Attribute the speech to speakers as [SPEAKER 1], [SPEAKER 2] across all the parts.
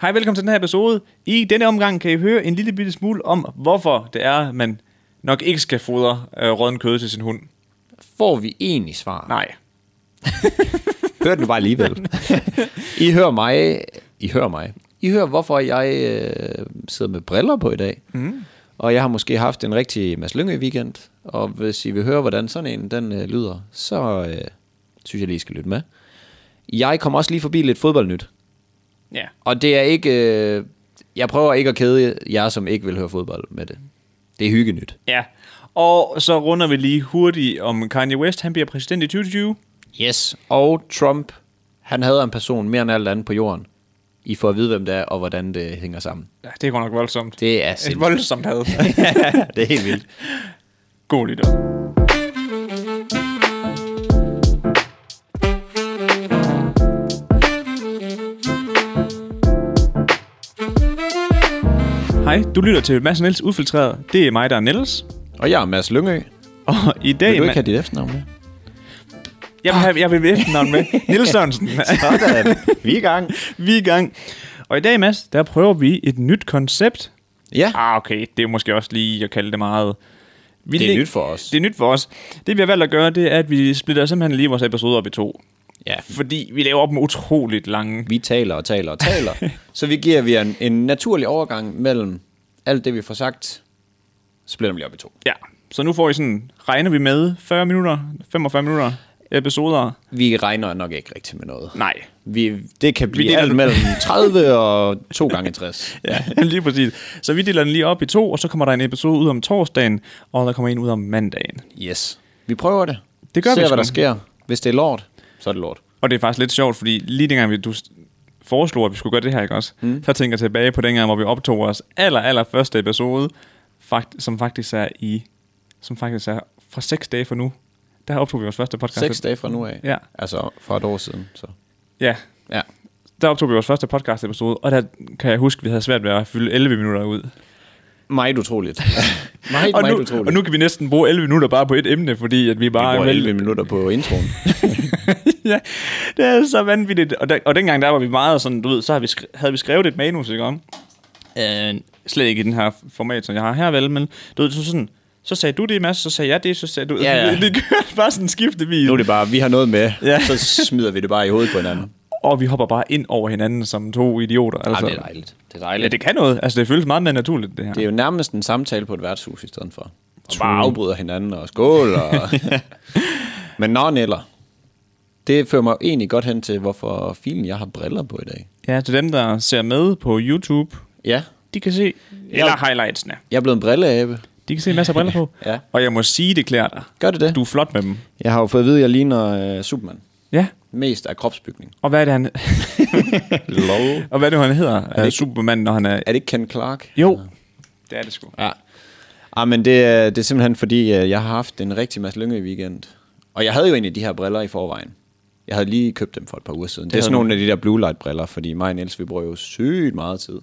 [SPEAKER 1] Hej, velkommen til den her episode. I denne omgang kan I høre en lille bitte smule om, hvorfor det er, man nok ikke skal fodre øh, rådden kød til sin hund.
[SPEAKER 2] Får vi egentlig svar?
[SPEAKER 1] Nej.
[SPEAKER 2] Hør den bare alligevel. I hører mig. I hører mig. I hører, hvorfor jeg øh, sidder med briller på i dag. Mm. Og jeg har måske haft en rigtig Mads Lyngø weekend. Og hvis I vil høre, hvordan sådan en den øh, lyder, så øh, synes jeg lige, I skal lytte med. Jeg kom også lige forbi lidt fodboldnyt.
[SPEAKER 1] Ja.
[SPEAKER 2] Og det er ikke... Øh, jeg prøver ikke at kede jer, som ikke vil høre fodbold med det. Det er hyggenyt.
[SPEAKER 1] Ja. Og så runder vi lige hurtigt om Kanye West. Han bliver præsident i 2020.
[SPEAKER 2] Yes. Og Trump, han havde en person mere end alt andet på jorden. I får at vide, hvem det er, og hvordan det hænger sammen.
[SPEAKER 1] Ja, det er godt nok voldsomt.
[SPEAKER 2] Det er
[SPEAKER 1] Et
[SPEAKER 2] sindssygt.
[SPEAKER 1] voldsomt had.
[SPEAKER 2] det er helt vildt.
[SPEAKER 1] God lytter. Hej, du lytter til Mads og Niels Udfiltreret. Det er mig, der er Niels.
[SPEAKER 2] Og jeg er Mads Lyngø.
[SPEAKER 1] Og i dag...
[SPEAKER 2] Vil du ikke
[SPEAKER 1] man-
[SPEAKER 2] have dit efternavn med?
[SPEAKER 1] Jeg vil have, jeg vil have efternavn med. Niels Sørensen.
[SPEAKER 2] Sådan. Vi er i gang.
[SPEAKER 1] vi er i gang. Og i dag, Mads, der prøver vi et nyt koncept.
[SPEAKER 2] Ja.
[SPEAKER 1] Ah, okay. Det er måske også lige at kalde det meget... Vi
[SPEAKER 2] Det er
[SPEAKER 1] læg-
[SPEAKER 2] nyt for os.
[SPEAKER 1] Det er nyt for os. Det, vi har valgt at gøre, det er, at vi splitter simpelthen lige vores episoder op i to.
[SPEAKER 2] ja.
[SPEAKER 1] Fordi vi laver dem utroligt lange.
[SPEAKER 2] Vi taler og taler og taler. så vi giver vi en, en naturlig overgang mellem alt det, vi får sagt. Splitter dem lige op i to.
[SPEAKER 1] Ja. Så nu får I sådan, regner vi med 40 minutter, 45 minutter episoder?
[SPEAKER 2] Vi regner nok ikke rigtig med noget.
[SPEAKER 1] Nej.
[SPEAKER 2] Vi, det kan blive
[SPEAKER 1] deler
[SPEAKER 2] alt
[SPEAKER 1] dem.
[SPEAKER 2] mellem 30 og 2 gange 60.
[SPEAKER 1] Ja, lige præcis. Så vi deler den lige op i to, og så kommer der en episode ud om torsdagen, og der kommer en ud om mandagen.
[SPEAKER 2] Yes. Vi prøver det.
[SPEAKER 1] Det gør vi
[SPEAKER 2] Ser,
[SPEAKER 1] sgu.
[SPEAKER 2] hvad der sker. Hvis det er lort, så er det lort.
[SPEAKER 1] Og det er faktisk lidt sjovt, fordi lige dengang vi, du s- foreslog, at vi skulle gøre det her, ikke også? Mm. Så tænker jeg tilbage på dengang, hvor vi optog vores aller, aller første episode, fakt, som faktisk er i, som faktisk er fra seks dage fra nu. Der optog vi vores første podcast.
[SPEAKER 2] Seks dage fra nu af.
[SPEAKER 1] Ja.
[SPEAKER 2] Altså fra et år siden. Så.
[SPEAKER 1] Ja,
[SPEAKER 2] Ja.
[SPEAKER 1] der optog vi vores første podcast episode, og der kan jeg huske, at vi havde svært ved at fylde 11 minutter ud.
[SPEAKER 2] Meget utroligt. meget,
[SPEAKER 1] og,
[SPEAKER 2] meget
[SPEAKER 1] nu,
[SPEAKER 2] utroligt.
[SPEAKER 1] og nu kan vi næsten bruge 11 minutter bare på et emne, fordi at vi bare...
[SPEAKER 2] vi
[SPEAKER 1] er
[SPEAKER 2] bruger
[SPEAKER 1] vel-
[SPEAKER 2] 11 minutter på introen.
[SPEAKER 1] ja, det er så vanvittigt. Og, der, og dengang der var vi meget sådan, du ved, så havde vi, skre, havde vi skrevet et manus, ikke om? Øh, slet ikke i den her format, som jeg har her, vel, men du ved, så sådan, så sagde du det, Mads, så sagde jeg det, så sagde du...
[SPEAKER 2] Ja, ja.
[SPEAKER 1] Det, det kørte bare sådan skiftevis.
[SPEAKER 2] nu er det bare, vi har noget med,
[SPEAKER 1] Ja.
[SPEAKER 2] ja. så smider vi det bare i hovedet på hinanden.
[SPEAKER 1] Og vi hopper bare ind over hinanden som to idioter. Altså.
[SPEAKER 2] Jamen, det er dejligt. Det er
[SPEAKER 1] ja,
[SPEAKER 2] dejligt.
[SPEAKER 1] det kan noget. Altså, det føles meget mere naturligt, det her.
[SPEAKER 2] Det er jo nærmest en samtale på et værtshus i stedet for. Og bare afbryder hinanden og skål. Og... Men nå, eller. Det fører mig egentlig godt hen til, hvorfor filen jeg har briller på i dag.
[SPEAKER 1] Ja, til dem, der ser med på YouTube,
[SPEAKER 2] Ja,
[SPEAKER 1] de kan se... Eller highlightsene.
[SPEAKER 2] jeg er blevet en brilleabe.
[SPEAKER 1] De kan se masser af briller på.
[SPEAKER 2] Ja.
[SPEAKER 1] Og jeg må sige, det klæder dig.
[SPEAKER 2] Gør det det?
[SPEAKER 1] Du er flot med dem.
[SPEAKER 2] Jeg har jo fået at vide, at jeg ligner øh, Superman.
[SPEAKER 1] Ja,
[SPEAKER 2] Mest af kropsbygning.
[SPEAKER 1] og hvad er det, han...
[SPEAKER 2] Lol.
[SPEAKER 1] Og hvad er det, nu, han hedder? Er det Superman, når han er...
[SPEAKER 2] Er det ikke Ken Clark?
[SPEAKER 1] Jo. Det er det sgu.
[SPEAKER 2] Ja. Ah, men det, er- det er simpelthen fordi, øh, jeg har haft en rigtig masse lynge i weekend. Og jeg havde jo egentlig de her briller i forvejen. Jeg havde lige købt dem for et par uger siden. Det, det er sådan nogle af de der blue light briller, fordi mig og Niels, vi bruger jo sygt meget tid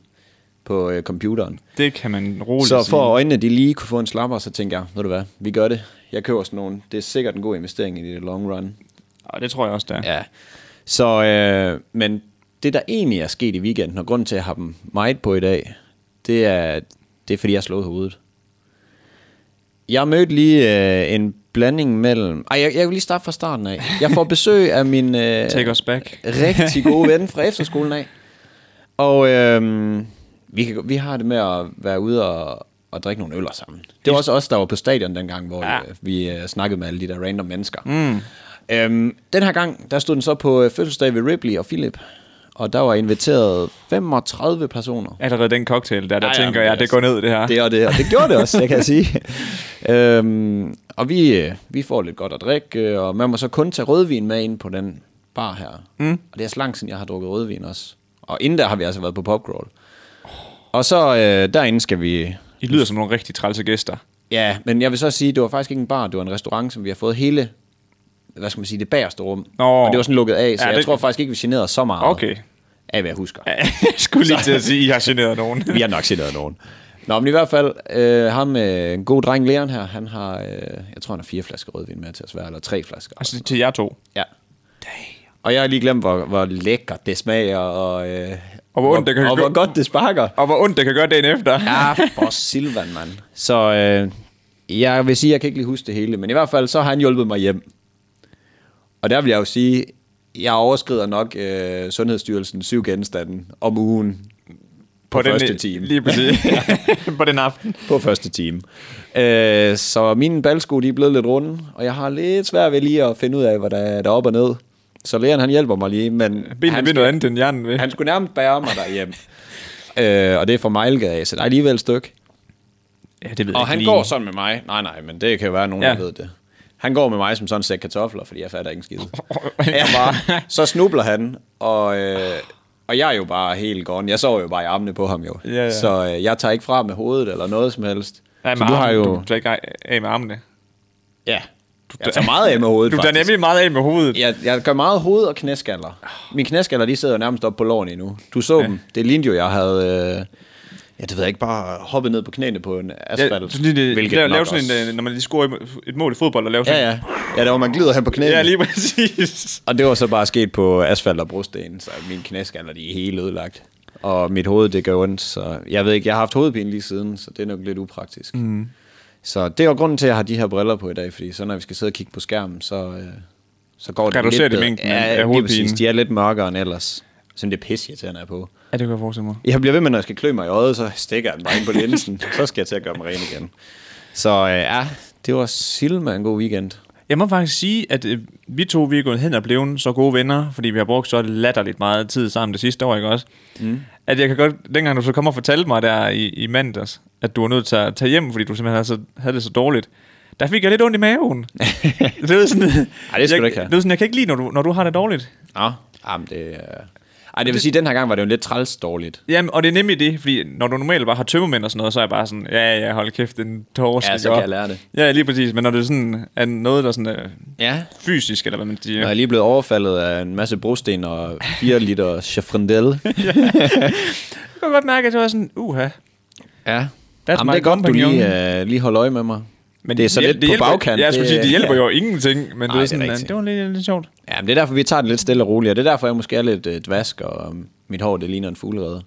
[SPEAKER 2] på øh, computeren.
[SPEAKER 1] Det kan man roligt
[SPEAKER 2] Så for at
[SPEAKER 1] sige.
[SPEAKER 2] øjnene de lige kunne få en slapper, så tænkte jeg, ved du hvad, vi gør det. Jeg køber sådan nogle. Det er sikkert en god investering i det long run.
[SPEAKER 1] Og det tror jeg også, der. Ja.
[SPEAKER 2] Ja. Så, øh, men det der egentlig er sket i weekenden, og grunden til, at jeg har dem meget på i dag, det er, det er fordi jeg har slået hovedet. Jeg mødte lige øh, en blanding mellem... Ej, jeg, jeg vil lige starte fra starten af. Jeg får besøg af min øh,
[SPEAKER 1] Take us back.
[SPEAKER 2] rigtig gode ven fra efterskolen af. Og øh, vi, kan, vi har det med at være ude og, og drikke nogle øller sammen. Det var også os, der var på stadion dengang, hvor
[SPEAKER 1] Ja.
[SPEAKER 2] ja. vi øh, snakkede med alle de der random mennesker. Mm. Øhm, den her gang, der stod den så på øh, fødselsdag ved Ripley og Philip. Og der var inviteret 35 personer.
[SPEAKER 1] Allerede den cocktail der, der
[SPEAKER 2] Ja, ja,
[SPEAKER 1] tænker
[SPEAKER 2] men altså-
[SPEAKER 1] jeg, det går ned, det her.
[SPEAKER 2] Det og det, og det gjorde det også, det kan jeg sige. øhm, og vi, øh, vi får lidt godt at drikke, øh, og man må så kun tage rødvin med ind på den bar her. Mm. Og det er så langt siden, jeg har drukket rødvin også. Og inden der har vi altså været på popcrawl.
[SPEAKER 1] Oh.
[SPEAKER 2] Og så øh, derinde skal vi...
[SPEAKER 1] I lyder som nogle rigtig trælse gæster.
[SPEAKER 2] Ja, men jeg vil så sige, det var faktisk ikke en bar, det var en restaurant, som vi har fået hele hvad skal man sige, det bagerste rum.
[SPEAKER 1] Nå.
[SPEAKER 2] Og det var sådan lukket af, så
[SPEAKER 1] Ja,
[SPEAKER 2] ja, jeg
[SPEAKER 1] det-
[SPEAKER 2] det... tror faktisk ikke, vi generede os så meget
[SPEAKER 1] Okay.
[SPEAKER 2] af, hvad jeg husker.
[SPEAKER 1] jeg skulle lige til at sige, I har generet nogen.
[SPEAKER 2] Vi har nok generet nogen. Nå, men i hvert fald, øh, ham, øh, en god dreng, Leon her, han har, øh, jeg tror, han har fire flasker rødvin med til os hver, eller tre flasker.
[SPEAKER 1] altså, til jer to.
[SPEAKER 2] Ja. Og jeg har lige glemt, hvor, hvor lækkert det smager, og, øh,
[SPEAKER 1] Og hvor ondt det kan
[SPEAKER 2] og
[SPEAKER 1] gøre.
[SPEAKER 2] hvor godt det sparker.
[SPEAKER 1] Og hvor ondt det kan gøre dagen efter.
[SPEAKER 2] Ja, for Silvan, mand. Så øh, jeg vil sige, jeg kan ikke lige huske det hele, men i hvert fald så har han hjulpet mig hjem. Og der vil jeg jo sige, jeg overskrider nok øh, Sundhedsstyrelsen syv genstande om ugen på, på
[SPEAKER 1] den
[SPEAKER 2] første
[SPEAKER 1] li-
[SPEAKER 2] time.
[SPEAKER 1] Lige præcis. på den aften.
[SPEAKER 2] På første time. Øh, så mine balsko, de er blevet lidt runde, og jeg har lidt svært ved lige at finde ud af, hvad der, der er op og ned. Så lægeren, han hjælper mig lige, men
[SPEAKER 1] Benene
[SPEAKER 2] han
[SPEAKER 1] ved noget andet end hjernen ved.
[SPEAKER 2] han skulle nærmest bære mig derhjem. øh, og det er fra Mejlgade af, så der er alligevel et stykke.
[SPEAKER 1] Ja, det ved
[SPEAKER 2] Og
[SPEAKER 1] jeg
[SPEAKER 2] han
[SPEAKER 1] ikke
[SPEAKER 2] går
[SPEAKER 1] lige.
[SPEAKER 2] sådan med mig. Nej, nej, men det kan jo være, at nogen
[SPEAKER 1] Ja.
[SPEAKER 2] ja. ved det. Han går med mig som sådan en sæk kartofler, fordi jeg fatter ikke en skid. ja, bare, så snubler han, og, øh, og jeg er jo bare helt gone. Jeg sover jo bare i armene på ham jo.
[SPEAKER 1] Ja, ja.
[SPEAKER 2] Så øh, jeg tager ikke fra med hovedet eller noget som helst.
[SPEAKER 1] Ja,
[SPEAKER 2] så
[SPEAKER 1] med
[SPEAKER 2] du
[SPEAKER 1] armen.
[SPEAKER 2] har jo...
[SPEAKER 1] Du tager ikke af med armene.
[SPEAKER 2] ja. Jeg tager meget af med hovedet,
[SPEAKER 1] Du tager
[SPEAKER 2] faktisk.
[SPEAKER 1] nemlig Ah. meget af med hovedet.
[SPEAKER 2] Jeg, jeg gør meget hoved- og knæskaller. Mine knæskaller, de sidder jo nærmest oppe på lårene endnu. Du så ja. dem. Det lignede jo, jeg havde... Øh, ja, det ved jeg ikke, bare hoppet ned på knæene på en
[SPEAKER 1] Ja,
[SPEAKER 2] asfalt. Ja,
[SPEAKER 1] sådan lige, det,
[SPEAKER 2] hvilket
[SPEAKER 1] lave,
[SPEAKER 2] nok
[SPEAKER 1] lave sådan
[SPEAKER 2] også-
[SPEAKER 1] en, øh, når man lige scorer et- et mål i fodbold, og lave sådan
[SPEAKER 2] Ja, ja. Ja, der var man glider hen på knæene.
[SPEAKER 1] ja, lige præcis.
[SPEAKER 2] Og det var så bare sket på asfalt og brosten, så mine knæskaller, de er helt ødelagt. Og mit hoved, det gør ondt, så jeg ved ikke, jeg har haft hovedpine lige siden, så det er nok lidt upraktisk. Mm. Så det er jo grunden til, at jeg har de her briller på i dag, fordi så når vi skal sidde og kigge på skærmen, så, øh, så går det
[SPEAKER 1] Reducerer
[SPEAKER 2] lidt...
[SPEAKER 1] det
[SPEAKER 2] bedre.
[SPEAKER 1] mængden
[SPEAKER 2] ja,
[SPEAKER 1] af- af
[SPEAKER 2] lige
[SPEAKER 1] hovedpinen.
[SPEAKER 2] præcis. de er lidt mørkere end ellers. Så det er pisse, jeg er på.
[SPEAKER 1] Ja, det kan jeg forestille mig.
[SPEAKER 2] Jeg bliver ved med, når jeg skal klø mig i øjet, så stikker jeg den bare ind på linsen. så skal jeg til at gøre dem rene igen. Så øh, ja, det var silme en god weekend.
[SPEAKER 1] Jeg må faktisk sige, at øh, vi to vi er gået hen og blevet så gode venner, fordi vi har brugt så latterligt meget tid sammen det sidste år, ikke også? Mm. At jeg kan godt, dengang du så kom og fortalte mig der i, i mandags, at du var nødt til at tage hjem, fordi du simpelthen havde, så, havde det så dårligt, der fik jeg lidt ondt i maven. det er sådan,
[SPEAKER 2] Ej, det skal
[SPEAKER 1] jeg,
[SPEAKER 2] du ikke have.
[SPEAKER 1] Det er sådan, jeg kan ikke lide, når du, når du har det dårligt.
[SPEAKER 2] Nå, jamen det... Øh... Ej, det vil sige, at den her gang var det jo lidt træls dårligt.
[SPEAKER 1] Jamen, og det er nemlig det, fordi når du normalt bare har tømmermænd og sådan noget, så er jeg bare sådan, ja, ja, hold kæft, den torsk.
[SPEAKER 2] Ja,
[SPEAKER 1] ikke
[SPEAKER 2] så kan
[SPEAKER 1] også?
[SPEAKER 2] jeg lære det.
[SPEAKER 1] Ja, lige præcis, men når det sådan er noget, der sådan er
[SPEAKER 2] Ja.
[SPEAKER 1] fysisk, eller hvad man siger.
[SPEAKER 2] Jeg er lige blevet overfaldet af en masse brosten og 4 liter chaffrindelle.
[SPEAKER 1] Jeg kan godt mærke, at det var sådan, uha.
[SPEAKER 2] ja.
[SPEAKER 1] That's
[SPEAKER 2] Jamen,
[SPEAKER 1] my
[SPEAKER 2] det er godt, du
[SPEAKER 1] compagnon.
[SPEAKER 2] lige, øh, lige holder øje med mig. Men det er så
[SPEAKER 1] hjæl-
[SPEAKER 2] lidt på
[SPEAKER 1] hjælper,
[SPEAKER 2] bagkant.
[SPEAKER 1] Ja, jeg skulle sige, det hjælper
[SPEAKER 2] ja.
[SPEAKER 1] jo ingenting, men
[SPEAKER 2] Nej,
[SPEAKER 1] det,
[SPEAKER 2] det
[SPEAKER 1] er
[SPEAKER 2] er
[SPEAKER 1] sådan, det,
[SPEAKER 2] rigtigt.
[SPEAKER 1] det var lidt, lidt sjovt.
[SPEAKER 2] Ja, men det er derfor, vi tager det lidt stille og roligt, og det er derfor, jeg måske er lidt øh, dvask, og øh, mit hår, det ligner en fuglerede.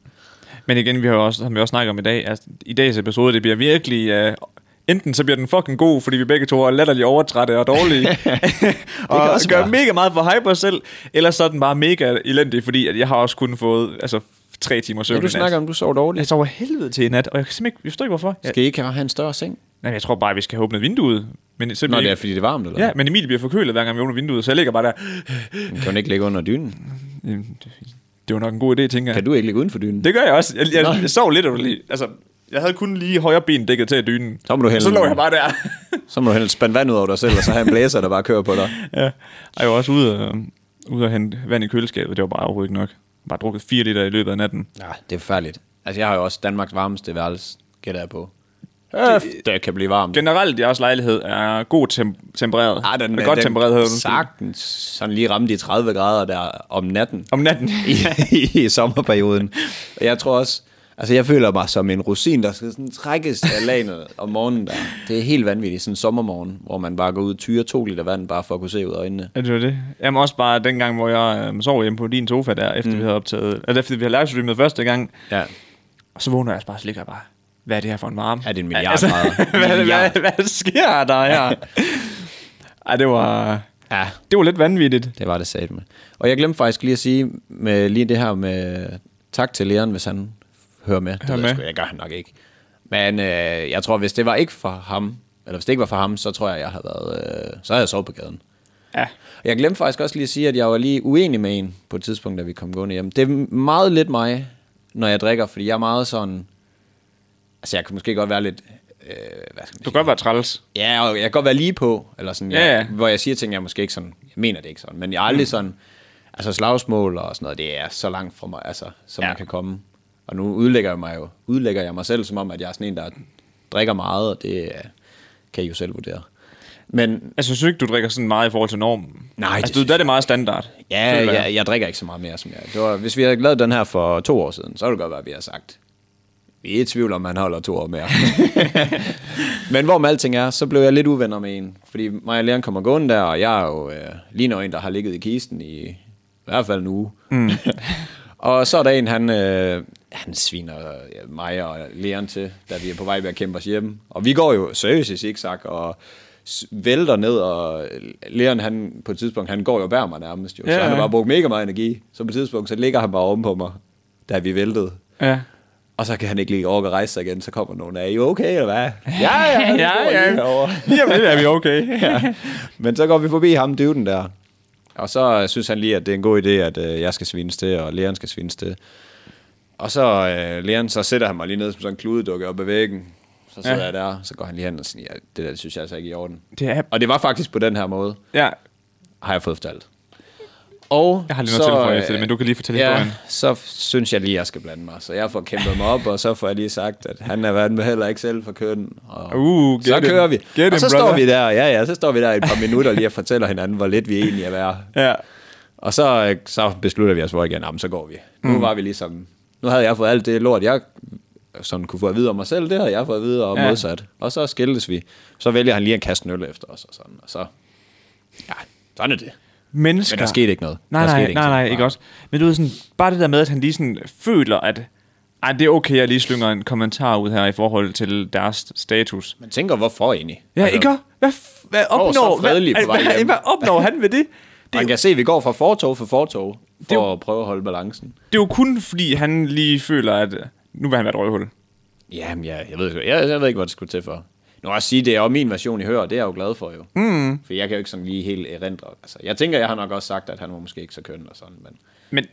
[SPEAKER 1] Men igen, vi har jo også, som vi også snakker om i dag, at i dagens episode, det bliver virkelig... Uh, enten så bliver den fucking god, fordi vi begge to er latterligt overtrætte og dårlige, og
[SPEAKER 2] kan også
[SPEAKER 1] gør
[SPEAKER 2] være.
[SPEAKER 1] mega meget for hype os selv, eller så er den bare mega elendig, fordi at jeg har også kun fået altså, tre timer søvn
[SPEAKER 2] Ja,
[SPEAKER 1] i
[SPEAKER 2] du
[SPEAKER 1] nat.
[SPEAKER 2] snakker om, du sover dårligt.
[SPEAKER 1] Jeg sover helvede til i nat, og jeg kan simpelthen ikke, jeg forstår ikke hvorfor. Jeg,
[SPEAKER 2] Skal I ikke have en større seng?
[SPEAKER 1] nej, men jeg tror bare, at vi skal have åbnet vinduet. Men så
[SPEAKER 2] Nå,
[SPEAKER 1] bliver-
[SPEAKER 2] det er, fordi det er varmt, eller?
[SPEAKER 1] Ja, men Emil bliver forkølet, hver gang vi åbner vinduet, så jeg ligger bare der.
[SPEAKER 2] Kan hun ikke ligge under dynen?
[SPEAKER 1] Jamen, det- Det var nok en god idé, tænker jeg.
[SPEAKER 2] Kan du ikke ligge uden for dynen?
[SPEAKER 1] Det gør jeg også. Jeg, jeg,
[SPEAKER 2] Nå.
[SPEAKER 1] jeg sov lidt underligt. Altså, jeg havde kun lige højre ben dækket til af dynen.
[SPEAKER 2] Så må du hælde
[SPEAKER 1] Så lå
[SPEAKER 2] den.
[SPEAKER 1] jeg bare der.
[SPEAKER 2] Så må du helst spænde vand ud over dig selv, og så have en blæser, der bare kører på dig.
[SPEAKER 1] ja. Og jeg var også ude, øh, ude at hente vand i køleskabet. Det var bare overhovedet ikke nok. Jeg bare drukket 4 liter i løbet af natten.
[SPEAKER 2] Ja, det er forfærdeligt. Altså, jeg har jo også Danmarks varmeste værelse, gætter jeg på. Øh, det kan blive varmt.
[SPEAKER 1] Generelt, jeres lejlighed er god tem- tempereret. er godt tempereret, hedder den.
[SPEAKER 2] Sagtens sådan lige ramte de 30 grader der om natten
[SPEAKER 1] Om natten.
[SPEAKER 2] i, i sommerperioden. Og Jeg tror også, altså jeg føler mig som en rosin, der skal sådan trækkes af lanet om morgenen der. Det er helt vanvittigt, sådan en sommermorgen, hvor man bare går ud og tyrer to liter vand, bare for at kunne se ud af øjnene.
[SPEAKER 1] Ja, det var det. Jamen også bare dengang, hvor jeg øh, sov hjemme på din sofa der, efter mm. vi havde optaget, altså efter vi havde livestreamet første gang,
[SPEAKER 2] Ja,
[SPEAKER 1] Og så vågner jeg altså bare og ligger bare, hvad er det her for en varme? Altså,
[SPEAKER 2] Er det en milliard grader?
[SPEAKER 1] hvad,
[SPEAKER 2] Milliard.
[SPEAKER 1] hvad, hvad, sker der her? Ej, det var,
[SPEAKER 2] ja
[SPEAKER 1] det var lidt vanvittigt.
[SPEAKER 2] Det var det sat med. Og jeg glemte faktisk lige at sige med, lige det her med tak til læreren, hvis han hører med. Det hører ved
[SPEAKER 1] med.
[SPEAKER 2] Jeg, sgu, jeg gør han nok ikke. Men øh, jeg tror, hvis det var ikke for ham, eller hvis det ikke var for ham, så tror jeg, jeg havde været, øh, så havde jeg sovet på gaden.
[SPEAKER 1] Ja.
[SPEAKER 2] Og Jeg glemte faktisk også lige at sige, at jeg var lige uenig med en på et tidspunkt, da vi kom gående hjem. Det er meget lidt mig, når jeg drikker, fordi jeg er meget sådan... Altså, jeg kan måske godt være lidt... Øh, hvad skal man
[SPEAKER 1] Du kan godt være træls.
[SPEAKER 2] Ja, og jeg kan godt være lige på, eller sådan,
[SPEAKER 1] Ja,
[SPEAKER 2] ja,
[SPEAKER 1] ja.
[SPEAKER 2] ja. hvor jeg siger ting, jeg måske ikke sådan, jeg mener det ikke sådan, men jeg er aldrig mm. sådan, altså slagsmål og sådan noget, det er så langt fra mig, altså, som
[SPEAKER 1] Ja.
[SPEAKER 2] ja. man kan komme. Og nu udlægger jeg mig jo, udlægger jeg mig selv som om, at jeg er sådan en, der drikker meget, og det øh, kan I jo selv vurdere. Men
[SPEAKER 1] Altså, jeg synes ikke, du drikker sådan meget i forhold til normen.
[SPEAKER 2] Nej, det
[SPEAKER 1] altså, det,
[SPEAKER 2] synes
[SPEAKER 1] der er det meget standard.
[SPEAKER 2] ja,
[SPEAKER 1] føler jeg.
[SPEAKER 2] jeg, jeg drikker ikke så meget mere, som jeg det var, Hvis vi havde lavet den her for to år siden, så ville det godt være, at vi havde sagt, vi er i tvivl om, han holder to år mere. Men hvorom alting er, så blev jeg lidt uvenner med en. Fordi mig og læreren kommer gående der, og jeg er jo øh, lige nu en, der har ligget i kisten i, i hvert fald en uge. Mm. Og så er der en, han, øh, han sviner øh, mig og Leon til, da vi er på vej ved at kæmpe os hjem. Og vi går jo seriøst i zigzag og s- vælter ned, og Leon, han, på et tidspunkt, han går jo bær mig nærmest. Jo. Ja,
[SPEAKER 1] Ja,
[SPEAKER 2] så han har
[SPEAKER 1] ja.
[SPEAKER 2] bare brugt mega meget energi. Så på et tidspunkt, så ligger han bare oven på mig, da vi væltede.
[SPEAKER 1] Ja.
[SPEAKER 2] Og så kan han ikke lige orke at rejse sig igen, så kommer nogen af, er I okay, eller hvad? Ja, ja,
[SPEAKER 1] Ja,
[SPEAKER 2] ja,
[SPEAKER 1] ja.
[SPEAKER 2] ja.
[SPEAKER 1] Lige om lidt er vi okay.
[SPEAKER 2] ja. Men så går vi forbi ham, dyven der. Og så øh, synes han lige, at det er en god idé, at øh, jeg skal svines til, og læreren skal svines til. Og så øh, læreren, så sætter han mig lige ned som sådan en kludedukke op ad væggen. Så sidder
[SPEAKER 1] Ja.
[SPEAKER 2] ja. jeg der, så går han lige hen og siger, ja, det der det synes jeg altså ikke er i orden.
[SPEAKER 1] Det er...
[SPEAKER 2] Og det var faktisk på den her måde,
[SPEAKER 1] Ja,
[SPEAKER 2] har jeg fået fortalt. Og
[SPEAKER 1] Jeg har lige noget
[SPEAKER 2] så,
[SPEAKER 1] tilføje
[SPEAKER 2] øh,
[SPEAKER 1] til det, men du kan lige fortælle
[SPEAKER 2] ja,
[SPEAKER 1] historien.
[SPEAKER 2] så f- synes jeg lige, jeg skal blande mig. Så jeg får kæmpet mig op, og så får jeg lige sagt, at han er verden med heller ikke selv for køn. Og
[SPEAKER 1] Uh, get
[SPEAKER 2] så
[SPEAKER 1] him.
[SPEAKER 2] kører vi.
[SPEAKER 1] Get
[SPEAKER 2] og
[SPEAKER 1] him,
[SPEAKER 2] så
[SPEAKER 1] brother.
[SPEAKER 2] står vi der, ja, ja, så står vi der i et par minutter lige og fortæller hinanden, hvor lidt vi egentlig er værd.
[SPEAKER 1] ja.
[SPEAKER 2] Og så, øh, så beslutter vi os for igen, jamen så går vi. Nu
[SPEAKER 1] Mm.
[SPEAKER 2] var vi ligesom, nu havde jeg fået alt det lort, jeg sådan kunne få at vide om mig selv, det havde jeg fået at vide om
[SPEAKER 1] Ja.
[SPEAKER 2] ja. modsat. Og så skildes vi. Så vælger han lige at kaste en øl efter os og sådan, og så, ja, sådan er det.
[SPEAKER 1] Mennesker.
[SPEAKER 2] Men der skete ikke noget.
[SPEAKER 1] Nej,
[SPEAKER 2] Der skete
[SPEAKER 1] nej, nej,
[SPEAKER 2] ingenting.
[SPEAKER 1] nej, ikke også. Men du ved sådan, bare det der med, at han lige sådan føler, at ej, det er okay, jeg lige slynger en kommentar ud her i forhold til deres status.
[SPEAKER 2] Man tænker, hvorfor egentlig?
[SPEAKER 1] Ja, altså, ikke også? Hvad, f- hvad
[SPEAKER 2] så
[SPEAKER 1] opnår, hvad,
[SPEAKER 2] fredelig på vej
[SPEAKER 1] hvad,
[SPEAKER 2] hjem.
[SPEAKER 1] hvad opnår han ved det? Det er,
[SPEAKER 2] Man
[SPEAKER 1] jo,
[SPEAKER 2] kan se, at vi går fra fortog for fortog, for
[SPEAKER 1] Det er jo-
[SPEAKER 2] at prøve at holde balancen.
[SPEAKER 1] det er jo kun fordi, han lige føler, at øh, nu vil han være et røvhul.
[SPEAKER 2] Jamen, jeg, jeg, ved, sgu- jeg, jeg ved ikke, hvad det skulle til for. Nu vil jeg også sige, det er jo min version, I hører, og det er jeg jo glad for jo. Mm. For jeg kan jo ikke sådan lige helt erindre. Altså, jeg tænker, jeg har nok også sagt, at han var måske ikke så køn og sådan, men...
[SPEAKER 1] Men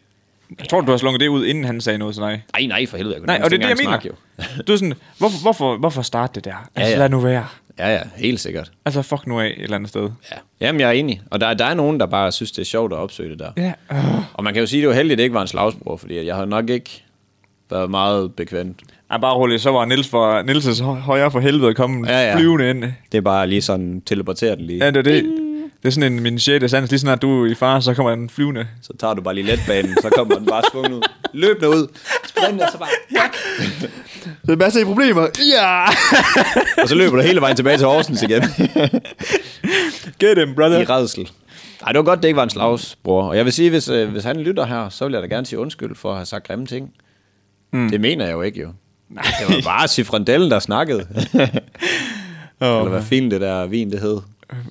[SPEAKER 1] jeg tror, du har slunget det ud, inden han sagde noget til dig.
[SPEAKER 2] Nej, nej, for helvede, jeg kunne
[SPEAKER 1] Nej, og
[SPEAKER 2] nærmest
[SPEAKER 1] det er det, jeg
[SPEAKER 2] ikke
[SPEAKER 1] mener.
[SPEAKER 2] engang snakke,
[SPEAKER 1] Du er sådan, hvorfor, hvorfor, hvorfor starte det der? Altså, ja,
[SPEAKER 2] ja.
[SPEAKER 1] ja. lad nu være.
[SPEAKER 2] Jo. Ja, ja, helt sikkert.
[SPEAKER 1] Altså, fuck nu af et eller andet sted.
[SPEAKER 2] Ja. Jamen, jeg er enig. Og der, der er nogen, der bare synes, det er sjovt at opsøge det der.
[SPEAKER 1] Ja, øh.
[SPEAKER 2] Og man kan jo sige, at det var heldigt, at det ikke var en slagsbror, fordi jeg havde nok ikke været meget bekvemt.
[SPEAKER 1] Ej, bare roligt, så var Nils for, Nils' højre for helvede kommet ja,
[SPEAKER 2] Ja,
[SPEAKER 1] ja.
[SPEAKER 2] ja.
[SPEAKER 1] flyvende ind. Ja,
[SPEAKER 2] Det er bare lige sådan, teleporteret den lige.
[SPEAKER 1] det er det. Det er sådan en min sjette sans. Lige snart du er i far, så kommer den flyvende.
[SPEAKER 2] Så tager du bare lige letbanen, så kommer den bare svunget ud. Løbende ud. Sprinter så bare.
[SPEAKER 1] Det er masser af problemer. Ja!
[SPEAKER 2] Og så løber du hele vejen tilbage til Horsens igen.
[SPEAKER 1] Get him, brother.
[SPEAKER 2] I redsel. Nej, det var godt, det ikke var en slagsbror. Og jeg vil sige, hvis, øh, hvis han lytter her, så vil jeg da gerne sige undskyld for at have sagt grimme ting. Mm. Det mener jeg jo ikke, jo. Nej. Det var bare Cifrandellen, der snakkede.
[SPEAKER 1] Åh.
[SPEAKER 2] Eller hvad fint det der vin, det hed.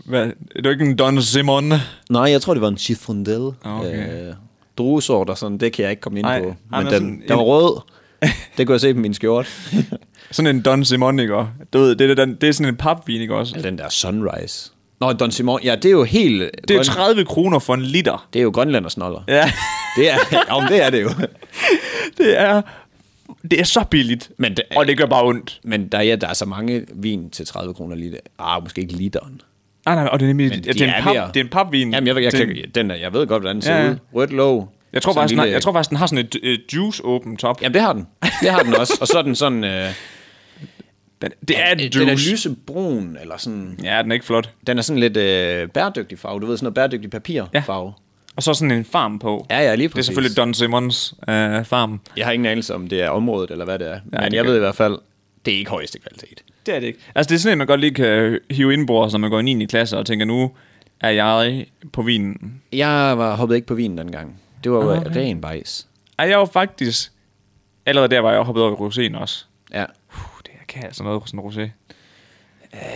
[SPEAKER 1] Hvad? Det er ikke en Don Simon.
[SPEAKER 2] Nej, jeg tror, det var en Cifrandelle.
[SPEAKER 1] Ah, Okay.
[SPEAKER 2] Øh, druesort og sådan, det kan jeg ikke komme ind
[SPEAKER 1] Nej,
[SPEAKER 2] på.
[SPEAKER 1] ej,
[SPEAKER 2] Men
[SPEAKER 1] men
[SPEAKER 2] den,
[SPEAKER 1] sådan
[SPEAKER 2] den,
[SPEAKER 1] en-
[SPEAKER 2] var rød. Det kunne jeg se på min skjorte.
[SPEAKER 1] Sådan en Don Simon, ikke? også? Du ved, det, er, den, det er sådan en papvin, ikke også?
[SPEAKER 2] Eller den der Sunrise. Nå, Don Simon, ja, det er jo helt...
[SPEAKER 1] Det er jo
[SPEAKER 2] grøn-
[SPEAKER 1] 30 kroner for en liter.
[SPEAKER 2] Det er jo grønlandersnoller.
[SPEAKER 1] Ja,
[SPEAKER 2] Det er, om det er det jo.
[SPEAKER 1] det er... Det er så billigt,
[SPEAKER 2] Men det-
[SPEAKER 1] og det gør bare ondt.
[SPEAKER 2] Men der, ja, der er så mange vin til 30 kroner liter. Ah, måske ikke literen.
[SPEAKER 1] Nej, nej, og det er nemlig...
[SPEAKER 2] Men
[SPEAKER 1] Det,
[SPEAKER 2] de
[SPEAKER 1] det, er en
[SPEAKER 2] er
[SPEAKER 1] pap,
[SPEAKER 2] ved at-
[SPEAKER 1] det er en papvin.
[SPEAKER 2] Jamen, jeg, ved- jeg,
[SPEAKER 1] Det er en-
[SPEAKER 2] kan, den, er- jeg ved godt, hvordan den ser
[SPEAKER 1] Ja, ja.
[SPEAKER 2] ud. Rødt låg.
[SPEAKER 1] Jeg tror,
[SPEAKER 2] Sådan
[SPEAKER 1] faktisk,
[SPEAKER 2] en
[SPEAKER 1] den har,
[SPEAKER 2] lille-
[SPEAKER 1] jeg tror faktisk, den har sådan et øh, juice open top.
[SPEAKER 2] Jamen, det har den. Det har den også. Og så er den sådan... Øh,
[SPEAKER 1] Den, det er et juice.
[SPEAKER 2] den er lysebrun, eller sådan...
[SPEAKER 1] Ja, den er ikke flot.
[SPEAKER 2] Den er sådan lidt øh, bæredygtig farve. Du ved, sådan noget bæredygtig papirfarve. Ja.
[SPEAKER 1] Og så sådan en farm på.
[SPEAKER 2] Ja, ja, lige
[SPEAKER 1] Det er
[SPEAKER 2] præcis.
[SPEAKER 1] selvfølgelig Don Simmons øh, farm.
[SPEAKER 2] Jeg har ingen anelse om, det er området, eller hvad det er. Men
[SPEAKER 1] det
[SPEAKER 2] jeg
[SPEAKER 1] gør-
[SPEAKER 2] ved i hvert fald, det er ikke højeste kvalitet.
[SPEAKER 1] Det er det ikke. Altså, det er sådan en, man godt lige kan hive indbords, når man går i 9. klasse og tænker, nu er jeg på vinen.
[SPEAKER 2] Jeg var hoppet ikke på vinen dengang. Det var jo okay. ren bajs.
[SPEAKER 1] Ej, jeg var faktisk... Allerede der var jeg hoppet over i roséen også.
[SPEAKER 2] Ja.
[SPEAKER 1] Puh, det jeg kan altså noget, sådan en rosé.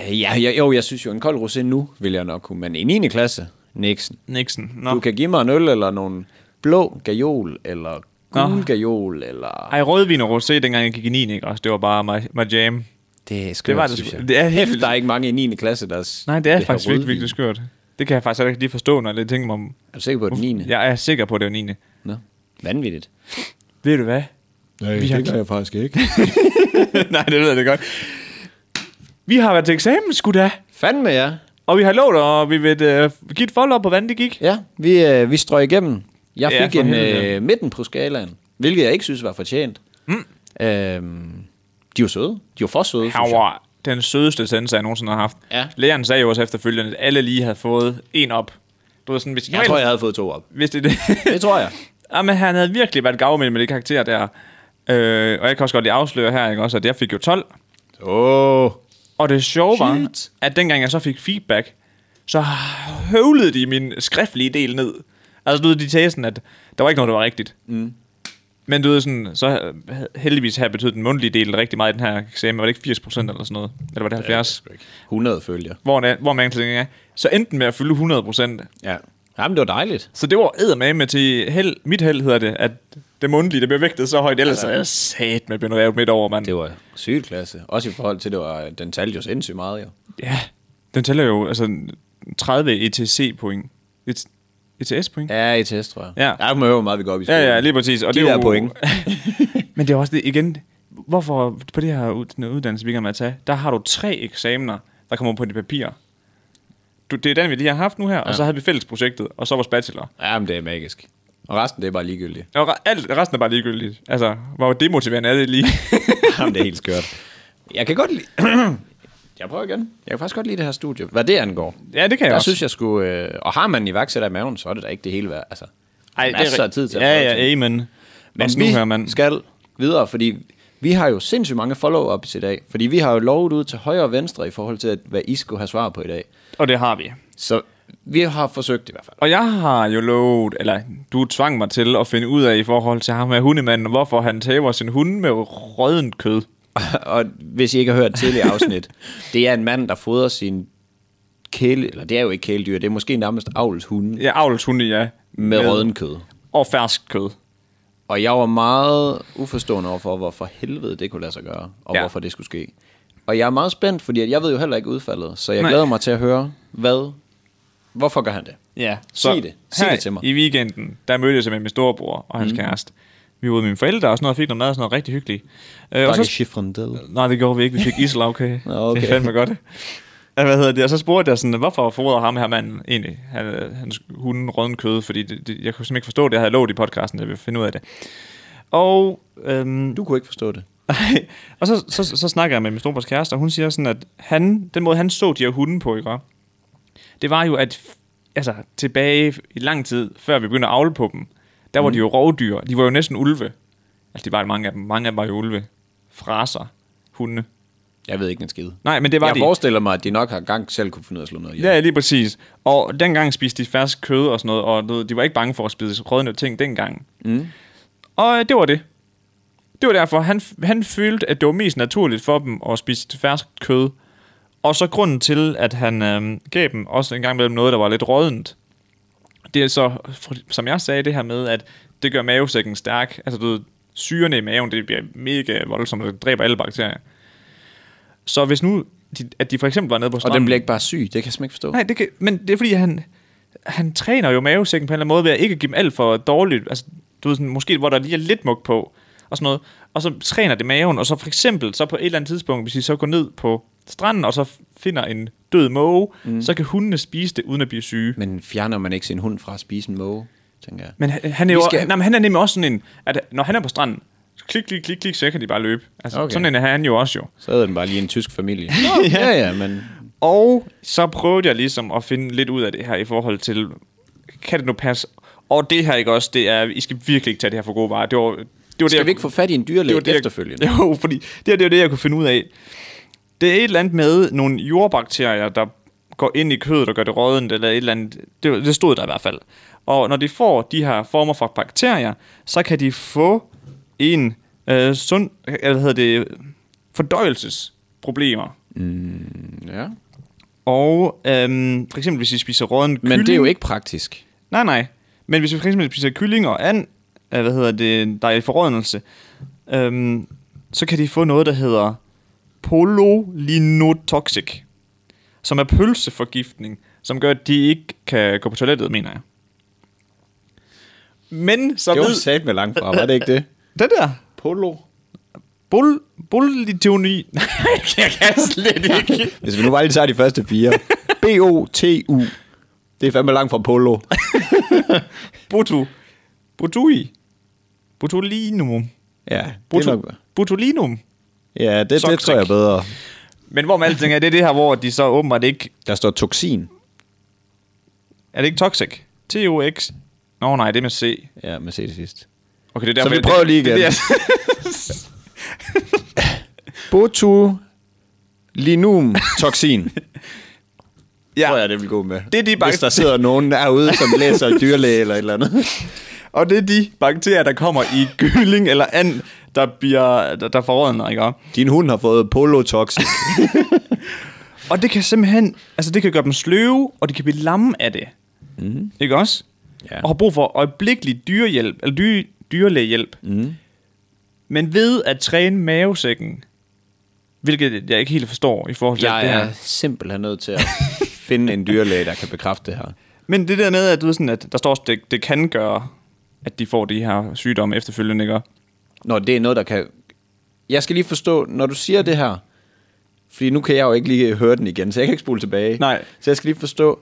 [SPEAKER 2] Øh, Ja, jeg, jo, jeg synes jo, en kold rosé nu vil jeg nok kunne, men i 9. klasse, Nixon.
[SPEAKER 1] Nixon. Nå.
[SPEAKER 2] Du kan give mig en øl eller nogle blå gajol, eller
[SPEAKER 1] Nå.
[SPEAKER 2] gul gajol, eller...
[SPEAKER 1] Ej, rødvin og rosé, dengang jeg gik i 9. Ikke? også? Det var bare my, my jam.
[SPEAKER 2] Det er skørt,
[SPEAKER 1] Det var det,
[SPEAKER 2] synes
[SPEAKER 1] sgu-
[SPEAKER 2] jeg.
[SPEAKER 1] det er helt
[SPEAKER 2] Hæft, der er ikke mange i 9. klasse, der... s-
[SPEAKER 1] Nej, det er
[SPEAKER 2] vil have
[SPEAKER 1] faktisk virkelig,
[SPEAKER 2] rødvin.
[SPEAKER 1] virkelig skørt. Det kan jeg faktisk heller ikke lige forstå, når jeg lige tænker mig om.
[SPEAKER 2] Er du sikker på, at det er 9. Ja.
[SPEAKER 1] Jeg er sikker på, at det var 9.
[SPEAKER 2] Nå. Vanvittigt.
[SPEAKER 1] Ved du hvad?
[SPEAKER 2] Nej,
[SPEAKER 1] Vi har-
[SPEAKER 2] gør jeg faktisk ikke.
[SPEAKER 1] Nej, det ved jeg det godt. Vi har været til eksamen, sgu da.
[SPEAKER 2] Fanden med jer.
[SPEAKER 1] Og vi har lovet, og vi vil uh, give et follow-up på, hvordan det gik.
[SPEAKER 2] Ja, vi, øh, vi strøg igennem. Jeg
[SPEAKER 1] Ja,
[SPEAKER 2] fik
[SPEAKER 1] for
[SPEAKER 2] en
[SPEAKER 1] helvede.
[SPEAKER 2] øh, midten på skalaen, hvilket jeg ikke synes var fortjent. Mm. Øhm, de var søde. De var for søde,
[SPEAKER 1] Han
[SPEAKER 2] synes jeg.
[SPEAKER 1] var den sødeste sensor, jeg nogensinde har haft.
[SPEAKER 2] Ja.
[SPEAKER 1] Læreren sagde jo også efterfølgende, at alle lige havde fået en op. Du ved sådan, hvis,
[SPEAKER 2] Jeg tror, jeg havde fået to op.
[SPEAKER 1] Hvis det, er det.
[SPEAKER 2] Det tror jeg.
[SPEAKER 1] Jamen, han havde virkelig været gavmild med de karakterer der. Øh, og jeg kan også godt lige afsløre her, ikke? Også, at jeg fik jo 12.
[SPEAKER 2] Åh. Oh.
[SPEAKER 1] Og det sjove var,
[SPEAKER 2] Shit.
[SPEAKER 1] at dengang jeg så fik feedback, så høvlede de min skriftlige del ned. Altså, du ved, de sagde sådan, at der var ikke noget, der var rigtigt. Mm. Men du ved sådan, så heldigvis her betød den mundtlige del rigtig meget i den her eksamen. Var det ikke 80% eller sådan noget? Eller var det 70?
[SPEAKER 2] 100 følger.
[SPEAKER 1] Hvor, der- hvor man tænker, ja. Så endte den med at fylde 100%.
[SPEAKER 2] Ja. Jamen, det var dejligt.
[SPEAKER 1] Så det var eddermame til held. Mit held hedder det, at det mundtlige, det bliver vægtet så højt. Ellers er jeg sat med blevet revet midt over, mand.
[SPEAKER 2] Det var sygt klasse. Også i forhold til, det var, den talte jo sindssygt meget, jo.
[SPEAKER 1] Ja, den tæller jo altså 30 ETC-point. Et, ETS-point? Ja.
[SPEAKER 2] Ja, i test, tror jeg.
[SPEAKER 1] Ja.
[SPEAKER 2] Der må jeg jo, hvor meget vi går op i
[SPEAKER 1] ja, ja, lige præcis. Og
[SPEAKER 2] De
[SPEAKER 1] det er
[SPEAKER 2] der
[SPEAKER 1] jo,
[SPEAKER 2] point.
[SPEAKER 1] Men det er også det, igen, hvorfor på det her ud- den her uddannelse, vi er i gang med at tage, der har du tre eksamener, der kommer på dit papir. Du, det er den, vi lige har haft nu her, ja. og så havde vi fællesprojektet, og så vores bachelor.
[SPEAKER 2] Ja, men det er magisk. Og resten, det er bare ligegyldigt.
[SPEAKER 1] Og re- alt, resten er bare ligegyldigt. Altså, hvor demotiverende er det lige?
[SPEAKER 2] Jamen, det er helt skørt. Jeg kan godt lide... jeg prøver igen. Jeg kan faktisk godt lide det her studie. Hvad det angår.
[SPEAKER 1] ja, det kan jeg,
[SPEAKER 2] Jeg
[SPEAKER 1] også.
[SPEAKER 2] synes, jeg skulle... Øh, og har man en iværksætter i maven, så er det da ikke det hele værd. Altså, Ej, masser af tid til at prøve
[SPEAKER 1] Ja,
[SPEAKER 2] ting.
[SPEAKER 1] ja, amen. Men
[SPEAKER 2] Men
[SPEAKER 1] nu
[SPEAKER 2] vi
[SPEAKER 1] her, mand.
[SPEAKER 2] skal videre, fordi vi har jo sindssygt mange follow-ups i dag. Fordi vi har jo lovet ud til højre og venstre i forhold til, at, hvad I skulle have svar på i dag.
[SPEAKER 1] Og det har vi.
[SPEAKER 2] Så vi har forsøgt i hvert fald.
[SPEAKER 1] Og jeg har jo lovet, eller du tvang mig til at finde ud af i forhold til ham med hundemanden, hvorfor han tæver sin hund med rødent kød.
[SPEAKER 2] og hvis I ikke har hørt tidligere afsnit, det er en mand, der fodrer sin kæle, eller det er jo ikke kæledyr, det er måske nærmest avlshunde
[SPEAKER 1] Ja, avlshunde, ja.
[SPEAKER 2] med rødden kød.
[SPEAKER 1] Og fersk kød.
[SPEAKER 2] Og jeg var meget uforstående overfor, hvorfor helvede det kunne lade sig gøre, og
[SPEAKER 1] Ja.
[SPEAKER 2] ja. hvorfor det skulle ske. Og jeg er meget spændt, fordi at jeg ved jo heller ikke udfaldet, så jeg
[SPEAKER 1] Nej.
[SPEAKER 2] Nej. glæder mig til at høre, hvad, hvorfor gør han det?
[SPEAKER 1] Ja.
[SPEAKER 2] Sig det. Sig
[SPEAKER 1] her
[SPEAKER 2] det til mig.
[SPEAKER 1] i weekenden, der mødte jeg så med min storebror og hans mm. kæreste. Vi var ude med mine forældre og sådan noget, og fik noget mad og sådan noget rigtig hyggeligt. Øh, og
[SPEAKER 2] Bakke
[SPEAKER 1] så,
[SPEAKER 2] chiffrendel.
[SPEAKER 1] nej, det gjorde vi ikke. Vi fik islagkage.
[SPEAKER 2] Nå, okay.
[SPEAKER 1] Det er fandme godt. Ja, Hvad hedder det? Og så spurgte jeg sådan, hvorfor fodrer ham her manden egentlig, han, øh, hans hunden rødden kød, fordi det, det, jeg kunne simpelthen ikke forstå det, jeg havde lovet i podcasten, jeg ville finde ud af det. Og øhm,
[SPEAKER 2] Du kunne ikke forstå det.
[SPEAKER 1] Nej. Og så, så, så, så snakker jeg med min storebrors kæreste, og hun siger sådan, at han, den måde, han så de her hunde på, ikke? også? Det var jo, at f- altså, tilbage i lang tid, før vi begyndte at avle på dem, der var de jo rovdyr. De var jo næsten ulve. Altså, de var mange af dem. Mange af dem var jo ulve. Fraser. Hunde.
[SPEAKER 2] Jeg ved ikke en skid.
[SPEAKER 1] Nej, men det var
[SPEAKER 2] jeg
[SPEAKER 1] de.
[SPEAKER 2] forestiller mig, at de nok har gang selv kunne finde ud af at slå noget ihjel.
[SPEAKER 1] Ja, lige præcis. Og dengang spiste de fersk kød og sådan noget, og du ved, de var ikke bange for at spise rødne ting dengang.
[SPEAKER 2] Mm.
[SPEAKER 1] Og øh, det var det. Det var derfor, han, han følte, at det var mest naturligt for dem at spise fersk kød. Og så grunden til, at han øh, gav dem også en gang imellem noget, der var lidt rådent. Det er så, fr- som jeg sagde, det her med, at det gør mavesækken stærk. Altså, du ved, syrene i maven, det bliver mega voldsomt, og det dræber alle bakterier. Så hvis nu, de, at de for eksempel var nede på
[SPEAKER 2] Og
[SPEAKER 1] stranden...
[SPEAKER 2] den bliver ikke bare syg, det kan jeg simpelthen ikke forstå.
[SPEAKER 1] Nej, det kan, men det er fordi, han, han træner jo mavesækken på en eller anden måde ved at ikke give dem alt for dårligt. Altså, du ved, sådan, måske hvor der lige er lidt mug på og sådan noget. Og så træner det maven, og så for eksempel, så på et eller andet tidspunkt, hvis I så går ned på stranden, og så f- finder en død måge, mm. så kan hundene spise det, uden at blive syge.
[SPEAKER 2] Men fjerner man ikke sin hund fra at spise en måge, tænker jeg.
[SPEAKER 1] Men han, han, er
[SPEAKER 2] Vi
[SPEAKER 1] jo,
[SPEAKER 2] skal-
[SPEAKER 1] skal... nej, men han er nemlig også sådan en, at når han er på stranden, så klik, klik, klik, klik, så kan de bare løbe. Altså, okay.
[SPEAKER 2] Okay.
[SPEAKER 1] Sådan en er han jo også jo.
[SPEAKER 2] Så havde den bare lige en tysk familie. Nå, ja, ja, men
[SPEAKER 1] Og så prøvede jeg ligesom at finde lidt ud af det her i forhold til, kan det nu passe? Og det her ikke også, det er, I skal virkelig ikke tage det her for gode varer. Det var, det var det,
[SPEAKER 2] skal vi ikke få fat i en dyrlæge det
[SPEAKER 1] det,
[SPEAKER 2] efterfølgende?
[SPEAKER 1] Jeg, jo, fordi det, her, det var det, jeg kunne finde ud af. Det er et eller andet med nogle jordbakterier, der går ind i kødet og gør det rådent, eller et eller andet. Det, var- det stod der i hvert fald. Og når de får de her former for bakterier, så kan de få en øh, sund, eller hvad hedder det, fordøjelsesproblemer.
[SPEAKER 2] Ja.
[SPEAKER 1] Og øhm, for eksempel, hvis I spiser råden
[SPEAKER 2] Men
[SPEAKER 1] kylling...
[SPEAKER 2] det er jo ikke praktisk.
[SPEAKER 1] Nej, nej. Men hvis vi for eksempel spiser kylling og and, øh, hvad hedder det, der er i forrådnelse, øhm, så kan de få noget, der hedder pololinotoxic, som er pølseforgiftning, som gør, at de ikke kan gå på toilettet, mener jeg. Men så
[SPEAKER 2] Det var
[SPEAKER 1] ved...
[SPEAKER 2] sat med langt fra, var det ikke det?
[SPEAKER 1] Det der...
[SPEAKER 2] Polo.
[SPEAKER 1] Bol... Bolitoni... Nej, jeg kan slet ikke.
[SPEAKER 2] Hvis vi nu bare lige tager de første fire. B-O-T-U. Det er fandme langt fra polo.
[SPEAKER 1] Botu... Botui... Botulinum...
[SPEAKER 2] Ja, det, er
[SPEAKER 1] Botu-
[SPEAKER 2] nok,
[SPEAKER 1] botulinum.
[SPEAKER 2] ja, det, det
[SPEAKER 1] Toxic.
[SPEAKER 2] tror jeg er bedre.
[SPEAKER 1] Men hvor med alting er det det her, hvor de så åbenbart ikke...
[SPEAKER 2] Der står toxin.
[SPEAKER 1] Er det ikke toxic? T-O-X? Nå nej, det er med C.
[SPEAKER 2] Ja, man ser det sidst.
[SPEAKER 1] Okay, det er
[SPEAKER 2] Så
[SPEAKER 1] derfor,
[SPEAKER 2] vi
[SPEAKER 1] det-
[SPEAKER 2] prøver lige igen.
[SPEAKER 1] Det, det,
[SPEAKER 2] Botulinumtoxin.
[SPEAKER 1] ja.
[SPEAKER 2] tror
[SPEAKER 1] ja.
[SPEAKER 2] jeg, det vil gå med.
[SPEAKER 1] Det er de
[SPEAKER 2] Hvis
[SPEAKER 1] bak-
[SPEAKER 2] der sidder nogen herude, som læser dyrlæge eller et eller andet.
[SPEAKER 1] Og det er de bakterier, der kommer i kylling eller and, der, bliver, der, der forrådner, ikke også?
[SPEAKER 2] Din hund har fået polotox.
[SPEAKER 1] Og det kan simpelthen, altså det kan gøre dem sløve, og de kan blive lamme af det. Mm. Ikke også?
[SPEAKER 2] Mhm. Ja.
[SPEAKER 1] Og har brug for øjeblikkelig dyrehjælp, eller dyre, dyrlægehjælp. Mm.
[SPEAKER 2] Mhm.
[SPEAKER 1] Men ved at træne mavesækken, hvilket jeg ikke helt forstår i forhold til alt
[SPEAKER 2] jeg
[SPEAKER 1] det her.
[SPEAKER 2] er simpelthen nødt til at finde en dyrlæge, der kan bekræfte det her.
[SPEAKER 1] Men det der med, at, du ved, sådan, at der står, at det, det kan gøre, at de får de her sygdomme efterfølgende, ikke?
[SPEAKER 2] Nå, det er noget, der kan... Jeg skal lige forstå, når du siger det her, fordi nu kan jeg jo ikke lige høre den igen, så jeg kan ikke spole tilbage.
[SPEAKER 1] Nej.
[SPEAKER 2] Så jeg skal lige forstå,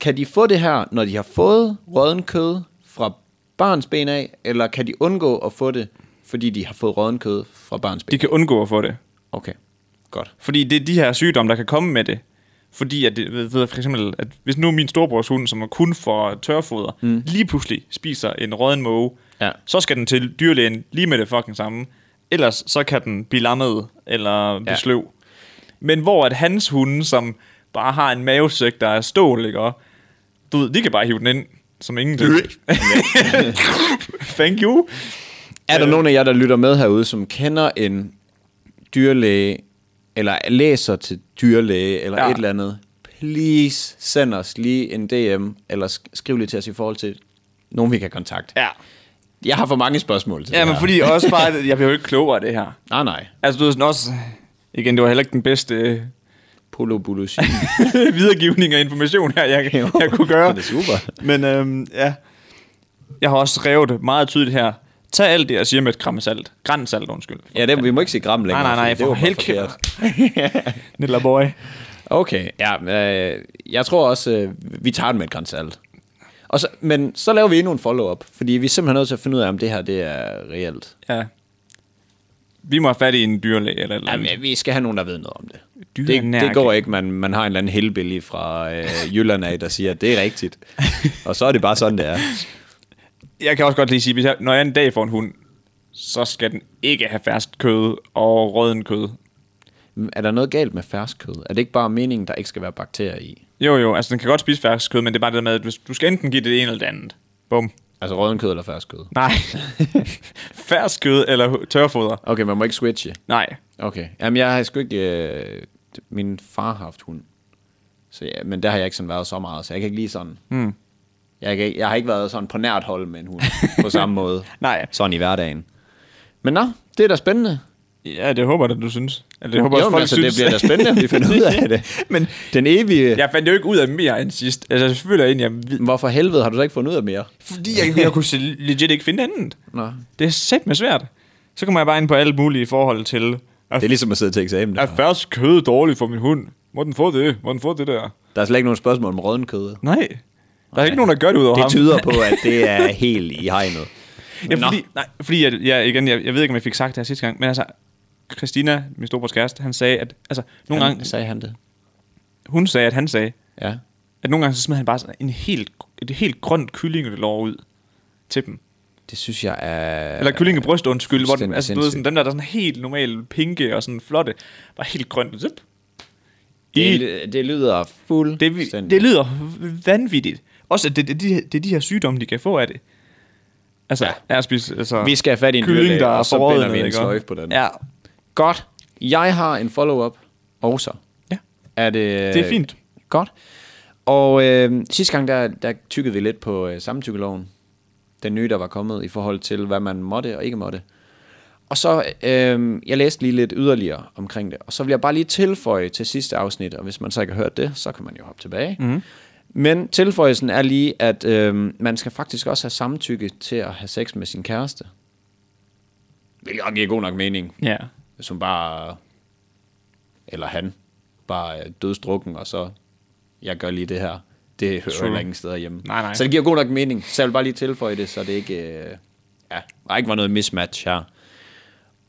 [SPEAKER 2] kan de få det her, når de har fået rådden kød fra barns ben af, eller kan de undgå at få det, fordi de har fået rådden kød fra barns ben?
[SPEAKER 1] De kan undgå at få det.
[SPEAKER 2] Okay, godt.
[SPEAKER 1] Fordi det er de her sygdomme, der kan komme med det. Fordi at, det, ved, ved, for eksempel, at hvis nu min storebrors hund, som er kun for tørfoder, mm. lige pludselig spiser en rådden måge,
[SPEAKER 2] Ja.
[SPEAKER 1] så skal den til dyrlægen lige med det fucking samme. Ellers så kan den blive lammet eller blive
[SPEAKER 2] Ja.
[SPEAKER 1] ja. sløv. Men hvor at hans hunde, som bare har en mavesæk, der er stål, ikke? Og, du ved, de kan bare hive den ind, som ingen Thank you.
[SPEAKER 2] Er
[SPEAKER 1] Øh.
[SPEAKER 2] der nogen af jer, der lytter med herude, som kender en dyrlæge, eller læser til dyrlæge, eller ja.
[SPEAKER 1] Ja.
[SPEAKER 2] et eller andet? Please send os lige en DM, eller sk- skriv lige til os i forhold til nogen, vi kan kontakte.
[SPEAKER 1] Ja.
[SPEAKER 2] Jeg har for mange spørgsmål til
[SPEAKER 1] Ja,
[SPEAKER 2] det
[SPEAKER 1] men
[SPEAKER 2] her.
[SPEAKER 1] fordi også bare, at jeg bliver jo ikke klogere af det her.
[SPEAKER 2] Nej, nej.
[SPEAKER 1] Altså, du ved sådan også... Igen, det var heller ikke den bedste øh,
[SPEAKER 2] Polo Bulus.
[SPEAKER 1] videregivning af information her, jeg,
[SPEAKER 2] Jo,
[SPEAKER 1] jeg kunne gøre.
[SPEAKER 2] det er super.
[SPEAKER 1] Men øhm, ja, jeg har også skrevet meget tydeligt her. Tag alt det, jeg siger med et gram salt. Gran salt, undskyld.
[SPEAKER 2] ja, det, vi må ikke se gram længere.
[SPEAKER 1] nej, nej,
[SPEAKER 2] fordi det
[SPEAKER 1] for
[SPEAKER 2] var bare
[SPEAKER 1] helvede.
[SPEAKER 2] forkert.
[SPEAKER 1] Nilla boy.
[SPEAKER 2] Okay, ja, men, øh, jeg tror også, øh, vi tager den med et gran salt. Og så, men så laver vi endnu en follow-up, fordi vi er simpelthen nødt til at finde ud af, om det her det er reelt.
[SPEAKER 1] Ja. Vi må have fat i en dyrlæge eller et eller andet.
[SPEAKER 2] Jamen, vi skal have nogen, der ved noget om det. Det,
[SPEAKER 1] Dyrenærke.
[SPEAKER 2] det går ikke, man, man har en eller anden helbillig fra øh, Jylland af, der siger, at det er rigtigt. Og så er det bare sådan, det er.
[SPEAKER 1] Jeg kan også godt lige sige, hvis jeg, når jeg en dag får en hund, så skal den ikke have færst kød og rødden kød.
[SPEAKER 2] Er der noget galt med ferskød? Er det ikke bare meningen, der ikke skal være bakterier i?
[SPEAKER 1] Jo, jo, altså den kan godt spise færsk kød, men det er bare det der med, at hvis du skal enten give det det ene eller det andet. Bum.
[SPEAKER 2] Altså røddenkød eller ferskød?
[SPEAKER 1] Nej. færsk kød eller tørfoder.
[SPEAKER 2] Okay, man må ikke switche.
[SPEAKER 1] Nej.
[SPEAKER 2] Okay. Jamen, jeg har sgu ikke... Øh, min far har haft hund. Så ja, men der har jeg ikke sådan været så meget, så jeg kan ikke lige sådan... Mm. Jeg, kan, ikke- jeg har ikke været sådan på nært hold med en hund på samme måde.
[SPEAKER 1] Nej.
[SPEAKER 2] Sådan i hverdagen. Men nå, det er da spændende.
[SPEAKER 1] Ja, det håber jeg, at du synes. Eller det håber jeg,
[SPEAKER 2] jo,
[SPEAKER 1] også,
[SPEAKER 2] men
[SPEAKER 1] folk
[SPEAKER 2] altså,
[SPEAKER 1] synes.
[SPEAKER 2] det bliver da spændende, at vi finder ud af det.
[SPEAKER 1] Men-
[SPEAKER 2] den evige... Ja.
[SPEAKER 1] Jeg fandt jo ikke ud af mere end sidst. Altså, selvfølgelig er jeg egentlig, jeg ved.
[SPEAKER 2] Hvorfor helvede har du så ikke fundet ud af mere?
[SPEAKER 1] Fordi jeg, jeg kunne se- legit ikke finde andet.
[SPEAKER 2] Nå.
[SPEAKER 1] Det er sæt med svært. Så kommer jeg bare ind på alle mulige i forhold til... Er,
[SPEAKER 2] Det er ligesom at sidde til eksamen.
[SPEAKER 1] er færsk kød dårligt for min hund? Må den få det? Må den få det der?
[SPEAKER 2] Der er slet ikke nogen spørgsmål om rådenkød.
[SPEAKER 1] Nej. Der er ikke nogen, der gør det ud over ham.
[SPEAKER 2] Det tyder på, at det er helt i hegnet.
[SPEAKER 1] Ja,
[SPEAKER 2] Nå.
[SPEAKER 1] fordi, nej, fordi jeg, jeg, igen, jeg, jeg ved ikke, om jeg fik sagt det her sidste gang, men altså, Christina, min storebrors kæreste, han sagde, at altså, nogle
[SPEAKER 2] Han-
[SPEAKER 1] gange,
[SPEAKER 2] Sagde han det?
[SPEAKER 1] hun sagde, at han sagde,
[SPEAKER 2] Ja.
[SPEAKER 1] at nogle gange så smed han bare sådan en helt, et helt grønt kyllingelår ud til dem.
[SPEAKER 2] Det synes jeg er...
[SPEAKER 1] Eller kyllingebryst, undskyld, hvor den,
[SPEAKER 2] fuldstændig
[SPEAKER 1] altså, du ved, sådan, dem der, der er sådan helt normale pinke og sådan flotte, var helt grønt. Zip. I, det,
[SPEAKER 2] Det, det lyder fuldstændig...
[SPEAKER 1] det, det lyder vanvittigt. Også, at det, det, det, det er de her sygdomme, de kan få af det. Altså, ja. er at spise, altså,
[SPEAKER 2] Vi skal have fat i en
[SPEAKER 1] kylling,
[SPEAKER 2] dyrlæge,
[SPEAKER 1] der er
[SPEAKER 2] og så
[SPEAKER 1] forrådnet,
[SPEAKER 2] binder vi en
[SPEAKER 1] ikke?
[SPEAKER 2] sløjfe på den.
[SPEAKER 1] Ja,
[SPEAKER 2] Godt. Jeg har en follow-up også.
[SPEAKER 1] Ja.
[SPEAKER 2] Er det...
[SPEAKER 1] Det er fint.
[SPEAKER 2] Godt. Og øh, sidste gang, der, der tykkede vi lidt på øh, samtykkeloven. Den nye, der var kommet i forhold til, hvad man måtte og ikke måtte. Og så, øh, jeg læste lige lidt yderligere omkring det. Og så vil jeg bare lige tilføje til sidste afsnit, og hvis man så ikke har hørt det, så kan man jo hoppe tilbage.
[SPEAKER 1] Mhm.
[SPEAKER 2] Mm-hmm. Men tilføjelsen er lige, at øh, man skal faktisk også have samtykke til at have sex med sin kæreste. Hvilket nok giver god nok mening
[SPEAKER 1] ja.
[SPEAKER 2] som bare, eller han, bare er dødsdrukken, og så, jeg gør lige det her. Det hører
[SPEAKER 1] True.
[SPEAKER 2] heller ingen steder hjemme.
[SPEAKER 1] Nej, nej.
[SPEAKER 2] Så det giver god nok mening. Så jeg vil bare lige tilføje det, så det ikke, øh, ja, der ikke var noget mismatch her.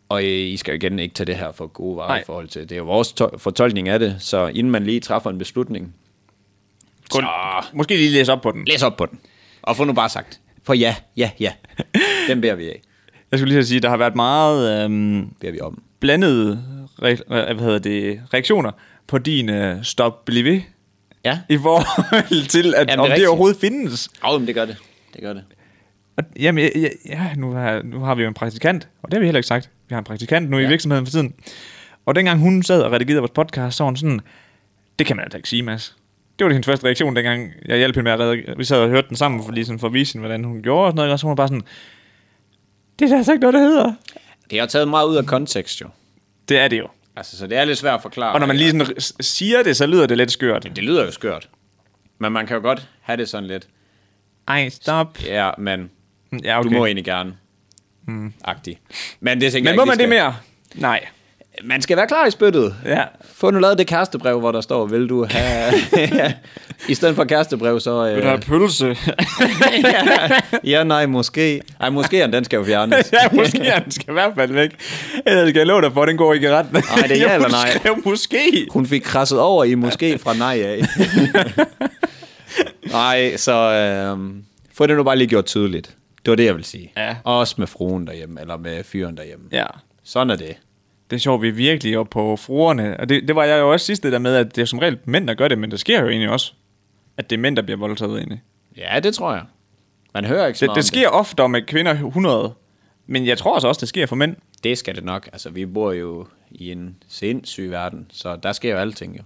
[SPEAKER 2] Og øh, I skal jo igen ikke tage det her for gode varer
[SPEAKER 1] Nej.
[SPEAKER 2] i forhold til. Det er jo vores to- fortolkning af det, så inden man lige træffer en beslutning,
[SPEAKER 1] Kun,
[SPEAKER 2] Så.
[SPEAKER 1] måske lige læse op på den.
[SPEAKER 2] læs op på den. Og få nu bare sagt. For ja, ja, ja. Den beder vi af.
[SPEAKER 1] Jeg skulle lige til at sige, at der har været meget øhm,
[SPEAKER 2] Beder vi om.
[SPEAKER 1] blandede re- re- hvad hedder det, reaktioner på din øh, stop blive ved,
[SPEAKER 2] Ja.
[SPEAKER 1] i forhold til, at,
[SPEAKER 2] det er
[SPEAKER 1] Jamen, om det,
[SPEAKER 2] rigtigt.
[SPEAKER 1] det overhovedet findes.
[SPEAKER 2] Åh, oh, det gør det. Det gør det.
[SPEAKER 1] Og, jamen, ja, ja, ja nu, har, nu har vi jo en praktikant, og det har vi heller ikke sagt. Vi har en praktikant nu ja. i virksomheden for tiden. Og dengang hun sad og redigerede vores podcast, så var hun sådan, det kan man altså ikke sige, Mads. Det var hendes første reaktion, dengang jeg hjalp hende med at redigere. Vi sad og hørte den sammen for, lige sådan, for at vise hende, hvordan hun gjorde og sådan noget. Og så var hun bare sådan, det er der altså ikke noget, der hedder.
[SPEAKER 2] Det har taget meget ud af kontekst, jo.
[SPEAKER 1] Det er det jo.
[SPEAKER 2] Altså, så det er lidt svært at forklare.
[SPEAKER 1] Og når man lige sådan r- s- siger det, så lyder det lidt skørt.
[SPEAKER 2] Det lyder jo skørt. Men man kan jo godt have det sådan lidt.
[SPEAKER 1] Ej, stop.
[SPEAKER 2] Ja, men
[SPEAKER 1] Mm, Ja, okay.
[SPEAKER 2] du må egentlig gerne. Mm. Agtig. Men det tænker
[SPEAKER 1] Men må
[SPEAKER 2] jeg
[SPEAKER 1] man
[SPEAKER 2] ikke,
[SPEAKER 1] det
[SPEAKER 2] vi
[SPEAKER 1] mere? Nej.
[SPEAKER 2] skal- Man skal være klar i spyttet.
[SPEAKER 1] Ja.
[SPEAKER 2] Få nu lavet det kærestebrev, hvor der står, vil du have... I stedet for kærestebrev, så... Øh,
[SPEAKER 1] pølse?
[SPEAKER 2] ja, nej, måske. Ej, måske den skal jo fjernes.
[SPEAKER 1] ja, måske ja, den skal i hvert fald væk. Eller skal jeg love dig for, at den går ikke ret. Nej,
[SPEAKER 2] det er ja eller nej.
[SPEAKER 1] skrev måske.
[SPEAKER 2] Hun fik krasset over i måske fra nej af. nej, så øh, få det nu bare lige gjort tydeligt. Det var det, jeg vil sige.
[SPEAKER 1] Ja.
[SPEAKER 2] Også med fruen derhjemme, eller med fyren derhjemme.
[SPEAKER 1] Ja.
[SPEAKER 2] Sådan er det.
[SPEAKER 1] Det er sjovt, vi er virkelig oppe på fruerne. Og det, det var jeg jo også sidst det der med, at det er som regel mænd, der gør det, men det sker jo egentlig også, at det er mænd, der bliver voldtaget egentlig.
[SPEAKER 2] Ja, det tror jeg. Man hører ikke så
[SPEAKER 1] Det,
[SPEAKER 2] meget
[SPEAKER 1] det
[SPEAKER 2] om
[SPEAKER 1] sker ofte om, at kvinder er 100, men jeg tror altså også, det sker for mænd.
[SPEAKER 2] det. Det skal det nok. Altså, vi bor jo i en sindssyg verden, så der sker jo alting jo.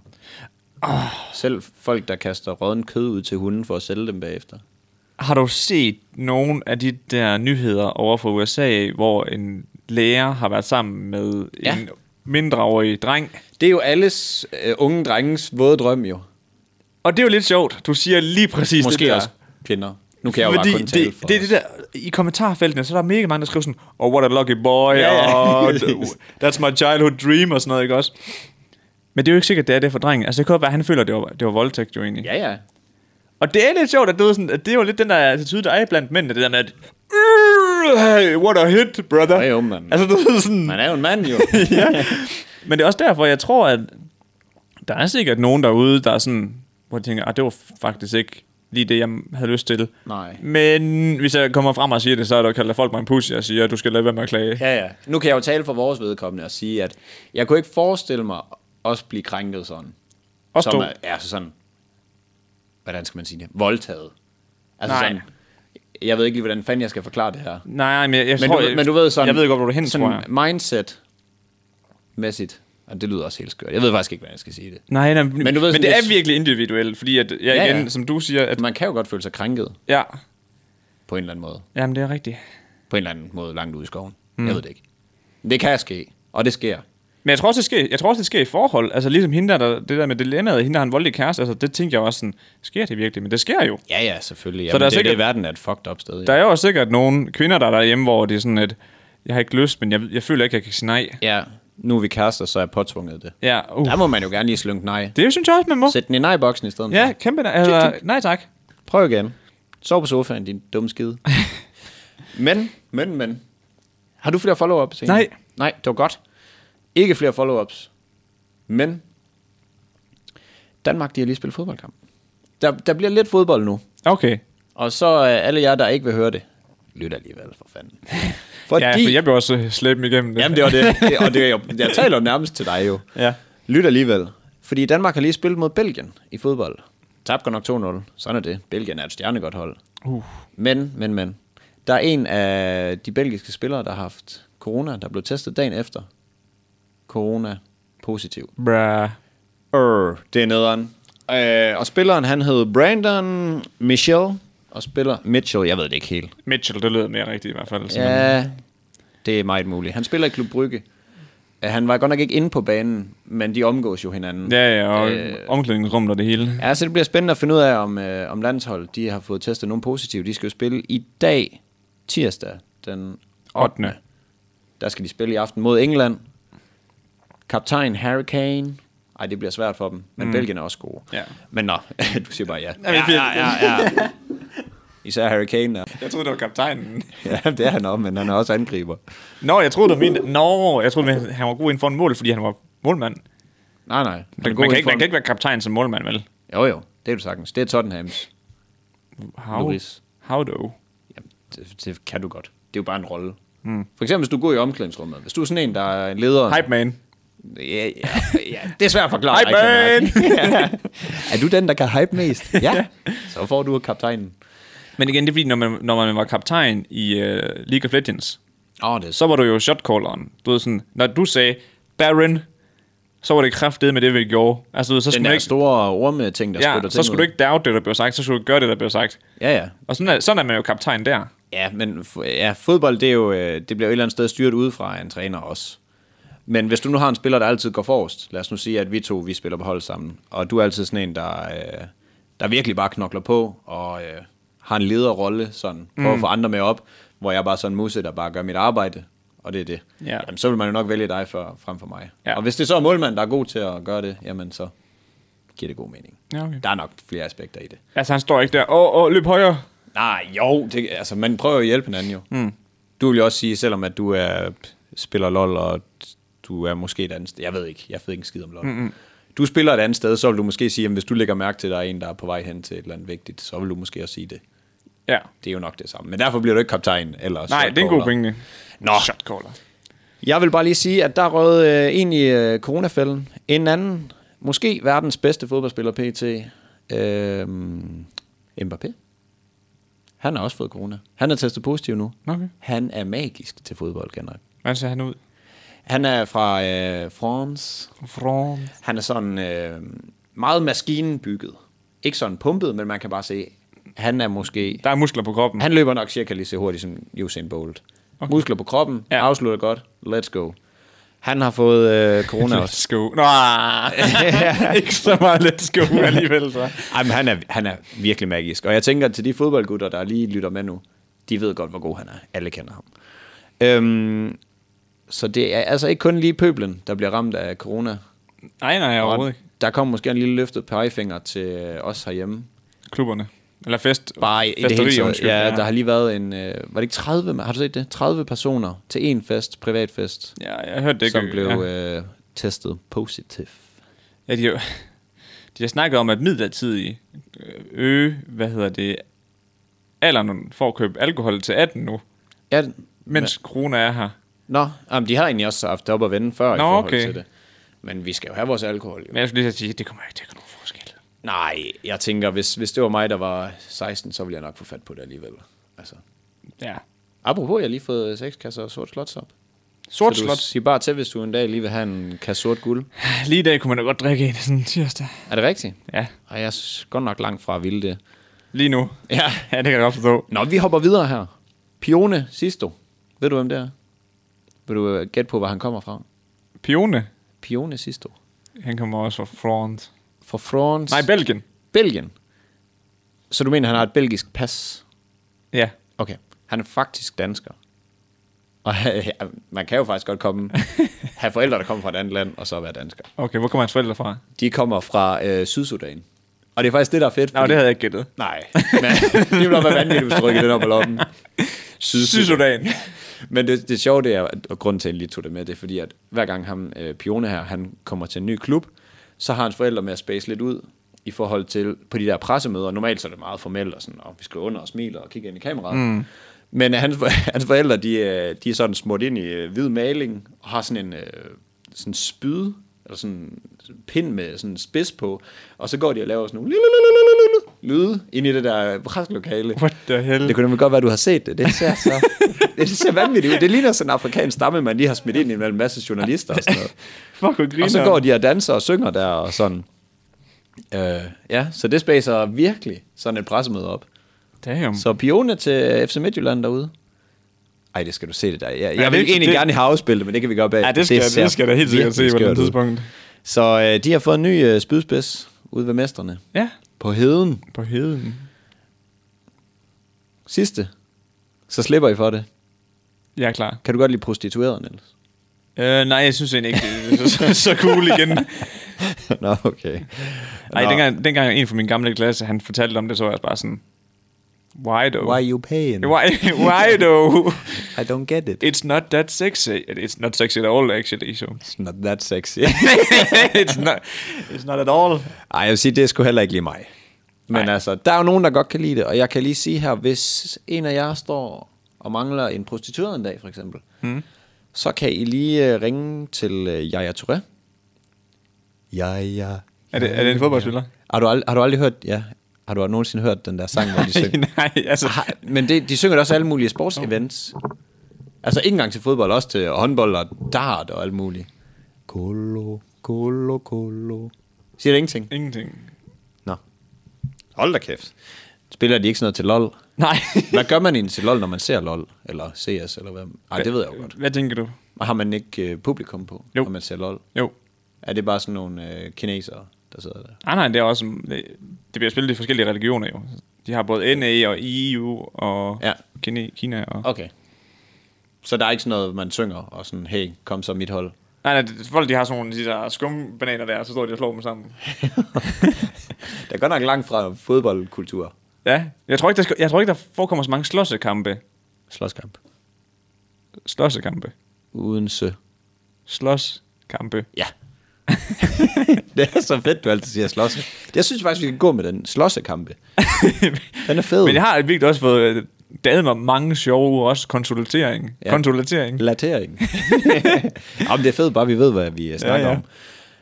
[SPEAKER 2] Oh. Selv folk, der kaster rådden kød ud til hunden for at sælge dem bagefter.
[SPEAKER 1] Har du set nogle af de der nyheder over for USA, hvor en lærer har været sammen med
[SPEAKER 2] Ja.
[SPEAKER 1] ja. en mindreårig dreng?
[SPEAKER 2] Det er jo alles øh, unge drenges våde drøm jo.
[SPEAKER 1] Og det er jo lidt sjovt. Du siger lige præcis
[SPEAKER 2] Måske
[SPEAKER 1] det der.
[SPEAKER 2] også kvinder. Nu kan jeg jo bare kun tale
[SPEAKER 1] det,
[SPEAKER 2] for
[SPEAKER 1] det, er det der, I kommentarfeltene, så er der mega mange, der skriver sådan, oh, what a lucky boy,
[SPEAKER 2] Ja, ja.
[SPEAKER 1] og "Oh, that's my childhood dream, og sådan noget, ikke også? Men det er jo ikke sikkert, det er det for drengen. Altså, det kan godt være, at han føler, det var, det var voldtægt jo egentlig.
[SPEAKER 2] Ja, ja.
[SPEAKER 1] Og det er lidt sjovt, at det, er sådan, at det er jo lidt den der attitude, der er blandt mændene, det der med, at, "Øh, hey, what a hit, brother.
[SPEAKER 2] Jo, jo, mand.
[SPEAKER 1] Altså, det er sådan,
[SPEAKER 2] oh, Man er jo en mand jo.
[SPEAKER 1] ja. Men det er også derfor, jeg tror, at der er sikkert nogen derude, der er sådan, hvor de tænker, at det var faktisk ikke lige det, jeg havde lyst til.
[SPEAKER 2] Nej.
[SPEAKER 1] Men hvis jeg kommer frem og siger det, så er der kalder folk mig en pussy og siger, at du skal lade være med at klage. Ja.
[SPEAKER 2] ja, ja. Nu kan jeg jo tale for vores vedkommende og sige, at jeg kunne ikke forestille mig også blive krænket sådan.
[SPEAKER 1] Også
[SPEAKER 2] som
[SPEAKER 1] du.
[SPEAKER 2] er, er sådan, hvordan skal man sige det? Voldtaget. Altså
[SPEAKER 1] Nej.
[SPEAKER 2] sådan, jeg ved ikke lige, hvordan fanden jeg skal forklare det her.
[SPEAKER 1] Nej, men jeg, jeg
[SPEAKER 2] Men,
[SPEAKER 1] tror,
[SPEAKER 2] du,
[SPEAKER 1] jeg,
[SPEAKER 2] men du ved sådan...
[SPEAKER 1] Jeg ved godt, hvor du er hen, tror jeg.
[SPEAKER 2] Sådan mindset-mæssigt. Og det lyder også helt skørt. Jeg ved faktisk ikke, hvordan jeg skal sige det.
[SPEAKER 1] Nej, nej, men,
[SPEAKER 2] du ved
[SPEAKER 1] men
[SPEAKER 2] sådan,
[SPEAKER 1] det
[SPEAKER 2] jeg-
[SPEAKER 1] er virkelig individuelt, fordi at, jeg
[SPEAKER 2] Ja,
[SPEAKER 1] ja, igen,
[SPEAKER 2] ja.
[SPEAKER 1] ja. som du siger, at
[SPEAKER 2] Man kan jo godt føle sig krænket
[SPEAKER 1] ja,
[SPEAKER 2] på en eller anden måde.
[SPEAKER 1] jamen det er rigtigt.
[SPEAKER 2] På en eller anden måde langt ude i skoven. Mm. Jeg ved det ikke. Det kan ske, og det sker.
[SPEAKER 1] Men jeg tror også, det sker, jeg tror også, det sker i forhold. Altså ligesom hende der, der det der med dilemmaet, hende der har en voldelig kæreste, altså det tænkte jeg også sådan, sker det virkelig? Men det sker jo.
[SPEAKER 2] Ja, ja, selvfølgelig. Jamen,
[SPEAKER 1] Så der er
[SPEAKER 2] det, sikkert...
[SPEAKER 1] sikkert-
[SPEAKER 2] det, verden er et fucked up sted.
[SPEAKER 1] Der
[SPEAKER 2] Der...
[SPEAKER 1] er jo også sikkert nogle kvinder, der er derhjemme, hvor det er sådan, at jeg har ikke lyst, men jeg, jeg føler ikke, at jeg kan sige nej.
[SPEAKER 2] Ja, nu er vi kærester, så er jeg påtvunget det.
[SPEAKER 1] Ja, uh.
[SPEAKER 2] Der må man jo gerne lige slynge nej.
[SPEAKER 1] Det synes jeg også, man må.
[SPEAKER 2] Sæt den i nej-boksen i stedet.
[SPEAKER 1] Ja, kæmpe nej. Altså, nej tak.
[SPEAKER 2] for. Prøv igen. Sov på sofaen, din dumme skide. men, men, men. Har du flere follow-ups? egentlig?
[SPEAKER 1] Nej.
[SPEAKER 2] Nej, det var godt. Ikke flere follow-ups. Men Danmark, de har lige spillet fodboldkamp. Der, der bliver lidt fodbold nu.
[SPEAKER 1] Okay.
[SPEAKER 2] Og så øh, alle jer, der ikke vil høre det, lyt alligevel for fanden. Fordi,
[SPEAKER 1] Ja, for jeg vil også øh, slæbe dem igennem det.
[SPEAKER 2] Jamen det var det, det og det er jo, jeg taler jo nærmest til dig jo.
[SPEAKER 1] Ja.
[SPEAKER 2] Lyt alligevel. Fordi Danmark har lige spillet mod Belgien i fodbold. Tabte godt nok 2-0. Sådan er det. Belgien er et stjernegodt hold.
[SPEAKER 1] Uh.
[SPEAKER 2] Men, men, men. Der er en af de belgiske spillere, der har haft corona, der blev testet dagen efter. Corona positiv.
[SPEAKER 1] Bruh.
[SPEAKER 2] Øh, det er nederen. Øh, og spilleren, han hed Brandon Michel. Og spiller Mitchell, jeg ved det ikke helt.
[SPEAKER 1] Mitchell, det lyder mere rigtigt i hvert fald. Så man-
[SPEAKER 2] Ja, det er meget muligt. Han spiller i Klub Brygge. Øh, Han var godt nok ikke inde på banen, men de omgås jo hinanden.
[SPEAKER 1] ja, ja, og øh... omklædningsrummet og det hele.
[SPEAKER 2] Ja, så det bliver spændende at finde ud af, om, øh, om landshold de har fået testet nogle positive. De skal jo spille i dag, tirsdag den 8.
[SPEAKER 1] 8.
[SPEAKER 2] Der skal de spille i aften mod England. Kaptajn Harry Kane. Ej, det bliver svært for dem, men mm. Belgien er også gode.
[SPEAKER 1] Ja.
[SPEAKER 2] Men nå, du siger bare ja.
[SPEAKER 1] men fint.
[SPEAKER 2] ja. Især Harry Kane er.
[SPEAKER 1] Jeg troede, det var kaptajnen.
[SPEAKER 2] Ja, det er han også, men han er også angriber.
[SPEAKER 1] Nå, jeg troede, du mente... Nå, jeg troede, men han var god inden for en mål, fordi han var målmand.
[SPEAKER 2] Nej, nej. Han er
[SPEAKER 1] Man,
[SPEAKER 2] god
[SPEAKER 1] man, kan, ikke,
[SPEAKER 2] for
[SPEAKER 1] man
[SPEAKER 2] en-
[SPEAKER 1] kan ikke være kaptajn som målmand, vel?
[SPEAKER 2] Jo, jo, det er du sagtens. Det er Tottenhams.
[SPEAKER 1] How?
[SPEAKER 2] Loris.
[SPEAKER 1] How do?
[SPEAKER 2] Jamen, det, det kan du godt. Det er jo bare en rolle. Mm. For eksempel, hvis du går i omklædningsrummet. Hvis du er sådan en, der er leder...
[SPEAKER 1] Hype man.
[SPEAKER 2] Ja, ja, ja, det er svært at forklare.
[SPEAKER 1] Hype
[SPEAKER 2] rigtig nok. ja. Er du den, der kan hype mest? Ja. Så får du kaptajnen.
[SPEAKER 1] Men igen, det er fordi, når man, når man var kaptajn i uh, League of Legends,
[SPEAKER 2] Åh, oh, det er så...
[SPEAKER 1] så var du jo shotcalleren. Du ved sådan, når du sagde Baron, så var det kraftedet med det, vi gjorde. Altså, du ved, så
[SPEAKER 2] Den
[SPEAKER 1] skulle, man
[SPEAKER 2] der
[SPEAKER 1] ikke,
[SPEAKER 2] store orme-ting, der
[SPEAKER 1] ja,
[SPEAKER 2] spytter
[SPEAKER 1] så skulle du
[SPEAKER 2] ud.
[SPEAKER 1] ikke doubt det, der blev sagt. Så skulle du gøre det, der blev sagt.
[SPEAKER 2] Ja, ja.
[SPEAKER 1] Og sådan er, sådan er man jo kaptajn der.
[SPEAKER 2] Ja, men f- ja, fodbold, det, er jo, øh, det bliver jo et eller andet sted styret udefra af en træner også. Men hvis du nu har en spiller, der altid går forrest, lad os nu sige, at vi to, vi spiller på hold sammen, og du er altid sådan en, der, øh, der virkelig bare knokler på, og øh, har en lederrolle, sådan, prøver
[SPEAKER 1] Mm.
[SPEAKER 2] at få andre med op, hvor jeg bare er sådan en musse, der bare gør mit arbejde, og det er det.
[SPEAKER 1] Ja.
[SPEAKER 2] Jamen, så vil man jo nok vælge dig for, frem for mig.
[SPEAKER 1] Ja.
[SPEAKER 2] Og hvis det så er målmanden, der er god til at gøre det, jamen så giver det god mening.
[SPEAKER 1] Ja, okay.
[SPEAKER 2] Der er nok flere aspekter i det.
[SPEAKER 1] Altså, han står ikke der, åh, åh, løb højere.
[SPEAKER 2] Nej, jo, det, altså man prøver jo at hjælpe hinanden jo. Mm. Du vil jo også sige, selvom at du er spiller LOL, og du er måske et andet sted, jeg ved ikke, jeg ved ikke en skid om LOL. Mm-hmm. Du spiller et andet sted, så vil du måske sige, at hvis du lægger mærke til, at der er en, der er på vej hen til et eller andet vigtigt, så vil du måske også sige det.
[SPEAKER 1] Ja.
[SPEAKER 2] Det er jo nok det samme. Men derfor bliver du ikke kaptajn eller
[SPEAKER 1] Nej, det er en god
[SPEAKER 2] shotcaller.
[SPEAKER 1] pointe.
[SPEAKER 2] Nå.
[SPEAKER 1] Shotcaller.
[SPEAKER 2] Jeg vil bare lige sige, at der rød øh, en i øh, coronafælden. En anden, måske verdens bedste fodboldspiller PT, øh, Mbappé. Han har også fået corona. Han er testet positiv nu.
[SPEAKER 1] Okay.
[SPEAKER 2] Han er magisk til fodbold, Henrik.
[SPEAKER 1] Hvordan ser han ud?
[SPEAKER 2] Han er fra øh, France.
[SPEAKER 1] From.
[SPEAKER 2] Han er sådan øh, meget maskinbygget. Ikke sådan pumpet, men man kan bare se, han er måske...
[SPEAKER 1] Der er muskler på kroppen.
[SPEAKER 2] Mm. Han løber nok cirka lige så hurtigt som Usain Bolt. Okay. Muskler på kroppen,
[SPEAKER 1] Ja.
[SPEAKER 2] ja. afslutter godt, let's go. Han har fået øh, corona også.
[SPEAKER 1] Let's go. Nå, ikke så meget let's go alligevel. Så.
[SPEAKER 2] Ej, men han er, han er virkelig magisk. Og jeg tænker til de fodboldgutter, der lige lytter med nu, de ved godt, hvor god han er. Alle kender ham. Øhm, så det er altså ikke kun lige pøblen, der bliver ramt af corona.
[SPEAKER 1] Nej, nej,
[SPEAKER 2] Og
[SPEAKER 1] overhovedet ikke.
[SPEAKER 2] der kommer måske en lille løftet pegefinger til os herhjemme.
[SPEAKER 1] Klubberne. Eller fest.
[SPEAKER 2] Bare i, i det
[SPEAKER 1] festeri,
[SPEAKER 2] hele taget.
[SPEAKER 1] undskyld.
[SPEAKER 2] Ja, der har lige været en... Øh, var det ikke 30? ma- Har du set det? 30 personer til en fest, privatfest,
[SPEAKER 1] ja, jeg hørte det ikke.
[SPEAKER 2] som blev
[SPEAKER 1] ja.
[SPEAKER 2] øh, testet positiv.
[SPEAKER 1] Ja, de, har- de har snakket om, at midlertidige øh, øge, hvad hedder det, alderen for at købe alkohol til 18 nu,
[SPEAKER 2] Ja,
[SPEAKER 1] mens ja. corona er her.
[SPEAKER 2] nå, jamen, de har egentlig også haft det op at vende før i
[SPEAKER 1] Nå,
[SPEAKER 2] forhold
[SPEAKER 1] okay.
[SPEAKER 2] til det. Men vi skal jo have vores alkohol, jo.
[SPEAKER 1] Men jeg skulle lige så sige, det kommer ikke til at gøre nogen forskel.
[SPEAKER 2] Nej, jeg tænker, hvis, hvis det var mig, der var 16, så ville jeg nok få fat på det alligevel. Altså.
[SPEAKER 1] Ja.
[SPEAKER 2] Apropos, jeg har lige fået seks kasser sort slots op.
[SPEAKER 1] Sort
[SPEAKER 2] så du
[SPEAKER 1] slot.
[SPEAKER 2] sig bare til, hvis du en dag lige vil have en kasse sort guld.
[SPEAKER 1] Lige i dag kunne man da godt drikke en sådan en tirsdag.
[SPEAKER 2] Er det rigtigt?
[SPEAKER 1] Ja,
[SPEAKER 2] Og jeg er s- godt nok langt fra at ville det.
[SPEAKER 1] lige nu.
[SPEAKER 2] Ja.
[SPEAKER 1] ja det kan jeg godt forstå.
[SPEAKER 2] Nå, vi hopper videre her. Pione Sisto. Ved du, hvem det er? Vil du øh, gætte på, hvor han kommer fra?
[SPEAKER 1] Pione,
[SPEAKER 2] Pione Sisto.
[SPEAKER 1] han kommer også fra France.
[SPEAKER 2] Fra France.
[SPEAKER 1] Nej, Belgien.
[SPEAKER 2] Belgien. Så du mener, han har et belgisk pas?
[SPEAKER 1] Ja.
[SPEAKER 2] Okay. Han er faktisk dansker. Og ja, man kan jo faktisk godt komme, have forældre, der kommer fra et andet land, og så være dansker.
[SPEAKER 1] Okay, hvor kommer hans forældre fra?
[SPEAKER 2] De kommer fra øh, Sydsudan. Og det er faktisk det, der er fedt.
[SPEAKER 1] Nå, det havde jeg ikke gættet.
[SPEAKER 2] Nej, men det ville nok være vanvittigt, hvis du rykkede den op på lommen.
[SPEAKER 1] Sydsudan.
[SPEAKER 2] Men det, det sjove, det er, og grunden til, at jeg lige tog det med, det er fordi, at hver gang ham, øh, Pione her, han kommer til en ny klub, så har hans forældre med at space lidt ud i forhold til, på de der pressemøder, normalt så er det meget formelt, og sådan, og vi skal under og smile og kigge ind i kameraet. Mm. Men hans, hans forældre, de, øh, de er sådan smurt ind i øh, hvid maling, og har sådan en øh, sådan spyd, eller sådan en pind med sådan en spids på, og så går de og laver sådan nogle lyde ind i det der presselokale.
[SPEAKER 1] What the hell?
[SPEAKER 2] Det kunne nemlig godt være, du har set det. Det ser, så, det ser vanvittigt ud. Det ligner sådan en afrikansk stamme, man lige har smidt ind imellem en masse journalister og sådan noget.
[SPEAKER 1] Fuck, hvor griner.
[SPEAKER 2] Og så går de og danser og synger der og sådan. Øh, ja, så det spacer virkelig sådan et pressemøde op.
[SPEAKER 1] Mm. Damn.
[SPEAKER 2] Så pione til FC Midtjylland derude. Ej, det skal du se det der. Jeg, jeg ja, vil
[SPEAKER 1] det-
[SPEAKER 2] egentlig
[SPEAKER 1] det-
[SPEAKER 2] gerne have afspillet, men det kan vi gøre bag.
[SPEAKER 1] Ja, det skal, det,
[SPEAKER 2] ser
[SPEAKER 1] det skal jeg da helt sikkert se på
[SPEAKER 2] virkelig
[SPEAKER 1] et
[SPEAKER 2] skørt ud.
[SPEAKER 1] tidspunkt.
[SPEAKER 2] Så øh, de har fået en ny øh, spydspids ude ved mesterne.
[SPEAKER 1] Ja,
[SPEAKER 2] På heden.
[SPEAKER 1] på heden.
[SPEAKER 2] Sidste. Så slipper I for det.
[SPEAKER 1] Jeg er klar.
[SPEAKER 2] Kan du godt lide prostitueret, Niels?
[SPEAKER 1] Øh, nej, jeg synes egentlig ikke, det er så, så, så cool igen.
[SPEAKER 2] Nå, okay.
[SPEAKER 1] Nej,
[SPEAKER 2] Nå,
[SPEAKER 1] dengang, dengang en fra min gamle klasse, han fortalte om det, så var jeg bare sådan, why though?
[SPEAKER 2] Why you paying?
[SPEAKER 1] Why, why though?
[SPEAKER 2] I don't get it.
[SPEAKER 1] It's not that sexy. It's not sexy at all, actually. So.
[SPEAKER 2] It's not that sexy.
[SPEAKER 1] it's, not, it's not at all.
[SPEAKER 2] Ej, jeg vil sige, det er sgu heller ikke lige mig. Men
[SPEAKER 1] Nej.
[SPEAKER 2] Ej. altså, der er jo nogen, der godt kan lide det, og jeg kan lige sige her, hvis en af jer står og mangler en prostitueret en dag, for eksempel, mm. så kan I lige øh, ringe til øh, Yaya Touré. Yaya.
[SPEAKER 1] Er det, er det en fodboldspiller?
[SPEAKER 2] Har du, ald- har du aldrig hørt, ja, Har du nogensinde hørt den der sang, hvor de synger?
[SPEAKER 1] Nej, altså,
[SPEAKER 2] Har- Men det, de synger det også alle mulige sportsevents. Altså ikke engang til fodbold, også til håndbold og dart og alt muligt. Kolo, kolo, kolo. Siger det ingenting?
[SPEAKER 1] ingenting.
[SPEAKER 2] Nå. Hold da kæft. Spiller de ikke sådan noget til LOL?
[SPEAKER 1] Nej.
[SPEAKER 2] Hvad gør man egentlig til LOL, når man ser LOL? Eller CS, eller hvad? Nej, det ved jeg jo godt.
[SPEAKER 1] Hvad tænker du?
[SPEAKER 2] Og har man ikke øh, publikum på,
[SPEAKER 1] Jo.
[SPEAKER 2] når man ser LOL?
[SPEAKER 1] Jo.
[SPEAKER 2] Er det bare sådan nogle øh, kinesere, der sidder der?
[SPEAKER 1] Nej, nej, det er også... Det, det bliver spillet i forskellige religioner jo. De har både NA og EU og
[SPEAKER 2] Ja.
[SPEAKER 1] ja. Kina, Kina og...
[SPEAKER 2] Okay. Så der er ikke sådan noget, man synger, og sådan, hey, kom så mit hold.
[SPEAKER 1] Nej, nej, det- folk de har sådan nogle de der skumbananer der, og så står de og slår dem sammen.
[SPEAKER 2] Det er godt nok langt fra fodboldkultur.
[SPEAKER 1] Ja, jeg tror ikke, der, skal, jeg tror ikke, der forekommer så mange slåssekampe.
[SPEAKER 2] Slåskamp.
[SPEAKER 1] Slåssekampe.
[SPEAKER 2] Uden sø.
[SPEAKER 1] Slåskampe.
[SPEAKER 2] Ja. det er så fedt, du altid siger slåsse. Jeg synes faktisk, vi kan gå med den slåssekampe. Den er fed.
[SPEAKER 1] Men jeg har virkelig også fået øh, daget mig mange sjove også konsultering.
[SPEAKER 2] Ja.
[SPEAKER 1] Ja. Konsultering.
[SPEAKER 2] Latering. Jamen, det er fedt, bare vi ved, hvad vi øh, snakker ja,
[SPEAKER 1] Ja,
[SPEAKER 2] ja.
[SPEAKER 1] ja.
[SPEAKER 2] om.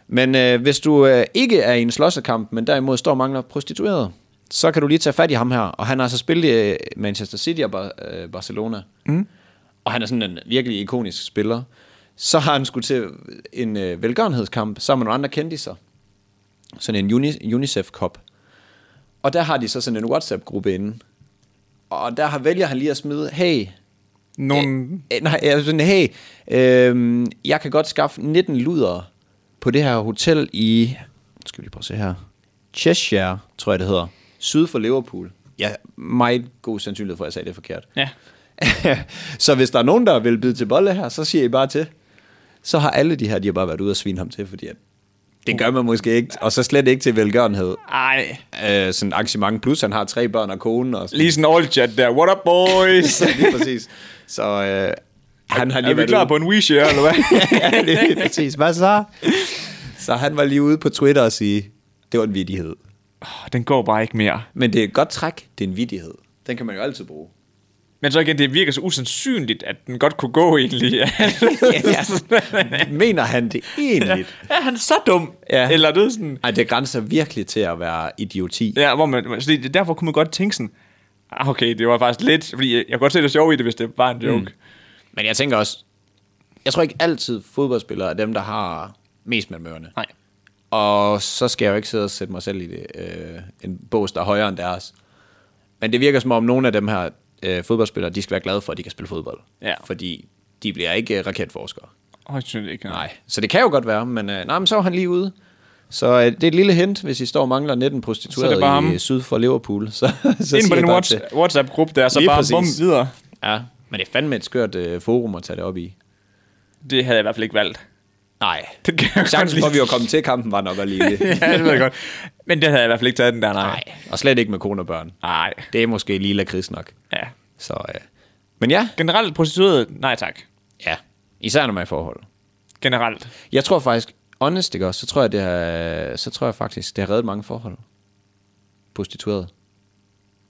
[SPEAKER 2] Men øh, hvis du øh, ikke er i en slåssekamp, men derimod står og mangler prostitueret, så kan du lige tage fat i ham her. Og han har altså spillet i øh, Manchester City og Bar- øh, Barcelona. Mm. Og han er sådan en virkelig ikonisk spiller. Så har han skulle til en øh, velgørenhedskamp sammen med nogle andre kendiser. Sådan en Uni- UNICEF-kop. Og der har de så sådan en WhatsApp-gruppe inde. Og der har vælger han lige at smide, hey,
[SPEAKER 1] Nogle...
[SPEAKER 2] Øh, nej, jeg er sådan, hey, øh, jeg kan godt skaffe 19 luder på det her hotel i, nu skal vi lige prøve at se her, Cheshire, tror jeg det hedder, syd for Liverpool. Ja, meget god sandsynlighed for, at jeg sagde det forkert.
[SPEAKER 1] Ja.
[SPEAKER 2] så hvis der er nogen, der vil bide til bolle her, så siger I bare til. Så har alle de her, de har bare været ude og svine ham til, fordi at det gør man måske ikke, og så slet ikke til velgørenhed.
[SPEAKER 1] Ej.
[SPEAKER 2] Øh, sådan arrangement, plus han har tre børn og kone og sådan
[SPEAKER 1] Lige sådan en old chat der. What up, boys?
[SPEAKER 2] lige præcis. Så øh, han har lige
[SPEAKER 1] er vi
[SPEAKER 2] været
[SPEAKER 1] klar
[SPEAKER 2] ude-
[SPEAKER 1] på en Wii-share, eller hvad?
[SPEAKER 2] ja, lige præcis. Hvad så? Så han var lige ude på Twitter og sige, det var en vidighed.
[SPEAKER 1] Åh, Den går bare ikke mere.
[SPEAKER 2] Men det er et godt træk, det er en vidighed. Den kan man jo altid bruge.
[SPEAKER 1] Men så igen, det virker så usandsynligt, at den godt kunne gå egentlig.
[SPEAKER 2] Mener han det egentlig?
[SPEAKER 1] er han så dum?
[SPEAKER 2] Ja.
[SPEAKER 1] Eller det er sådan...
[SPEAKER 2] Ej, det grænser virkelig til at være idioti.
[SPEAKER 1] Ja, hvor man, så det, derfor kunne man godt tænke sådan, ah, okay, det var faktisk lidt, fordi jeg, jeg kunne godt se det sjove i det, hvis det var en joke. Mm.
[SPEAKER 2] Men jeg tænker også, jeg tror ikke altid fodboldspillere er dem, der har mest malmørende.
[SPEAKER 1] Nej.
[SPEAKER 2] Og så skal jeg jo ikke sidde og sætte mig selv i det, øh, en bås, der er højere end deres. Men det virker som om, nogle af dem her øh, fodboldspillere, de skal være glade for, at de kan spille fodbold.
[SPEAKER 1] Ja.
[SPEAKER 2] Fordi de bliver ikke øh, raketforskere.
[SPEAKER 1] Højst sandsynligt ikke.
[SPEAKER 2] Nej. Så det kan jo godt være, men, øh, nej, men så er han lige ude. Så øh, det er et lille hint, hvis I står og mangler 19
[SPEAKER 1] Så er
[SPEAKER 2] prostituerede
[SPEAKER 1] det bare
[SPEAKER 2] i øh,
[SPEAKER 1] ham.
[SPEAKER 2] syd for Liverpool. Så, så
[SPEAKER 1] Ind
[SPEAKER 2] siger
[SPEAKER 1] på
[SPEAKER 2] I
[SPEAKER 1] den
[SPEAKER 2] bare
[SPEAKER 1] Whats-
[SPEAKER 2] til.
[SPEAKER 1] WhatsApp-gruppe der, så
[SPEAKER 2] Lige
[SPEAKER 1] bare
[SPEAKER 2] præcis.
[SPEAKER 1] bum videre.
[SPEAKER 2] Ja, men det er fandme et skørt øh, forum at tage det op i.
[SPEAKER 1] Det havde jeg i hvert fald ikke valgt.
[SPEAKER 2] Nej.
[SPEAKER 1] Det kan jeg godt
[SPEAKER 2] Chancen
[SPEAKER 1] lide.
[SPEAKER 2] for, at vi var kommet til kampen, var nok alligevel.
[SPEAKER 1] ja, det ved jeg godt. Men det havde jeg i hvert fald ikke taget den der, nej.
[SPEAKER 2] Nej, og slet ikke med kone og børn.
[SPEAKER 1] Nej.
[SPEAKER 2] Det er måske lige lakrids nok.
[SPEAKER 1] Ja.
[SPEAKER 2] Så, øh. Men ja,
[SPEAKER 1] Generelt prostitueret, nej tak.
[SPEAKER 2] ja. Især når man er i forhold.
[SPEAKER 1] Generelt.
[SPEAKER 2] Jeg tror faktisk, honest ikke også, så tror jeg, det har, så tror jeg faktisk, det har reddet mange forhold. Prostitueret.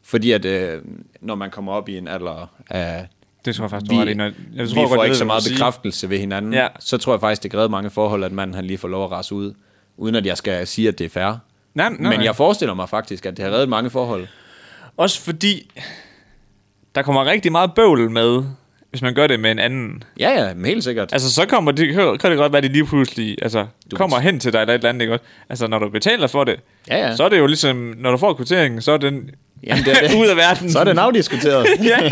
[SPEAKER 2] Fordi at, øh, når man kommer op i en alder af...
[SPEAKER 1] Det tror jeg faktisk, du
[SPEAKER 2] Vi,
[SPEAKER 1] har ret i, når- jeg tror
[SPEAKER 2] vi
[SPEAKER 1] godt,
[SPEAKER 2] får
[SPEAKER 1] jeg
[SPEAKER 2] ikke
[SPEAKER 1] ved,
[SPEAKER 2] så
[SPEAKER 1] hvad
[SPEAKER 2] meget
[SPEAKER 1] du vil sige.
[SPEAKER 2] bekræftelse ved hinanden.
[SPEAKER 1] Ja.
[SPEAKER 2] Så tror jeg faktisk, det redder mange forhold, at man han lige får lov at rase ud, uden at jeg skal sige, at det er fair.
[SPEAKER 1] Nej, nej,
[SPEAKER 2] Men
[SPEAKER 1] nej.
[SPEAKER 2] jeg forestiller mig faktisk, at det har reddet mange forhold.
[SPEAKER 1] Også fordi, der kommer rigtig meget bøvl med, hvis man gør det med en anden.
[SPEAKER 2] Ja, ja, men helt sikkert.
[SPEAKER 1] Altså, så kommer det, kan kan det godt være, at de lige pludselig altså,
[SPEAKER 2] Du
[SPEAKER 1] du kommer
[SPEAKER 2] bet-
[SPEAKER 1] hen til dig eller et eller andet, ikke også? Altså, når du betaler for det,
[SPEAKER 2] Ja, ja.
[SPEAKER 1] så er det jo ligesom, når du får kvitteringen, så er den
[SPEAKER 2] Jamen, det er det.
[SPEAKER 1] ud af verden.
[SPEAKER 2] Så er den afdiskuteret.
[SPEAKER 1] ja.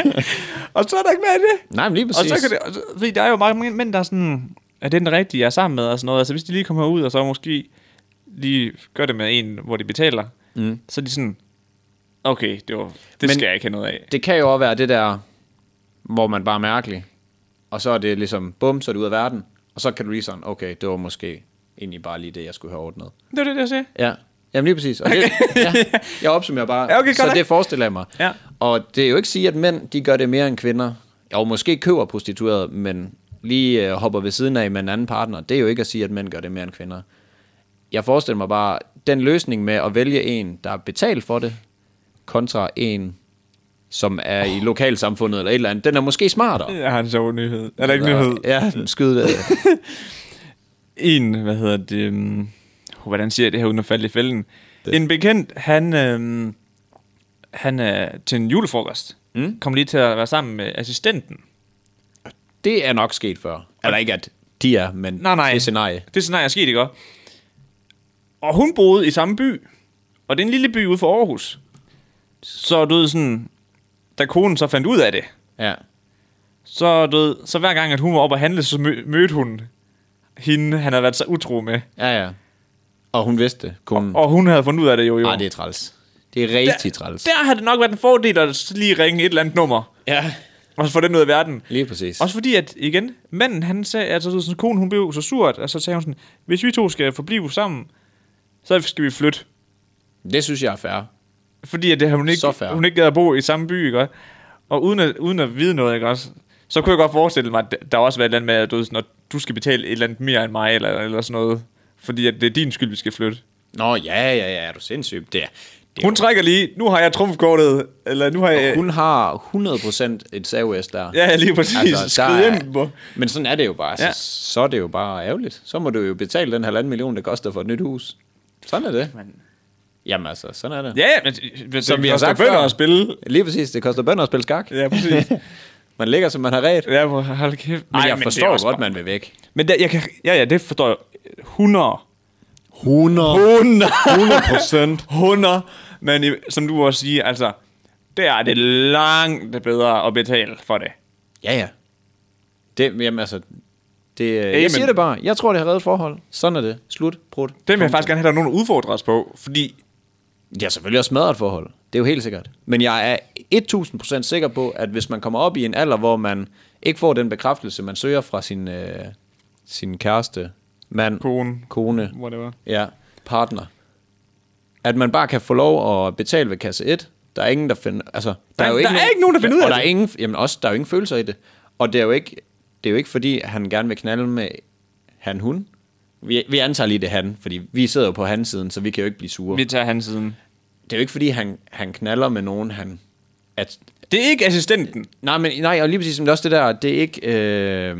[SPEAKER 1] Og så er der ikke mere af det.
[SPEAKER 2] Nej, men lige præcis.
[SPEAKER 1] Og så kan det, og så, fordi der er jo mange mænd, der er sådan, er det den rigtige, jeg er sammen med, og sådan noget. Altså, hvis de lige kommer ud, og så måske lige gør det med en, hvor de betaler, mm. så er de sådan, okay, det, var, det
[SPEAKER 2] Men-
[SPEAKER 1] skal jeg ikke have noget af.
[SPEAKER 2] det kan jo også være det der, hvor man bare er mærkelig, og så er det ligesom, bum, så er det ud af verden, og så kan du lige sådan, okay, det var måske egentlig bare lige det, jeg skulle have ordnet.
[SPEAKER 1] Det er det, jeg siger.
[SPEAKER 2] Ja, jamen lige præcis. Og det, ja, jeg opsummerer bare,
[SPEAKER 1] Ja, okay,
[SPEAKER 2] så
[SPEAKER 1] godt nok.
[SPEAKER 2] det forestiller jeg mig.
[SPEAKER 1] Ja.
[SPEAKER 2] Og det er jo ikke sige, at mænd, de gør det mere end kvinder, og måske køber prostitueret, men lige øh, hopper ved siden af med en anden partner, det er jo ikke at sige, at mænd gør det mere end kvinder. Jeg forestiller mig bare, den løsning med at vælge en, der er betalt for det, kontra en, som er i lokalsamfundet eller et eller andet, den er måske smartere.
[SPEAKER 1] Jeg har en sjov nyhed. Er der ikke nyhed?
[SPEAKER 2] Ja, skyd det.
[SPEAKER 1] en, hvad øhm, oh, hedder det, um, hvordan siger jeg det her uden at falde i fælden? En bekendt, han, um, han øh, til en julefrokost mm. kom lige til at være sammen med assistenten.
[SPEAKER 2] Det er nok sket før. Eller ikke, at de er, men
[SPEAKER 1] Nej, nej.
[SPEAKER 2] det er scenarie.
[SPEAKER 1] Det scenarie er sket, ikke også? Og hun boede i samme by. Og det er en lille by ude for Aarhus. Så du ved sådan, da konen så fandt ud af det,
[SPEAKER 2] Ja.
[SPEAKER 1] så, du ved, så hver gang, at hun var oppe og handle, så mø- mødte hun hende, han havde været så utro med.
[SPEAKER 2] Ja, ja. Og hun vidste det. Kun...
[SPEAKER 1] Og hun havde fundet ud af det jo. jo.
[SPEAKER 2] Nej, Mm. det er træls. Det er rigtig træls.
[SPEAKER 1] Der har det nok været en fordel at s- lige ringe et eller andet nummer,
[SPEAKER 2] Ja,
[SPEAKER 1] og så få den ud af verden.
[SPEAKER 2] lige præcis.
[SPEAKER 1] Også fordi, at igen, manden, han sagde, altså sådan, konen, hun blev så surt, og så sagde hun sådan, hvis vi to skal forblive sammen, så skal vi flytte.
[SPEAKER 2] Det synes jeg er fair.
[SPEAKER 1] Fordi at det, har hun ikke,
[SPEAKER 2] Så fair.
[SPEAKER 1] hun ikke gad at bo i samme by, ikke også? Og uden at, uden at vide noget, ikke også? Så kunne jeg godt forestille mig, at der- der har også været et eller andet med, at du, ved, sådan, når du skal betale et eller andet mere end mig, eller, eller sådan noget. Fordi at det er din skyld, vi skal flytte.
[SPEAKER 2] Nå, ja, ja, ja, er du sindssyg? Det er, det er
[SPEAKER 1] Hun trækker lige, nu har jeg trumfkortet, eller nu har jeg...
[SPEAKER 2] hun har 100% et saves der.
[SPEAKER 1] Ja, lige præcis. Altså,
[SPEAKER 2] der
[SPEAKER 1] Skrid hjem på.
[SPEAKER 2] Men sådan er det jo bare. Ja.
[SPEAKER 1] Ja.
[SPEAKER 2] Så, så er det jo bare ærgerligt. Så må du jo betale den halvanden million, det koster for et nyt hus. Sådan er det.
[SPEAKER 1] Men-
[SPEAKER 2] Jamen altså, sådan er det.
[SPEAKER 1] Ja, men det, Som det, vi har sagt
[SPEAKER 2] før.
[SPEAKER 1] bønder at spille.
[SPEAKER 2] Lige præcis, det koster bønder at spille skak.
[SPEAKER 1] Ja, præcis.
[SPEAKER 2] Man ligger, som man har ret.
[SPEAKER 1] ja, hvor- hold kæft.
[SPEAKER 2] Men
[SPEAKER 1] Ej,
[SPEAKER 2] jeg
[SPEAKER 1] det er
[SPEAKER 2] forstår
[SPEAKER 1] også
[SPEAKER 2] godt,
[SPEAKER 1] bare-
[SPEAKER 2] man vil væk.
[SPEAKER 1] Men der, jeg kan, ja, ja, det forstår jeg. 100
[SPEAKER 2] 100.
[SPEAKER 1] 100.
[SPEAKER 2] 100 procent.
[SPEAKER 1] 100. Men i- som du også siger, altså, der er det langt bedre at betale for det.
[SPEAKER 2] Ja, ja. Det, jamen altså, det, øh,
[SPEAKER 1] Amen.
[SPEAKER 2] jeg siger det bare. Jeg tror, det har reddet forhold. Sådan er det. Slut. Brud.
[SPEAKER 1] Den vil jeg faktisk gerne have, at der er nogen der udfordrer os på, fordi
[SPEAKER 2] Jeg har selvfølgelig også smadret forhold. Det er jo helt sikkert. Men jeg er 1000% sikker på, at hvis man kommer op i en alder, hvor man ikke får den bekræftelse, man søger fra sin, øh, sin kæreste, mand,
[SPEAKER 1] Kone.
[SPEAKER 2] kone
[SPEAKER 1] Whatever.
[SPEAKER 2] ja, partner, at man bare kan få lov at betale ved kasse 1. Der er ingen, der finder... Altså, der, er, jo
[SPEAKER 1] der
[SPEAKER 2] ikke,
[SPEAKER 1] er ikke nogen, der finder ud af
[SPEAKER 2] og der er
[SPEAKER 1] det.
[SPEAKER 2] ingen, jamen også, der er jo ingen følelser i det. Og det er jo ikke, det er jo ikke fordi han gerne vil knalde med han, hun. Vi, vi antager lige det han, fordi vi sidder jo på hans siden, så vi kan jo ikke blive sure
[SPEAKER 1] vi tager hans siden.
[SPEAKER 2] det er jo ikke fordi, han, han knaller med nogen, han... At,
[SPEAKER 1] Det er ikke assistenten.
[SPEAKER 2] nej, men nej, og lige præcis, men det er også det der, det er ikke... Øh,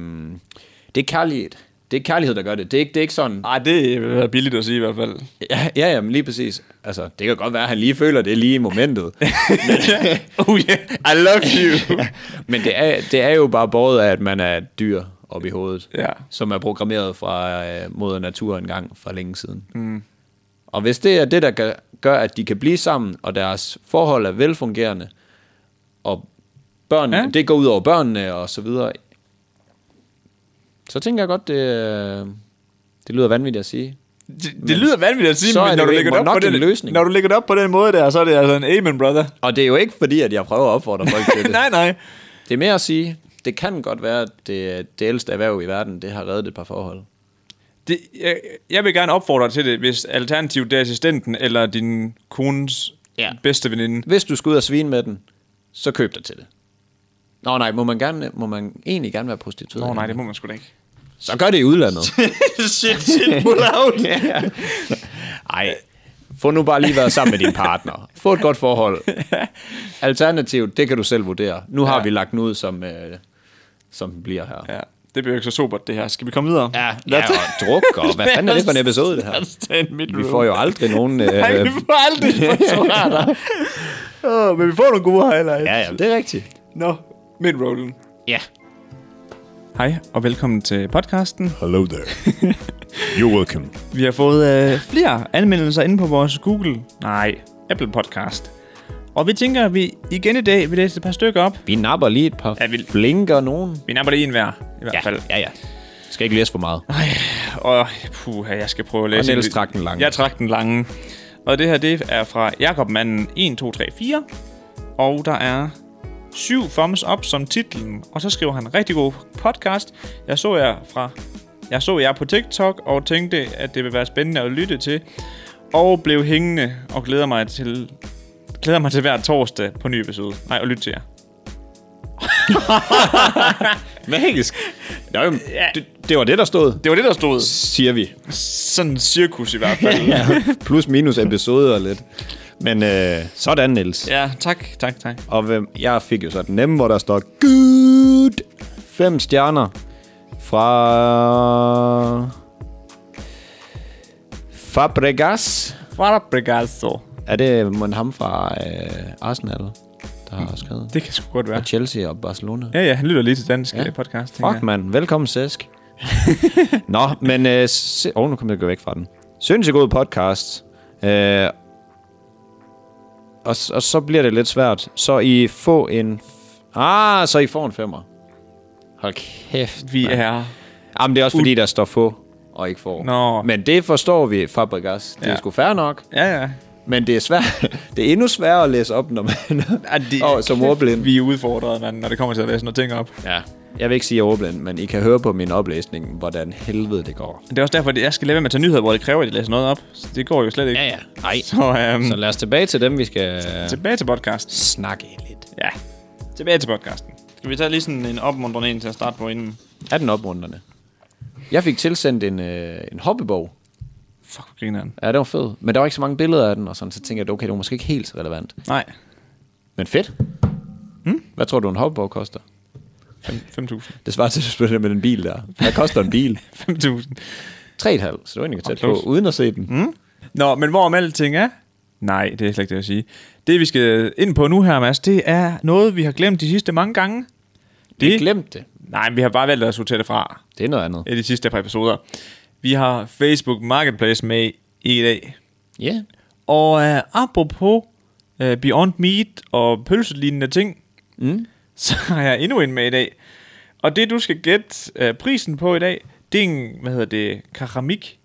[SPEAKER 2] det er kærlighed. Det er kærlighed, der gør det. Det er ikke, det er ikke sådan...
[SPEAKER 1] Nej, Ah, det er billigt at sige i hvert fald.
[SPEAKER 2] Ja, ja, jamen, lige præcis. Altså, det kan godt være, at han lige føler det lige i momentet.
[SPEAKER 1] oh yeah, I love you.
[SPEAKER 2] men det er, det er jo bare båret af, at man er et dyr op i hovedet,
[SPEAKER 1] Ja.
[SPEAKER 2] som er programmeret fra øh, mod naturen engang for længe siden. Mm. Og hvis det er det, der gør, gør, at de kan blive sammen, og deres forhold er velfungerende, og børn,
[SPEAKER 1] Ja.
[SPEAKER 2] ja. det går ud over børnene og så videre, så tænker jeg godt, det, øh, det lyder vanvittigt at sige.
[SPEAKER 1] det, det lyder vanvittigt at sige,
[SPEAKER 2] så er
[SPEAKER 1] men
[SPEAKER 2] det
[SPEAKER 1] når
[SPEAKER 2] jo
[SPEAKER 1] du,
[SPEAKER 2] ikke
[SPEAKER 1] lægger det op på
[SPEAKER 2] nok en
[SPEAKER 1] den,
[SPEAKER 2] løsning.
[SPEAKER 1] når du lægger det op på den måde der, så er det altså en amen, brother.
[SPEAKER 2] Og det er jo ikke fordi, at jeg prøver at opfordre folk til det.
[SPEAKER 1] nej, nej.
[SPEAKER 2] Det er mere at sige, det kan godt være, at det, det ældste erhverv i verden, det har reddet et par forhold.
[SPEAKER 1] Det, jeg, jeg vil gerne opfordre dig til det, hvis alternativet det er assistenten eller din kones ja.
[SPEAKER 2] Ja.
[SPEAKER 1] bedste veninde.
[SPEAKER 2] Hvis du skal ud og svine med den, så køb dig til det. Nå nej, må man, gerne, må man egentlig gerne være prostitueret?
[SPEAKER 1] Åh oh, nej, det må man sgu da ikke.
[SPEAKER 2] Så gør det i udlandet.
[SPEAKER 1] shit, shit, pull out.
[SPEAKER 2] Nej, få nu bare lige været sammen med din partner. Få et godt forhold. Alternativt, det kan du selv vurdere. Nu har
[SPEAKER 1] Ja.
[SPEAKER 2] ja. vi lagt den ud, som, øh, som den bliver her. Ja,
[SPEAKER 1] ja, det bliver jo ikke så sobert, det her. Skal vi komme videre?
[SPEAKER 2] ja, ja og druk, og hvad fanden er det for en episode, det her? Vi får jo aldrig nogen... Øh,
[SPEAKER 1] Nej, vi får aldrig sponsorater. oh, men vi får nogle gode highlights.
[SPEAKER 2] ja, ja, det er rigtigt.
[SPEAKER 1] Nå, midrollen.
[SPEAKER 2] Ja.
[SPEAKER 1] Hej, og velkommen til podcasten.
[SPEAKER 3] Hello there. You're welcome.
[SPEAKER 1] Vi har fået øh, flere anmeldelser inde på vores Google, nej, Apple podcast. Og vi tænker, at vi igen i dag vil læse et par stykker op.
[SPEAKER 2] Vi napper lige et par
[SPEAKER 1] Ja,
[SPEAKER 2] ja,
[SPEAKER 1] vi-
[SPEAKER 2] vi... flinker nogen.
[SPEAKER 1] Vi napper det en hver, i hvert fald.
[SPEAKER 2] ja, ja. Skal ikke læse for meget.
[SPEAKER 1] Og puh, jeg skal prøve at læse...
[SPEAKER 2] Og Niels
[SPEAKER 1] en-
[SPEAKER 2] trak den lange.
[SPEAKER 1] Jeg trak den lange. Og det her, det er fra Jakobmanden 1, 2, 3, 4. Og der er syv thumbs up som titlen. Og så skriver han, rigtig god podcast. Jeg så jer fra... Jeg så jer på TikTok og tænkte, at det ville være spændende at lytte til. Og blev hængende og glæder mig til... Glæder mig til hver torsdag på ny episode. Nej, og lytte til jer.
[SPEAKER 2] Magisk. Nå, jamen, det, det var det, der stod,
[SPEAKER 1] Det var det, der stod.
[SPEAKER 2] siger vi.
[SPEAKER 1] Sådan en cirkus i hvert fald.
[SPEAKER 2] Plus minus episoder lidt. Men øh, sådan, Niels. Ja.
[SPEAKER 1] ja, tak, tak, tak.
[SPEAKER 2] Og hvem, jeg fik jo så den nemme, hvor der står Good! Fem stjerner fra Fabregas.
[SPEAKER 1] Fabregasso.
[SPEAKER 2] Er det mon ham fra øh, Arsenal, der har skrevet?
[SPEAKER 1] Det kan sgu godt være.
[SPEAKER 2] Og Chelsea og Barcelona.
[SPEAKER 1] Ja, ja, han lytter lige til dansk
[SPEAKER 2] Ja.
[SPEAKER 1] ja. podcast. tænker
[SPEAKER 2] Fuck,
[SPEAKER 1] jeg.
[SPEAKER 2] mand. Velkommen, Sæsk. Nå, men... Øh, se, oh, nu kommer jeg at gå væk fra den. Synes jeg god podcast. Øh, og, s- og så bliver det lidt svært. Så I får en... f- Ah, så I får en femmer. Hold kæft.
[SPEAKER 1] Vi
[SPEAKER 2] mand.
[SPEAKER 1] er...
[SPEAKER 2] Jamen, det er også fordi, der står få og ikke får.
[SPEAKER 1] Nå.
[SPEAKER 2] Men det forstår vi, Fabregas. Det ja. er
[SPEAKER 1] Ja.
[SPEAKER 2] sgu fair nok.
[SPEAKER 1] Ja, ja.
[SPEAKER 2] Men det er svært. Det er endnu sværere at læse op, når man
[SPEAKER 1] Ah, det-
[SPEAKER 2] Åh, som ordblind.
[SPEAKER 1] Vi er udfordret, mand, når det kommer til at læse noget ting op.
[SPEAKER 2] Ja. Jeg vil ikke sige at jeg er ordblind, men I kan høre på min oplæsning, hvordan helvede det går.
[SPEAKER 1] Det er også derfor, at jeg skal lade være med at tage nyheder, hvor det kræver, at jeg læser noget op. Så det går jo slet ikke.
[SPEAKER 2] ja. Nej.
[SPEAKER 1] Så, øhm,
[SPEAKER 2] Så lad os tilbage til dem, vi skal
[SPEAKER 1] tilbage til podcasten.
[SPEAKER 2] snakke lidt.
[SPEAKER 1] Ja, tilbage til podcasten. Skal vi tage lige sådan en opmuntrende en til at starte på inden?
[SPEAKER 2] Er den oprunderne? Jeg fik tilsendt en, øh, en hoppebog.
[SPEAKER 1] Fuck, hvor griner han.
[SPEAKER 2] Ja, det var fed. Men der var ikke så mange billeder af den, og sådan, så tænkte jeg, okay, det var måske ikke helt så relevant.
[SPEAKER 1] Nej,
[SPEAKER 2] Men fedt. Hmm? Hvad tror du, en hoppebog koster?
[SPEAKER 1] Fem- 5.000.
[SPEAKER 2] Det svarer til, at du spiller med den bil der. Hvad koster en bil?
[SPEAKER 1] 5.000.
[SPEAKER 2] 3,5, så det var egentlig tæt
[SPEAKER 1] close.
[SPEAKER 2] på, uden at se den. Mm?
[SPEAKER 1] Nå, men hvorom alting er? Nej, det er slet ikke det, jeg vil sige. Det, vi skal ind på nu her, Mads, det er noget, vi har glemt de sidste mange gange.
[SPEAKER 2] Vi glemte det.
[SPEAKER 1] Nej, men vi har bare valgt at sortere det fra
[SPEAKER 2] Det er noget andet.
[SPEAKER 1] i de sidste par episoder. Vi har Facebook Marketplace med i dag.
[SPEAKER 2] Ja. Yeah.
[SPEAKER 1] Og øh, apropos øh, Beyond Meat og pølselignende ting,
[SPEAKER 2] Mm.
[SPEAKER 1] så har jeg endnu en med i dag. Og det, du skal gætte øh, prisen på i dag, det er en, hvad hedder det, keramik.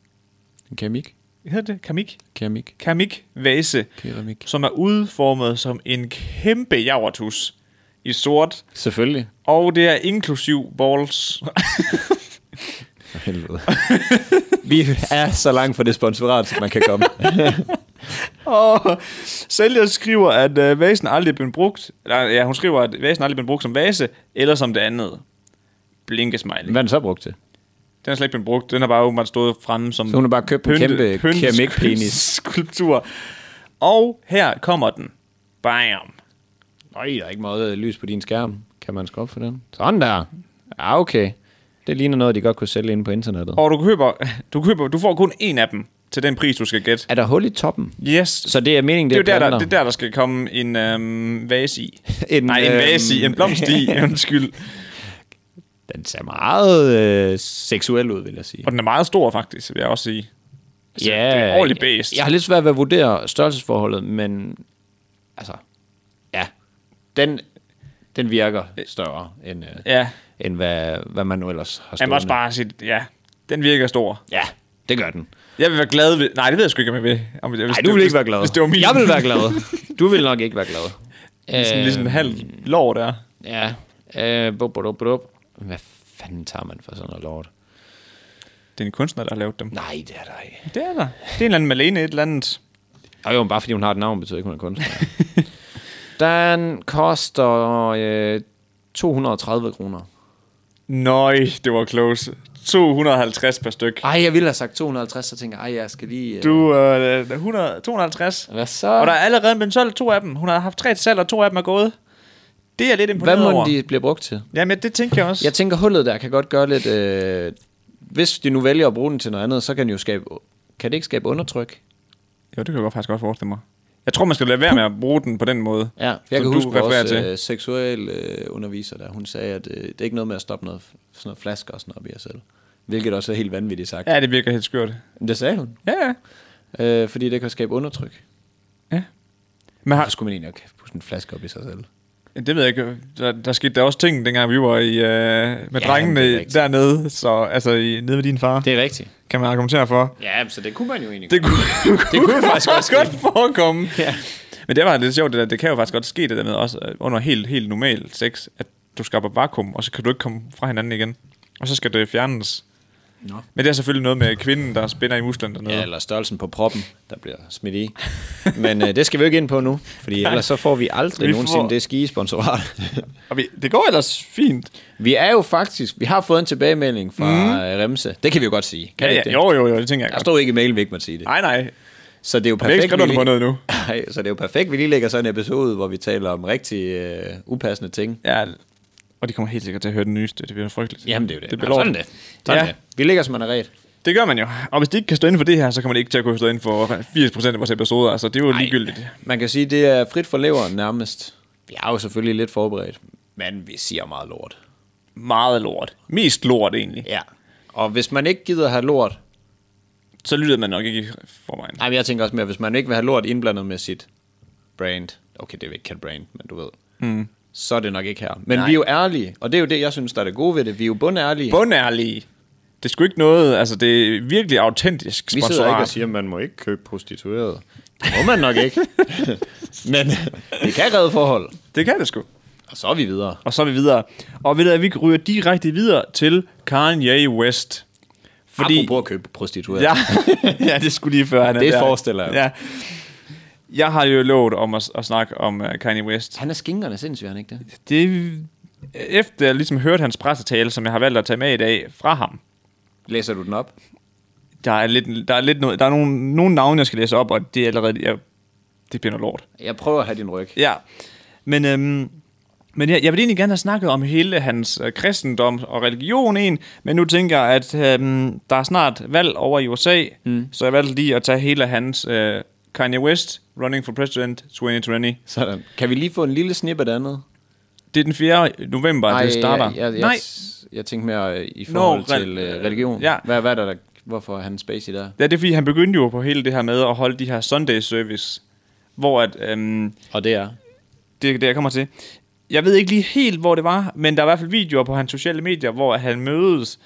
[SPEAKER 2] En keramik.
[SPEAKER 1] Hedder det keramik?
[SPEAKER 2] Keramik.
[SPEAKER 1] Keramik vase,
[SPEAKER 2] Keramik.
[SPEAKER 1] som er udformet som en kæmpe javertus i sort.
[SPEAKER 2] Selvfølgelig.
[SPEAKER 1] Og det er inklusiv balls.
[SPEAKER 2] For helvede. Vi er så langt fra det sponsorat, som man kan komme.
[SPEAKER 1] Og sælger skriver, at øh, vasen aldrig er blevet brugt. Eller, ja, hun skriver, at vasen aldrig er blevet brugt som vase, eller som det andet. Blinkesmiley.
[SPEAKER 2] Hvad er den så brugt til?
[SPEAKER 1] Den er slet ikke blevet brugt. Den har bare åbenbart stået fremme som...
[SPEAKER 2] Så hun har bare købt en kæmpe keramikpenis.
[SPEAKER 1] Skulptur. Og her kommer den. Bam.
[SPEAKER 2] Nej, der er ikke meget øh, lys på din skærm. Kan man skrue op for den? Sådan der. Ja, okay. Det ligner noget, de godt kunne sælge inde på internettet.
[SPEAKER 1] Og du køber, du køber, du får kun en af dem til den pris, du skal gætte.
[SPEAKER 2] Er der hul i toppen?
[SPEAKER 1] Yes.
[SPEAKER 2] Så det er meningen,
[SPEAKER 1] det,
[SPEAKER 2] det,
[SPEAKER 1] er jo der, der,
[SPEAKER 2] planter?
[SPEAKER 1] det er der, der skal komme en øhm, vase i.
[SPEAKER 2] En,
[SPEAKER 1] Nej, en
[SPEAKER 2] øhm,
[SPEAKER 1] vase i. En blomst i, undskyld.
[SPEAKER 2] Den ser meget øh, seksuel ud, vil jeg sige.
[SPEAKER 1] Og den er meget stor, faktisk, vil jeg også sige. Altså,
[SPEAKER 2] Ja,
[SPEAKER 1] det er en ordentlig bæst.
[SPEAKER 2] Jeg, jeg har lidt svært ved at vurdere størrelsesforholdet, men altså, ja, den, den virker større, end, øh,
[SPEAKER 1] Ja,
[SPEAKER 2] end hvad, hvad man nu ellers har
[SPEAKER 1] jeg må også
[SPEAKER 2] stået
[SPEAKER 1] bare sige, ja, den virker stor.
[SPEAKER 2] Ja, det gør den.
[SPEAKER 1] Jeg vil være glad ved... Nej, det ved jeg sgu ikke, om jeg vil. Om jeg, hvis
[SPEAKER 2] Nej,
[SPEAKER 1] det-
[SPEAKER 2] du vil
[SPEAKER 1] hvis-
[SPEAKER 2] ikke være glad.
[SPEAKER 1] Hvis det var min.
[SPEAKER 2] Jeg vil være glad. Du vil nok ikke være glad.
[SPEAKER 1] Ligesom,
[SPEAKER 2] Øh,
[SPEAKER 1] ligesom en halv lår der.
[SPEAKER 2] Ja. Øh, bup, bup, bup, bup. Hvad fanden tager man for sådan noget lort?
[SPEAKER 1] Det er en kunstner, der har lavet dem.
[SPEAKER 2] Nej, det er der ikke.
[SPEAKER 1] Det er der. Det er en eller anden Malene et eller andet.
[SPEAKER 2] Og jo, men bare fordi hun har et navn, betyder ikke, hun er kunstner. den koster øh, 230 kroner.
[SPEAKER 1] Nøj, det var close. 250 per styk.
[SPEAKER 2] Ej, jeg ville have sagt 250, så tænker jeg, ej, jeg skal lige... Øh...
[SPEAKER 1] Du er øh, 100, 250.
[SPEAKER 2] Hvad
[SPEAKER 1] Og der
[SPEAKER 2] så?
[SPEAKER 1] er allerede blevet solgt to af dem. Hun har haft tre til salg, og to af dem er gået. Det er jeg lidt
[SPEAKER 2] Hvad
[SPEAKER 1] imponeret
[SPEAKER 2] må
[SPEAKER 1] over.
[SPEAKER 2] de blive brugt til?
[SPEAKER 1] Jamen, det tænker jeg også.
[SPEAKER 2] Jeg tænker, hullet der kan godt gøre lidt... Øh... Hvis de nu vælger at bruge den til noget andet, så kan den jo skabe... Kan det ikke skabe undertryk?
[SPEAKER 1] Jo, det kan jeg godt faktisk godt forestille mig. Jeg tror, man skal lade være med at bruge den på den måde.
[SPEAKER 2] Ja, jeg
[SPEAKER 1] som
[SPEAKER 2] kan
[SPEAKER 1] du
[SPEAKER 2] huske
[SPEAKER 1] refererer
[SPEAKER 2] vores
[SPEAKER 1] til.
[SPEAKER 2] øh, seksuel øh, underviser der, hun sagde, at øh, det er ikke noget med at stoppe noget, sådan noget flasker og sådan noget op i jer selv. Hvilket også er helt vanvittigt sagt.
[SPEAKER 1] Ja, det virker helt skørt.
[SPEAKER 2] Men Det sagde hun.
[SPEAKER 1] Ja, ja.
[SPEAKER 2] Øh, fordi det kan skabe undertryk.
[SPEAKER 1] ja. Men
[SPEAKER 2] Hvorfor
[SPEAKER 1] har,
[SPEAKER 2] skulle man egentlig ikke putte en flaske op i sig selv?
[SPEAKER 1] det ved jeg ikke. Der, der skete der også ting, dengang vi var i, øh, med
[SPEAKER 2] Ja,
[SPEAKER 1] ja,
[SPEAKER 2] det er
[SPEAKER 1] drengene
[SPEAKER 2] rigtigt.
[SPEAKER 1] dernede. Så altså, i, nede med din far, det.
[SPEAKER 2] Det er rigtigt.
[SPEAKER 1] kan man argumentere for.
[SPEAKER 2] Ja, så det kunne man jo egentlig
[SPEAKER 1] Det kunne, det
[SPEAKER 2] kunne faktisk godt ske.
[SPEAKER 1] godt forekomme.
[SPEAKER 2] Ja.
[SPEAKER 1] Men det var lidt sjovt, det der. Det kan jo faktisk godt ske, det der med også øh, under helt, helt normal sex, at du skaber vakuum, og så kan du ikke komme fra hinanden igen. Og så skal det fjernes.
[SPEAKER 2] Nå.
[SPEAKER 1] Men det er selvfølgelig noget med kvinden, der spænder i musklerne dernede.
[SPEAKER 2] Ja, eller størrelsen på proppen, der bliver smidt i. Men øh, det skal vi jo ikke ind på nu, fordi ellers så får vi aldrig
[SPEAKER 1] Vi
[SPEAKER 2] nogensinde
[SPEAKER 1] får-
[SPEAKER 2] det ski-sponsorat.
[SPEAKER 1] Og vi, det går ellers fint.
[SPEAKER 2] vi er jo faktisk, vi har fået en tilbagemelding fra mm. Remse. Det kan vi jo godt sige. Kan
[SPEAKER 1] Mhm. Ja,
[SPEAKER 2] vi
[SPEAKER 1] ja,
[SPEAKER 2] ikke det?
[SPEAKER 1] jo, jo, jo, det tænker jeg
[SPEAKER 2] Der
[SPEAKER 1] godt.
[SPEAKER 2] stod ikke i mailen, vi ikke måtte sige det.
[SPEAKER 1] Nej, nej.
[SPEAKER 2] Så det er jo
[SPEAKER 1] Jeg kan
[SPEAKER 2] perfekt.
[SPEAKER 1] ikke skrive
[SPEAKER 2] vi
[SPEAKER 1] dig på noget nu.
[SPEAKER 2] Nej, så det er jo perfekt, vi lige lægger sådan en episode, ud, hvor vi taler om rigtig øh, upassende ting.
[SPEAKER 1] Ja, og de kommer helt sikkert til at høre den nyeste. Det bliver frygteligt.
[SPEAKER 2] Jamen, det er jo det.
[SPEAKER 1] Det
[SPEAKER 2] Nå,
[SPEAKER 1] bliver lort.
[SPEAKER 2] sådan det. Sådan ja.
[SPEAKER 1] Ja.
[SPEAKER 2] det. Vi ligger, som man er ret.
[SPEAKER 1] Det gør man jo. Og hvis de ikke kan stå inden for det her, så kommer det ikke til at kunne stå inden for 80% af vores episoder. Altså, det er jo Ej. ligegyldigt.
[SPEAKER 2] Man kan sige, det er frit for leveren nærmest. Vi er jo selvfølgelig lidt forberedt, men vi siger meget lort.
[SPEAKER 1] Meget lort. Mest lort, egentlig.
[SPEAKER 2] Ja. Og hvis man ikke gider have lort,
[SPEAKER 1] Så lyttede man nok ikke i forvejen.
[SPEAKER 2] nej, men jeg tænker også mere, hvis man ikke vil have lort indblandet med sit brand, okay, det er jo ikke cat brand, men du ved, mm. så er det nok ikke her. Men nej. vi er jo ærlige, og det er jo det, jeg synes, der er det gode ved det. Vi er jo bundærlige.
[SPEAKER 1] Bundærlige. Det er sgu ikke noget, altså det er virkelig autentisk
[SPEAKER 2] Vi
[SPEAKER 1] sponsorat.
[SPEAKER 2] sidder ikke og siger, at man må ikke købe prostitueret. Det må man nok ikke. Men det kan redde forhold.
[SPEAKER 1] Det kan det sgu.
[SPEAKER 2] Og så er vi videre.
[SPEAKER 1] Og så er vi videre. Og ved du, at vi ryger direkte videre til Kanye West.
[SPEAKER 2] Fordi... Apropos at købe prostitueret.
[SPEAKER 1] Ja, ja det skulle lige før. Han er
[SPEAKER 2] Det
[SPEAKER 1] der.
[SPEAKER 2] forestiller jeg.
[SPEAKER 1] Ja. Jeg har jo lovet om at, at snakke om uh, Kanye West.
[SPEAKER 2] Han er skingerne sindssygt, han ikke det?
[SPEAKER 1] Det, efter jeg ligesom hørte hans pressetale, som jeg har valgt at tage med i dag fra ham,
[SPEAKER 2] Læser du den op?
[SPEAKER 1] der er lidt, der er lidt noget, der er nogle, nogle navne, jeg skal læse op, og det er allerede, jeg, det bliver noget lort.
[SPEAKER 2] Jeg prøver at have din ryg.
[SPEAKER 1] Ja, men, øhm, men jeg, jeg vil egentlig gerne have snakket om hele hans øh, kristendom og religion en, men nu tænker jeg, at øhm, der er snart valg over i USA, mm. så jeg valgte lige at tage hele hans øh, Kanye West, Running for President 2020.
[SPEAKER 2] Sådan. Kan vi lige få en lille snip af det andet?
[SPEAKER 1] Det er den 4. november, at det starter.
[SPEAKER 2] Jeg, jeg,
[SPEAKER 1] Nej,
[SPEAKER 2] Jeg, jeg tænkte mere øh, i forhold
[SPEAKER 1] rel-
[SPEAKER 2] til øh, religion.
[SPEAKER 1] ja.
[SPEAKER 2] Hvad, hvad er der, der, hvorfor er han space i der?
[SPEAKER 1] ja, det er fordi, han begyndte jo på hele det her med at holde de her Sunday service, hvor at... Øhm,
[SPEAKER 2] Og det er?
[SPEAKER 1] det er det, jeg kommer til. Jeg ved ikke lige helt, hvor det var, men der er i hvert fald videoer på hans sociale medier, hvor han mødes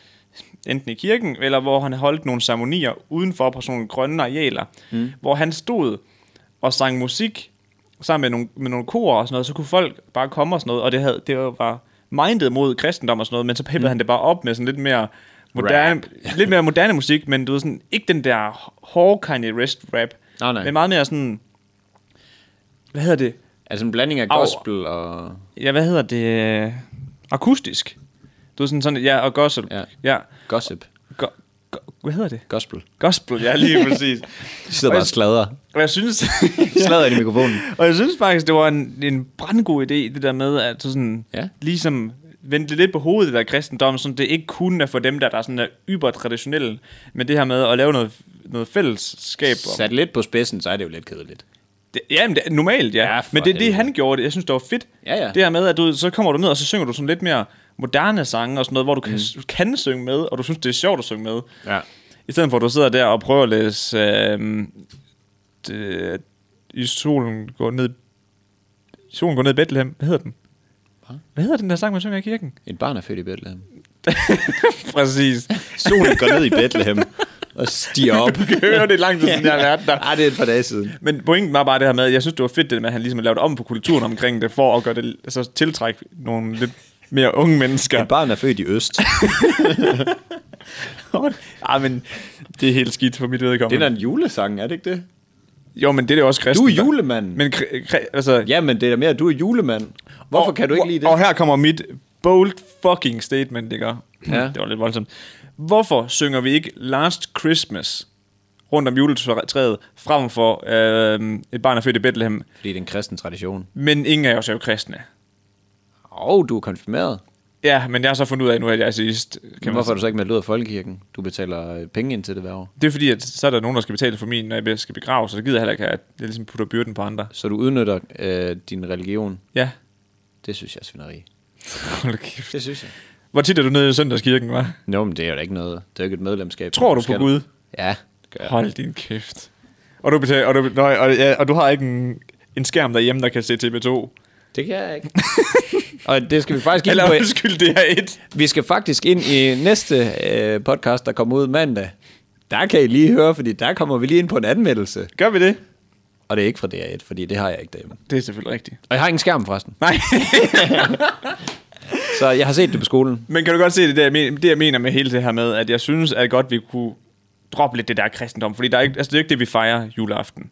[SPEAKER 1] enten i kirken, eller hvor han holdt nogle ceremonier udenfor på sådan nogle grønne arealer, mm. hvor han stod og sang musik sammen med nogle, med nogle kor og sådan noget, så kunne folk bare komme og sådan noget, og det, havde, det var mindet mod kristendom og sådan noget, men så peppede mm. han det bare op med sådan lidt mere moderne, lidt mere moderne musik, men du ved sådan, ikke den der hårde Kanye West rap,
[SPEAKER 2] Nej, nej.
[SPEAKER 1] men meget mere sådan, hvad hedder det,
[SPEAKER 2] Altså en blanding af
[SPEAKER 1] Au.
[SPEAKER 2] gospel og...
[SPEAKER 1] ja, hvad hedder det? øh, Akustisk. Du er sådan sådan, ja, og gospel.
[SPEAKER 2] Ja.
[SPEAKER 1] Ja. ja.
[SPEAKER 2] Gossip.
[SPEAKER 1] Go, go, hvad hedder det?
[SPEAKER 2] Gospel.
[SPEAKER 1] Gospel, ja, lige præcis.
[SPEAKER 2] De sidder bare og sladrer.
[SPEAKER 1] og jeg synes...
[SPEAKER 2] Sladrer ind i mikrofonen.
[SPEAKER 1] og jeg synes faktisk, det var en, en brandgod idé, det der med, at så sådan,
[SPEAKER 2] Ja.
[SPEAKER 1] ja. ligesom vendte lidt på hovedet, det der kristendom, sådan det ikke kun er for dem, der, der er sådan er yber traditionelle, men det her med at lave noget, noget fællesskab. om-
[SPEAKER 2] Sat lidt på spidsen, så er det jo lidt kedeligt.
[SPEAKER 1] Det, jamen, det, normalt, ja.
[SPEAKER 2] Ja,
[SPEAKER 1] ja
[SPEAKER 2] for
[SPEAKER 1] men det er
[SPEAKER 2] helvede.
[SPEAKER 1] det, han gjorde. Det, jeg synes, det var fedt.
[SPEAKER 2] Ja, ja.
[SPEAKER 1] Det her med, at du, så kommer du ned, og så synger du sådan lidt mere moderne sange og sådan noget, hvor du kan, mm. kan synge med, og du synes, det er sjovt at synge med.
[SPEAKER 2] Ja.
[SPEAKER 1] I stedet for, at du sidder der og prøver at læse... Øh, det, I solen går ned... Solen går ned i Bethlehem. Hvad hedder den? Hvad hedder den der sang, man synger i kirken?
[SPEAKER 2] Et barn er født i Bethlehem.
[SPEAKER 1] Præcis.
[SPEAKER 2] Solen går ned i Bethlehem og stiger op.
[SPEAKER 1] Du kan høre det er lang tid, siden jeg har været der.
[SPEAKER 2] Ej, det er et par dage siden.
[SPEAKER 1] Men pointen var bare det her med, at jeg synes, det var fedt, det med, at han ligesom lavede om på kulturen omkring det, for at gøre det, altså tiltrække nogle lidt mere unge mennesker.
[SPEAKER 2] Et barn er født i øst.
[SPEAKER 1] Ej, Ah, men det er helt skidt for mit
[SPEAKER 2] Det
[SPEAKER 1] vedkommende.
[SPEAKER 2] er da en julesang, er det ikke det?
[SPEAKER 1] Jo, men det er det også kristen.
[SPEAKER 2] Du er julemanden.
[SPEAKER 1] Men kri- kri- altså,
[SPEAKER 2] Ja, men det er da mere, at du er julemand. Hvorfor
[SPEAKER 1] og-
[SPEAKER 2] kan du ikke lide det?
[SPEAKER 1] Og her kommer mit bold fucking statement, ikke?
[SPEAKER 2] Ja.
[SPEAKER 1] Ja. Det var lidt voldsomt. Hvorfor synger vi ikke Last Christmas rundt om juletræet, frem for øh, et barn er født i Bethlehem,
[SPEAKER 2] Fordi det er en kristen tradition.
[SPEAKER 1] men ingen af os er jo kristne?
[SPEAKER 2] Og du er konfirmeret.
[SPEAKER 1] Ja, men jeg har så fundet ud af nu, at jeg er sidst.
[SPEAKER 2] Kan Hvorfor er du så ikke meldt ud af folkekirken? Du betaler øh, penge ind til det hver år.
[SPEAKER 1] Det er fordi, at så er der nogen, der skal betale for min, når jeg skal begrave, så det gider jeg heller ikke, at jeg ligesom putter byrden på andre.
[SPEAKER 2] Så du udnytter øh, din religion.
[SPEAKER 1] Ja.
[SPEAKER 2] Det synes jeg er svineri.
[SPEAKER 1] Hold kæft.
[SPEAKER 2] Det synes jeg.
[SPEAKER 1] Hvor tit er du nede i søndagskirken, hva'?
[SPEAKER 2] Nå, men det er jo da ikke noget. Det er jo ikke et medlemskab.
[SPEAKER 1] Tror du på
[SPEAKER 2] skal.
[SPEAKER 1] Gud?
[SPEAKER 2] Ja, det gør jeg.
[SPEAKER 1] Hold din kæft. Og du, betaler, og du, nøj, og, ja, og du har ikke en, en skærm derhjemme, der kan se TV2.
[SPEAKER 2] Det kan jeg ikke. og det skal vi faktisk ind
[SPEAKER 1] Eller
[SPEAKER 2] på.
[SPEAKER 1] undskyld, det er et.
[SPEAKER 2] Vi skal faktisk ind i næste øh, podcast, der kommer ud mandag. Der kan I lige høre, fordi der kommer vi lige ind på en anmeldelse.
[SPEAKER 1] Gør vi det?
[SPEAKER 2] Og det er ikke fra DR1, fordi det har jeg ikke derhjemme.
[SPEAKER 1] Det er selvfølgelig rigtigt.
[SPEAKER 2] Og jeg har ingen skærm forresten.
[SPEAKER 1] Nej,
[SPEAKER 2] Så jeg har set det på skolen.
[SPEAKER 1] men kan du godt se det, der, jeg men- det jeg mener med hele det her med, at jeg synes, at godt vi kunne droppe lidt det der kristendom, fordi der er ikke, altså, det er jo ikke det, vi fejrer juleaften.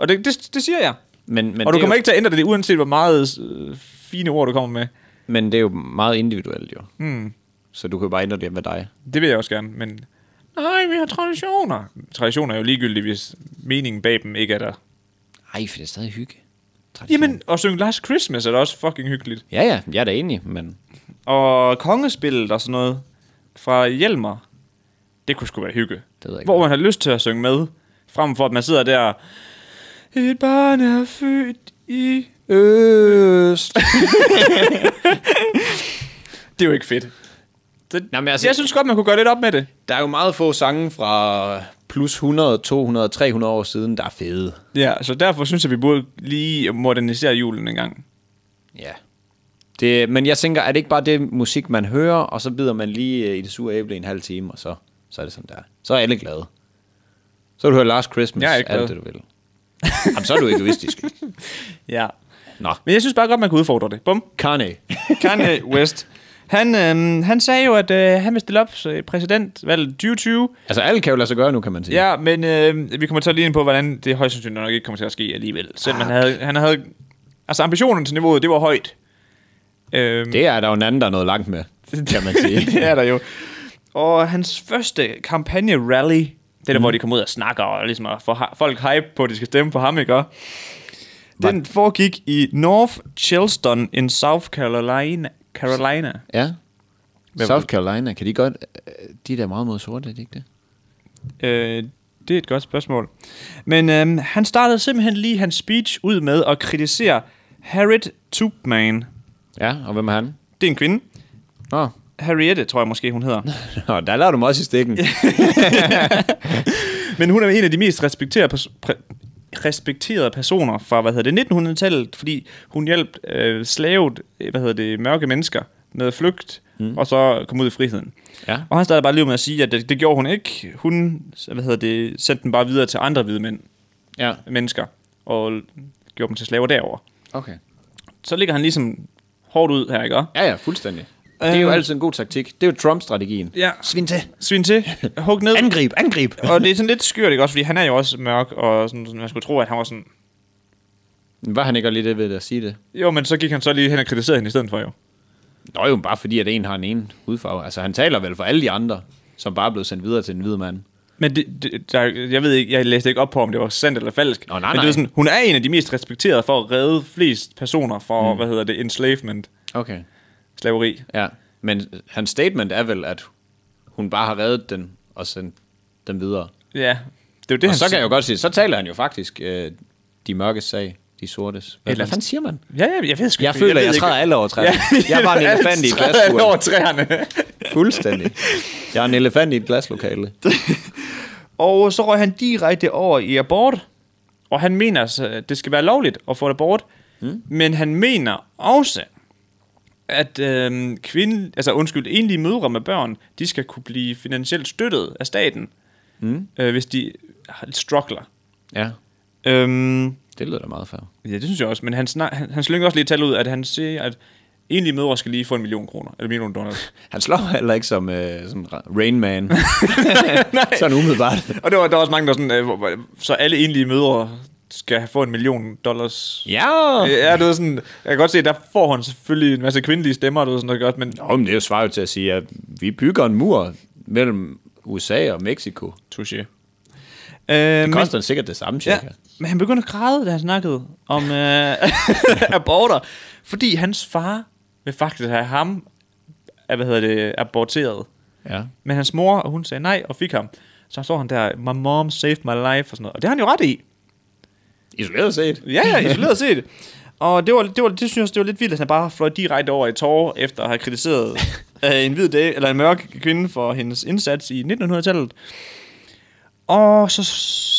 [SPEAKER 1] Og det, det, det siger jeg.
[SPEAKER 2] Men, men,
[SPEAKER 1] Men og du
[SPEAKER 2] det er
[SPEAKER 1] kommer
[SPEAKER 2] jo,
[SPEAKER 1] jo... ikke til at ændre det, uanset hvor meget øh, fine ord, du kommer med.
[SPEAKER 2] men det er jo meget individuelt jo. Mm. Så du kan jo bare ændre det med dig.
[SPEAKER 1] Det vil jeg også gerne, men... Nej, vi har traditioner. Traditioner er jo ligegyldige, hvis meningen bag dem ikke er der.
[SPEAKER 2] Ej, for det er stadig hygge. Tradition.
[SPEAKER 1] Jamen, og synge Last Christmas er da også fucking hyggeligt.
[SPEAKER 2] Ja, ja, jeg er da enig, men...
[SPEAKER 1] Og kongespillet og sådan noget fra Hjelmer. Det kunne sgu være hygge.
[SPEAKER 2] ved jeg ikke.
[SPEAKER 1] Hvor man har lyst til at synge med, frem for at man sidder der... Et barn er født i...
[SPEAKER 2] Øst.
[SPEAKER 1] Det er jo ikke fedt. Det,
[SPEAKER 2] Nå, men altså-
[SPEAKER 1] jeg synes godt, man kunne gøre lidt op med det.
[SPEAKER 2] Der er jo meget få sange fra plus 100, 200, 300 år siden, der er fede.
[SPEAKER 1] Ja, så derfor synes jeg, vi burde lige modernisere julen en gang.
[SPEAKER 2] Ja. Det, men jeg tænker, er det ikke bare det musik, man hører, og så bider man lige øh, i det sure æble i en halv time, og så, så er det sådan der. Så er alle glade. Så vil du høre Last Christmas,
[SPEAKER 1] Jeg er ikke
[SPEAKER 2] alt
[SPEAKER 1] glad.
[SPEAKER 2] det du vil. Jamen, så er du egoistisk.
[SPEAKER 1] Ja.
[SPEAKER 2] Nå.
[SPEAKER 1] Men jeg synes bare godt, man kunne udfordre det. Bum.
[SPEAKER 2] Kanye.
[SPEAKER 1] Kanye West. Han, øhm, han sagde jo, at øh, han vil stille op til præsidentvalget 2020.
[SPEAKER 2] Altså, alle kan jo lade sig gøre nu, kan man sige.
[SPEAKER 1] Ja, men øh, vi kommer til at lige ind på, hvordan det højst sandsynligt nok ikke kommer til at ske alligevel. Selvom han havde, han havde... Altså ambitionen til niveauet, det var højt. Øhm,
[SPEAKER 2] Det er der jo en anden, der er noget langt med, kan man sige.
[SPEAKER 1] det er der jo. Og hans første kampagne-rally, det der, mm. hvor de kom ud og snakker, og ligesom at få ha- folk hype på, at de skal stemme på ham, ikke også? Den foregik i North Charleston in South Carolina. Carolina.
[SPEAKER 2] ja. South Carolina, kan de godt... øh, De er da meget mod sorte, er de ikke det?
[SPEAKER 1] Øh, det er et godt spørgsmål. Men øhm, han startede simpelthen lige hans speech ud med at kritisere Harriet Tubman.
[SPEAKER 2] Ja, og hvem er han?
[SPEAKER 1] Det er en kvinde.
[SPEAKER 2] Nå,
[SPEAKER 1] Harriette, tror jeg måske, hun hedder.
[SPEAKER 2] Nå der lader du mig også i stikken.
[SPEAKER 1] Men hun er en af de mest respekterede, pers- pre- respekterede personer fra, hvad hedder det, 1900-tallet, fordi hun hjalp øh, slavet, øh, hvad hedder det, mørke mennesker med at flygt, mm. og så kom ud i friheden.
[SPEAKER 2] Ja.
[SPEAKER 1] Og han startede bare lige med at sige, at det, det gjorde hun ikke. Hun, hvad hedder det, sendte den bare videre til andre hvide mænd,
[SPEAKER 2] ja,
[SPEAKER 1] mennesker, og gjorde dem til slaver derover.
[SPEAKER 2] okay.
[SPEAKER 1] Så ligger han ligesom hårdt ud her, ikke? også?
[SPEAKER 2] Ja, ja, fuldstændig. Det er jo
[SPEAKER 1] Øh.
[SPEAKER 2] altid en god taktik. Det er jo Trump-strategien.
[SPEAKER 1] Ja.
[SPEAKER 2] Svin til.
[SPEAKER 1] Svin til, hug ned.
[SPEAKER 2] Angrib, angrib.
[SPEAKER 1] og det er sådan lidt skørt, ikke også? Fordi han er jo også mørk, og sådan, man skulle tro, at han var sådan...
[SPEAKER 2] Var han ikke også lige det ved at sige det?
[SPEAKER 1] Jo, men så gik han så lige hen og kritiserede hende i stedet for, jo.
[SPEAKER 2] Nå jo, bare fordi, at en har en ene hudfarve. Altså, han taler vel for alle de andre, som bare er blevet sendt videre til en hvid mand.
[SPEAKER 1] Men det, det, der, jeg ved ikke, jeg læste ikke op på, om det var sandt eller falsk.
[SPEAKER 2] Nå, nej,
[SPEAKER 1] men det
[SPEAKER 2] nej.
[SPEAKER 1] er sådan, hun er en af de mest respekterede for at redde flest personer fra, mm. hvad hedder det, enslavement,
[SPEAKER 2] Okay.
[SPEAKER 1] slaveri.
[SPEAKER 2] Ja, men hans statement er vel, at hun bare har reddet den og sendt den videre.
[SPEAKER 1] Ja, det er jo det,
[SPEAKER 2] Og
[SPEAKER 1] han
[SPEAKER 2] så kan
[SPEAKER 1] siger.
[SPEAKER 2] jeg jo godt sige, så taler han jo faktisk øh, de mørkes sag, de sortes. Hvad,
[SPEAKER 1] Eller-
[SPEAKER 2] hvad fanden siger man?
[SPEAKER 1] Ja, ja, jeg ved sgu
[SPEAKER 2] Jeg
[SPEAKER 1] ikke,
[SPEAKER 2] føler,
[SPEAKER 1] ved
[SPEAKER 2] jeg
[SPEAKER 1] ikke.
[SPEAKER 2] træder alle over træerne. Jeg var en
[SPEAKER 1] alle
[SPEAKER 2] elefant i et
[SPEAKER 1] træder
[SPEAKER 2] glasbur.
[SPEAKER 1] alle over træerne.
[SPEAKER 2] Fuldstændig. Jeg er en elefant i et glaslokale.
[SPEAKER 1] Og så røg han direkte over i abort. Og han mener, altså, at det skal være lovligt at få et abort. Mm. Men han mener også, at øhm, kvinde, altså undskyld, enlige mødre med børn, de skal kunne blive finansielt støttet af staten, mm. øh, hvis de har- struggler.
[SPEAKER 2] Ja,
[SPEAKER 1] Øhm,
[SPEAKER 2] det lyder da meget fair.
[SPEAKER 1] ja, det synes jeg også, men han, snak, han, han slynger også lige et tal ud, at han siger, at enlige mødre skal lige få en million kroner, eller en million dollars.
[SPEAKER 2] Han slår heller ikke som øh, sådan ra- Rain Man. sådan umiddelbart.
[SPEAKER 1] og det var, der var også mange, der var sådan, øh, hvor- hvor- så alle enlige mødre skal få en million dollars
[SPEAKER 2] Ja!
[SPEAKER 1] Ja, du ved sådan, jeg kan godt se, der får hun selvfølgelig en masse kvindelige stemmer, du ved sådan noget godt, men
[SPEAKER 2] Nå, men det er jo svaret jo til at sige, at vi bygger en mur mellem USA og Mexico.
[SPEAKER 1] touché. Øh,
[SPEAKER 2] Det
[SPEAKER 1] men,
[SPEAKER 2] koster sikkert det samme,
[SPEAKER 1] ja,
[SPEAKER 2] cirka. Ja.
[SPEAKER 1] men han begyndte at græde, da han snakkede om øh, aborter, fordi hans far vil faktisk have ham, øh, hvad hedder det, aborteret.
[SPEAKER 2] ja.
[SPEAKER 1] Men hans mor, og hun sagde nej, og fik ham. Så står han der, my mom saved my life, og sådan noget. Og det har han jo ret i.
[SPEAKER 2] Isoleret set.
[SPEAKER 1] Ja, ja, isoleret set. Og det, var, det, var, det synes jeg, også, det var lidt vildt, at han bare fløj direkte over i tårer, efter at have kritiseret øh, en hvid dame, eller en mørk kvinde for hendes indsats i 1900-tallet. Og så,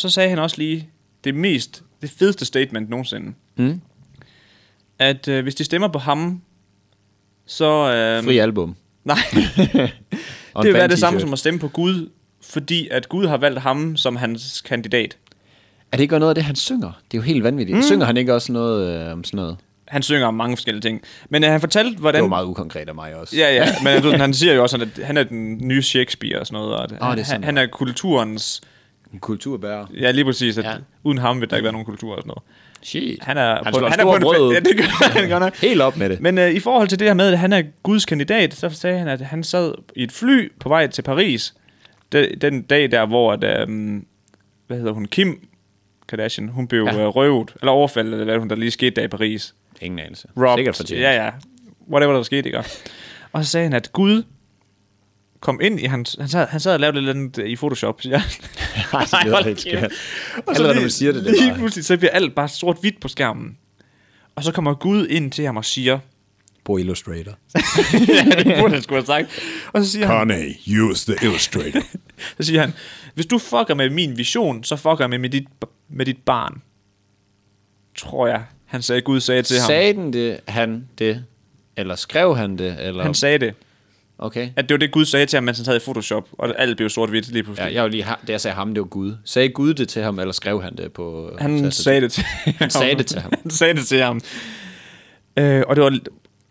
[SPEAKER 1] så sagde han også lige det mest, det fedeste statement nogensinde.
[SPEAKER 2] Mm.
[SPEAKER 1] At øh, hvis de stemmer på ham, så... Øh,
[SPEAKER 2] Fri album.
[SPEAKER 1] Nej,
[SPEAKER 2] Og en
[SPEAKER 1] det vil være
[SPEAKER 2] fan-t-shirt.
[SPEAKER 1] det samme som at stemme på Gud, fordi at Gud har valgt ham som hans kandidat.
[SPEAKER 2] Er det ikke noget af det, han synger? Det er jo helt vanvittigt. Mm. Synger han ikke også noget øh, om sådan noget?
[SPEAKER 1] Han synger om mange forskellige ting. Men øh, han fortalte,
[SPEAKER 2] Det
[SPEAKER 1] hvordan...
[SPEAKER 2] var meget ukonkret af mig også.
[SPEAKER 1] Ja, ja, men du, ved, han siger jo også, at han er den nye Shakespeare og sådan noget, og at
[SPEAKER 2] Åh, det er
[SPEAKER 1] han,
[SPEAKER 2] sådan,
[SPEAKER 1] han er kulturens...
[SPEAKER 2] En kulturbærer.
[SPEAKER 1] Ja, lige præcis, at
[SPEAKER 2] Ja.
[SPEAKER 1] ja. uden ham vil der ikke være nogen kultur og sådan noget.
[SPEAKER 2] Shit.
[SPEAKER 1] Han er
[SPEAKER 2] han
[SPEAKER 1] på,
[SPEAKER 2] slår
[SPEAKER 1] han
[SPEAKER 2] han
[SPEAKER 1] er på
[SPEAKER 2] stor
[SPEAKER 1] en
[SPEAKER 2] brød.
[SPEAKER 1] Ja, det gør han godt nok.
[SPEAKER 2] Helt op med det.
[SPEAKER 1] Men øh, i forhold til det her med, at han er Guds kandidat, så sagde han, at han sad i et fly på vej til Paris, den, den dag der, hvor at, øhm, hvad hedder hun, Kim Kardashian, hun blev
[SPEAKER 2] Ja.
[SPEAKER 1] ja. røvet, eller overfaldet, eller hvad hun der lige skete der i Paris.
[SPEAKER 2] Ingen anelse.
[SPEAKER 1] Rob,
[SPEAKER 2] Sikkert fortjent.
[SPEAKER 1] Ja, ja. Whatever der skete, ikke? Og så sagde han, at Gud kom ind i hans... Han sad, han sad og lavede lidt andet i Photoshop, siger han.
[SPEAKER 2] Ej, det lyder
[SPEAKER 1] hold
[SPEAKER 2] helt
[SPEAKER 1] kæft.
[SPEAKER 2] skørt.
[SPEAKER 1] Og så
[SPEAKER 2] Allerede,
[SPEAKER 1] lige,
[SPEAKER 2] når man siger det, det er
[SPEAKER 1] lige
[SPEAKER 2] bare-
[SPEAKER 1] pludselig, så bliver alt bare sort-hvidt på skærmen. Og så kommer Gud ind til ham og siger...
[SPEAKER 2] På Illustrator.
[SPEAKER 1] ja, det burde han skulle have sagt. Og så siger han,
[SPEAKER 3] Kanye, use the illustrator.
[SPEAKER 1] så siger han, hvis du fucker med min vision, så fucker jeg med, med, dit, med dit barn. Tror jeg, han sagde, Gud sagde til ham.
[SPEAKER 2] Sagde den det, han det? Eller skrev han det? Eller?
[SPEAKER 1] Han sagde det.
[SPEAKER 2] okay.
[SPEAKER 1] At det var det, Gud sagde til ham, mens han sad i Photoshop, og alt blev sort-hvidt lige pludselig.
[SPEAKER 2] Ja, jeg var lige, ha- da jeg sagde ham, det var Gud. Sagde Gud det til ham, eller skrev han det på...
[SPEAKER 1] Han sagde det til Han
[SPEAKER 2] sagde det til ham.
[SPEAKER 1] han sagde det til ham. Øh, og det var...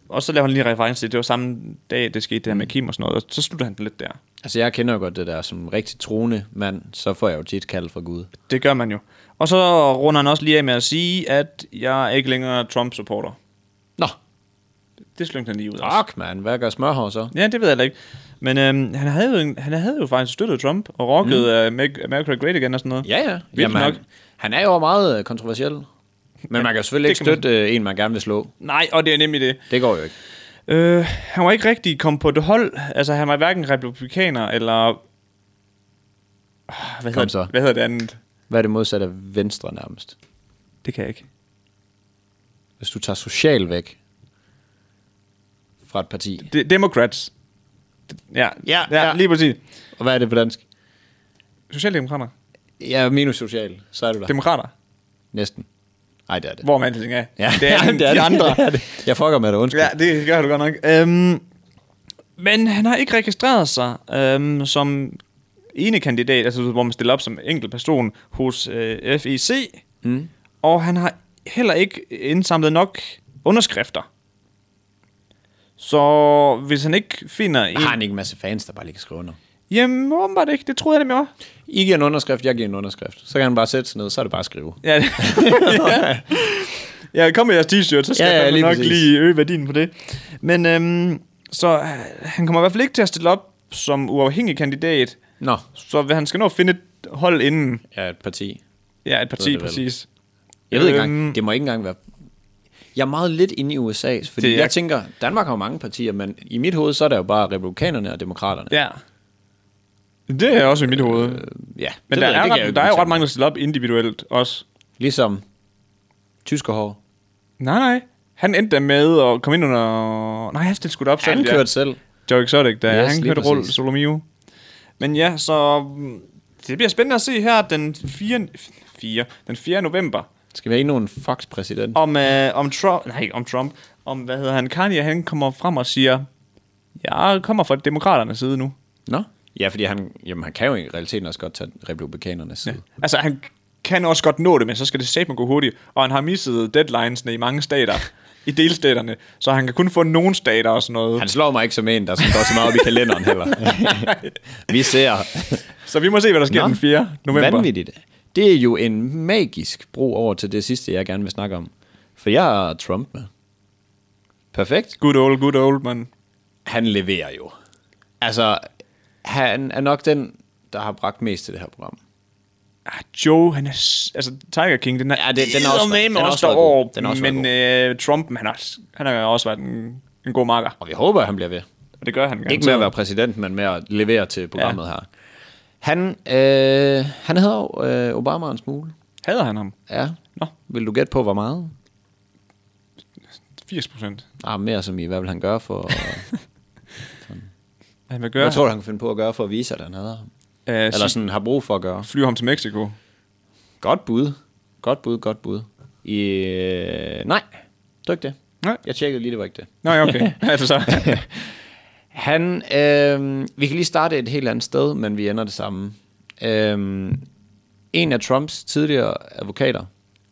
[SPEAKER 1] Og så laver han lige en reference til, det var samme dag, det skete det her
[SPEAKER 2] Mm.
[SPEAKER 1] med Kim og sådan noget, og så slutter han den lidt der.
[SPEAKER 2] Altså, jeg kender jo godt det der som rigtig troende mand, så får jeg jo tit kald fra Gud.
[SPEAKER 1] Det gør man jo. Og så runder han også lige af med at sige, at jeg er ikke længere Trump-supporter.
[SPEAKER 2] Nå,
[SPEAKER 1] Det slyngte han lige ud af.
[SPEAKER 2] fuck, man. Hvad gør smørhår så?
[SPEAKER 1] Ja, det ved jeg heller ikke. Men øhm, han, havde jo, en- han havde jo faktisk støttet Trump og rocket mm. uh, America Great Again og sådan noget.
[SPEAKER 2] Ja, ja.
[SPEAKER 1] Vildt nok.
[SPEAKER 2] Han, han er jo meget øh, kontroversiel. Men man kan jo selvfølgelig ikke
[SPEAKER 1] det kan man-
[SPEAKER 2] støtte øh, en, man gerne vil slå.
[SPEAKER 1] Nej, og det er nemlig det.
[SPEAKER 2] Det går jo ikke.
[SPEAKER 1] Øh, han var ikke rigtig kommet på det hold. Altså, han var hverken republikaner eller... Ah, Hvad
[SPEAKER 2] Kom
[SPEAKER 1] hedder,
[SPEAKER 2] så.
[SPEAKER 1] hvad hedder det andet?
[SPEAKER 2] Hvad er det modsatte af venstre nærmest?
[SPEAKER 1] Det kan jeg ikke.
[SPEAKER 2] Hvis du tager social væk fra et parti.
[SPEAKER 1] De- Democrats. Ja,
[SPEAKER 2] Ja,
[SPEAKER 1] ja,
[SPEAKER 2] ja.
[SPEAKER 1] lige præcis.
[SPEAKER 2] Og hvad er det på dansk?
[SPEAKER 1] Socialdemokrater.
[SPEAKER 2] Ja, minus social. Så er du der.
[SPEAKER 1] Demokrater.
[SPEAKER 2] Næsten. Nej, det er det.
[SPEAKER 1] Hvor man alting er. det er,
[SPEAKER 2] det
[SPEAKER 1] de andre.
[SPEAKER 2] Det er det. Jeg fucker med det, undskyld.
[SPEAKER 1] Ja, det gør du godt nok. Øhm, men han har ikke registreret sig øhm, som ene kandidat, altså hvor man stiller op som enkelt person hos øh, FEC, mm. og han har heller ikke indsamlet nok underskrifter. Så hvis han ikke finder en...
[SPEAKER 2] Der har han ikke en masse fans, der bare lige kan skrive under.
[SPEAKER 1] Jamen, åbenbart ikke. Det troede jeg nemlig også.
[SPEAKER 2] I giver en underskrift, jeg giver en underskrift. Så kan han bare sætte sig ned, så er det bare at skrive.
[SPEAKER 1] Ja, det- ja. ja kom med jeres t-shirt, så skal
[SPEAKER 2] Ja,
[SPEAKER 1] ja,
[SPEAKER 2] ja,
[SPEAKER 1] jeg fandme
[SPEAKER 2] lige
[SPEAKER 1] nok
[SPEAKER 2] præcis.
[SPEAKER 1] lige øge værdien på det. Men øhm, så øh, han kommer i hvert fald ikke til at stille op som uafhængig kandidat,
[SPEAKER 2] Nå.
[SPEAKER 1] så hvad han skal nå at finde et hold inden
[SPEAKER 2] Ja, et parti.
[SPEAKER 1] ja, et parti,
[SPEAKER 2] det vel.
[SPEAKER 1] præcis.
[SPEAKER 2] Jeg ved ikke
[SPEAKER 1] Øhm.
[SPEAKER 2] engang, det må ikke engang være... Jeg er meget lidt inde i USA, fordi
[SPEAKER 1] Det
[SPEAKER 2] det,
[SPEAKER 1] er-
[SPEAKER 2] jeg... jeg tænker, Danmark har jo mange partier, men i mit hoved, så er der jo bare republikanerne og demokraterne.
[SPEAKER 1] Ja. Det er også i mit hoved.
[SPEAKER 2] Øh, Ja,
[SPEAKER 1] Men
[SPEAKER 2] det
[SPEAKER 1] der
[SPEAKER 2] ved jeg,
[SPEAKER 1] er,
[SPEAKER 2] det kan jeg
[SPEAKER 1] ret,
[SPEAKER 2] ikke
[SPEAKER 1] der er jo
[SPEAKER 2] udtale
[SPEAKER 1] ret mange, der stiller op individuelt også.
[SPEAKER 2] mig. Ligesom tyskerhår.
[SPEAKER 1] Nej, nej. Han endte da med at komme ind under... Nej, han stillede sgu da op
[SPEAKER 2] Han
[SPEAKER 1] selv.
[SPEAKER 2] kørte
[SPEAKER 1] ja.
[SPEAKER 2] selv.
[SPEAKER 1] Joe Exotic, der
[SPEAKER 2] Yes,
[SPEAKER 1] yes, han
[SPEAKER 2] lige
[SPEAKER 1] kørte rull
[SPEAKER 2] præcis.
[SPEAKER 1] solo Mio. Men ja, så mm, det bliver spændende at se her den 4. 4. Den 4. november,
[SPEAKER 2] Skal vi have endnu en fucks præsident?
[SPEAKER 1] om, øh, om Trump, nej, ikke om Trump, om, hvad hedder han, Kanye, han kommer frem og siger, jeg kommer fra demokraternes side nu.
[SPEAKER 2] Nå? Ja, fordi han, jamen, han kan jo i realiteten også godt tage republikanernes side.
[SPEAKER 1] Altså, han kan også godt nå det, men så skal det satme gå hurtigt, og han har misset deadlinesne i mange stater, i delstaterne, så han kan kun få nogle stater og sådan noget.
[SPEAKER 2] Han slår mig ikke som en, der sådan går så meget op i kalenderen heller. vi ser.
[SPEAKER 1] Så vi må se, hvad der sker
[SPEAKER 2] Nå,
[SPEAKER 1] den 4. november.
[SPEAKER 2] Vanvittigt. Det er jo en magisk bro over til det sidste, jeg gerne vil snakke om. For jeg er Trump med. Perfekt.
[SPEAKER 1] Good old, good old, man.
[SPEAKER 2] Han leverer jo. Altså, han er nok den, der har bragt mest til det her program.
[SPEAKER 1] Ah, Joe, han er... s- Altså, Tiger King, den er,
[SPEAKER 2] Ja, det- den har også været-
[SPEAKER 1] eddermame
[SPEAKER 2] den har
[SPEAKER 1] også
[SPEAKER 2] også været god.
[SPEAKER 1] derovre,
[SPEAKER 2] Den har også været
[SPEAKER 1] men øh, Trump, han har, han har også været en, en god marker,
[SPEAKER 2] Og vi håber, at han bliver ved.
[SPEAKER 1] og det gør han
[SPEAKER 2] Ikke med at være præsident, men med at levere til programmet ja. her. Han, øh, han hedder jo, øh, Obama en smule.
[SPEAKER 1] Hader han ham?
[SPEAKER 2] Ja.
[SPEAKER 1] Nå.
[SPEAKER 2] Vil du gætte på, hvor meget?
[SPEAKER 1] 80 procent.
[SPEAKER 2] Ah, mere som i, hvad vil han gøre for...
[SPEAKER 1] Han vil
[SPEAKER 2] Hvad
[SPEAKER 1] gøre,
[SPEAKER 2] tror du, han kan finde på at gøre for at vise, at han hader ham?
[SPEAKER 1] øh,
[SPEAKER 2] Eller
[SPEAKER 1] Eller
[SPEAKER 2] sådan har brug for at gøre?
[SPEAKER 1] flyve ham til Mexico.
[SPEAKER 2] Godt bud. Godt bud, godt bud. I, øh, nej, det var ikke det.
[SPEAKER 1] Nej.
[SPEAKER 2] Jeg tjekkede lige, det var ikke det.
[SPEAKER 1] Nå, ja, okay. altså så.
[SPEAKER 2] Han, øh, vi kan lige starte et helt andet sted, men vi ender det samme. Øh, en af Trumps tidligere advokater,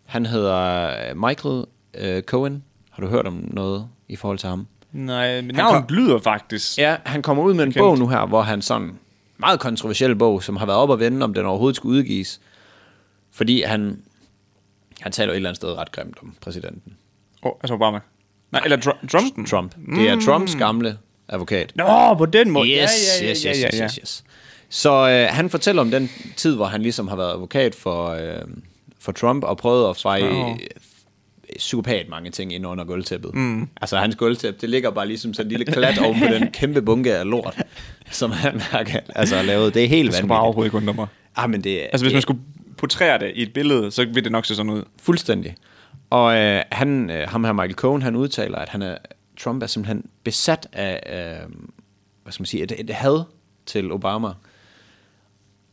[SPEAKER 2] han hedder Michael øh, Cohen. Har du hørt om noget i forhold til ham?
[SPEAKER 1] Nej, men navnet lyder faktisk.
[SPEAKER 2] Ja, han kommer ud med en
[SPEAKER 1] Kendt.
[SPEAKER 2] bog nu her, hvor han sådan meget kontroversiel bog, som har været op at vende, om den overhovedet skulle udgives. Fordi han, han taler jo et eller andet sted ret grimt om præsidenten.
[SPEAKER 1] Oh, altså Obama. Nej, eller Tru- Trumpen.
[SPEAKER 2] Trump. Det er Trumps gamle advokat.
[SPEAKER 1] Nå, på den måde.
[SPEAKER 2] Yes,
[SPEAKER 1] ja, ja, ja,
[SPEAKER 2] yes,
[SPEAKER 1] ja,
[SPEAKER 2] yes,
[SPEAKER 1] ja,
[SPEAKER 2] yes,
[SPEAKER 1] ja.
[SPEAKER 2] yes, yes. Så øh, han fortæller om den tid, hvor han ligesom har været advokat for, øh, for Trump og prøvet at feje, psykopat mange ting ind under gulvtæppet. Mm. Altså hans gulvtæppe, det ligger bare ligesom sådan en lille klat oven på den kæmpe bunke af lort, som han har altså, lavet. Det er helt
[SPEAKER 1] Det skal bare
[SPEAKER 2] vanvittigt.
[SPEAKER 1] overhovedet ikke undre mig.
[SPEAKER 2] Ah, men det, er-
[SPEAKER 1] Altså, hvis man
[SPEAKER 2] det-
[SPEAKER 1] skulle portrære det i et billede, så ville det nok se sådan ud.
[SPEAKER 2] Fuldstændig. Og øh, han, øh, ham her Michael Cohen, han udtaler, at han er, Trump er simpelthen besat af øh, hvad skal man sige, et, et had til Obama.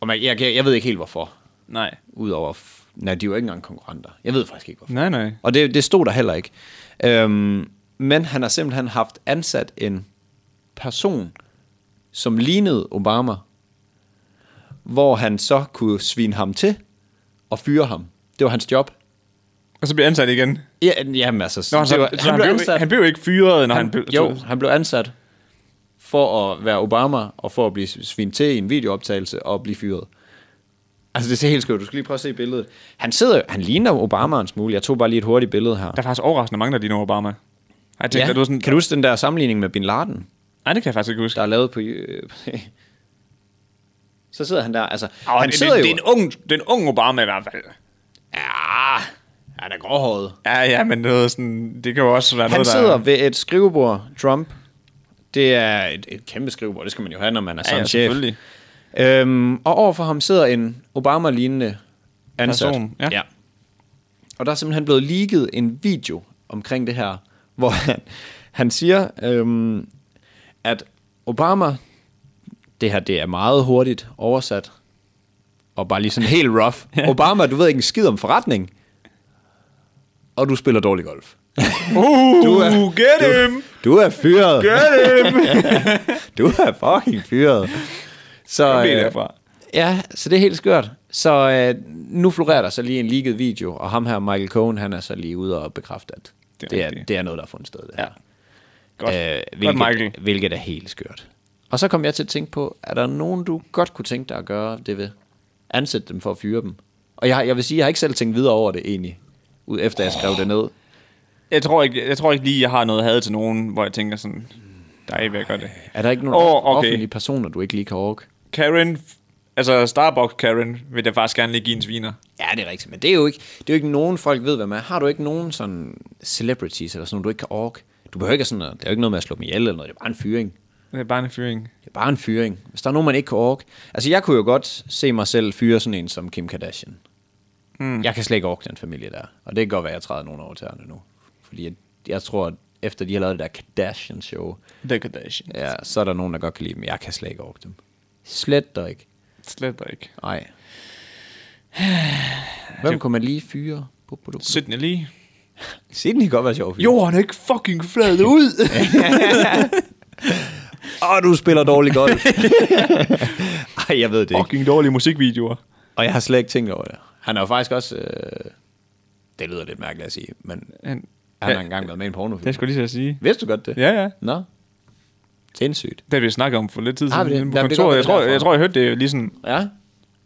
[SPEAKER 2] Og man, jeg, jeg, jeg ved ikke helt hvorfor.
[SPEAKER 1] Nej.
[SPEAKER 2] Udover, f- nej, de er jo ikke engang konkurrenter. Jeg ved faktisk ikke hvorfor.
[SPEAKER 1] Nej, nej.
[SPEAKER 2] Og det, det stod der heller ikke. Øhm, men han har simpelthen haft ansat en person, som lignede Obama, hvor han så kunne svine ham til og fyre ham. Det var hans job.
[SPEAKER 1] Og så bliver ansat igen.
[SPEAKER 2] Ja, jamen altså,
[SPEAKER 1] Nå,
[SPEAKER 2] det
[SPEAKER 1] så,
[SPEAKER 2] var,
[SPEAKER 1] så han, blev, ansat. han blev ikke fyret, når han,
[SPEAKER 2] han,
[SPEAKER 1] han blev... altså,
[SPEAKER 2] jo, han blev ansat for at være Obama og for at blive svint til i en videooptagelse og blive fyret. Altså, det ser helt skørt. Du skal lige prøve at se billedet. Han sidder, han ligner Obama en smule. Jeg tog bare lige et hurtigt billede her.
[SPEAKER 1] Der er faktisk overraskende mange, der ligner Obama. Har Jeg tænkt,
[SPEAKER 2] ja.
[SPEAKER 1] ja. du sådan,
[SPEAKER 2] Kan du huske den der sammenligning med Bin Laden,
[SPEAKER 1] Nej, det kan jeg faktisk ikke huske.
[SPEAKER 2] der er lavet på... øh, så sidder han der, altså...
[SPEAKER 1] Arh,
[SPEAKER 2] han
[SPEAKER 1] det,
[SPEAKER 2] sidder
[SPEAKER 1] det,
[SPEAKER 2] jo...
[SPEAKER 1] det, er en ung, det er en ung Obama i hvert fald.
[SPEAKER 2] Ja, han er gråhåret.
[SPEAKER 1] Ja, ja, men noget sådan, det kan jo også være
[SPEAKER 2] Han
[SPEAKER 1] noget,
[SPEAKER 2] sidder
[SPEAKER 1] der...
[SPEAKER 2] ved et skrivebord, Trump. Det er et, et kæmpe skrivebord, det skal man jo have, når man er
[SPEAKER 1] ja,
[SPEAKER 2] sådan
[SPEAKER 1] ja,
[SPEAKER 2] chef.
[SPEAKER 1] selvfølgelig.
[SPEAKER 2] Øhm, og overfor ham sidder en Obama-lignende ansat.
[SPEAKER 1] Person, ja.
[SPEAKER 2] Og der er simpelthen blevet leaget en video omkring det her, hvor han, han siger, øhm, at Obama, det her det er meget hurtigt oversat, og bare lige sådan helt rough. Obama, du ved ikke en skid om forretning, og du spiller dårlig golf.
[SPEAKER 1] Uh,
[SPEAKER 2] Du er-
[SPEAKER 1] get him!
[SPEAKER 2] Du er fyret.
[SPEAKER 1] Get him!
[SPEAKER 2] Du er fucking fyret. Så,
[SPEAKER 1] Kom lige
[SPEAKER 2] øh,
[SPEAKER 1] derfra.
[SPEAKER 2] Ja, så det er helt skørt. Så øh, nu florerer der så lige en leaked video, og ham her, Michael Cohen, han er så lige ude og bekræfte, at
[SPEAKER 1] Det er
[SPEAKER 2] det er, det er,
[SPEAKER 1] rigtigt.
[SPEAKER 2] det er noget, der er fundet sted. Det her.
[SPEAKER 1] Godt.
[SPEAKER 2] Øh,
[SPEAKER 1] Godt,
[SPEAKER 2] hvilket,
[SPEAKER 1] Michael.
[SPEAKER 2] hvilket er helt skørt. Og så kom jeg til at tænke på, er der nogen, du godt kunne tænke dig at gøre det ved? Ansætte dem for at fyre dem. Og jeg, har- jeg vil sige, jeg har ikke selv tænkt videre over det egentlig, ud efter jeg skrev det ned.
[SPEAKER 1] Jeg tror, ikke, jeg tror ikke lige, jeg har noget had til nogen, hvor jeg tænker sådan, dig vil jeg gøre det.
[SPEAKER 2] Er der ikke nogen
[SPEAKER 1] Åh,
[SPEAKER 2] oh,
[SPEAKER 1] okay.
[SPEAKER 2] okay. offentlige personer, du ikke lige kan orke?
[SPEAKER 1] Karen, altså Starbucks Karen, vil jeg faktisk gerne lige give en sviner.
[SPEAKER 2] Ja, det er rigtigt, men det er jo ikke, det er jo ikke nogen folk ved, hvad man er. Har du ikke nogen sådan celebrities eller sådan noget, du ikke kan orke? Du behøver ikke at sådan noget. Det er jo ikke noget med at slå dem ihjel eller noget. Det er bare en fyring.
[SPEAKER 1] Det er bare en fyring.
[SPEAKER 2] Det er bare en fyring. Hvis der er nogen, man ikke kan orke. Altså, jeg kunne jo godt se mig selv fyre sådan en som Kim Kardashian. Mm. Jeg kan slet ikke orke den familie der. Og det kan godt være, at jeg træder nogen over tæerne nu. Fordi jeg, jeg tror, at efter de har lavet det der Kardashian-show,
[SPEAKER 1] The Kardashian.
[SPEAKER 2] ja, så er der nogen, der godt kan lide dem. Jeg kan slet ikke orke dem. Slet der ikke.
[SPEAKER 1] Slet ikke.
[SPEAKER 2] Nej. Hvem kunne man lige fyre? Bup, bup, bup.
[SPEAKER 1] Sydney lige.
[SPEAKER 2] Sydney kan godt være sjov. Jo.
[SPEAKER 1] Jorden er ikke fucking flad ud.
[SPEAKER 2] Åh, Ah, du spiller dårlig golf. Ej, jeg ved det ikke.
[SPEAKER 1] fucking dårlige musikvideoer.
[SPEAKER 2] Og jeg har slet ikke tænkt over det. Han har jo faktisk også... Øh... Det lyder lidt mærkeligt at sige, men
[SPEAKER 1] Han,
[SPEAKER 2] han
[SPEAKER 1] ja,
[SPEAKER 2] har engang været med i en pornofilm.
[SPEAKER 1] jeg skulle lige til at sige.
[SPEAKER 2] Vidste du godt det?
[SPEAKER 1] Ja, ja.
[SPEAKER 2] Nå. Sindssygt.
[SPEAKER 1] Det har vi snakket om for lidt tid
[SPEAKER 2] Har vi
[SPEAKER 1] siden.
[SPEAKER 2] det?
[SPEAKER 1] inde på
[SPEAKER 2] Jamen, det
[SPEAKER 1] kontoret.
[SPEAKER 2] går
[SPEAKER 1] jeg, tror,
[SPEAKER 2] derfra.
[SPEAKER 1] jeg tror, jeg hørte det lige sådan,
[SPEAKER 2] Ja.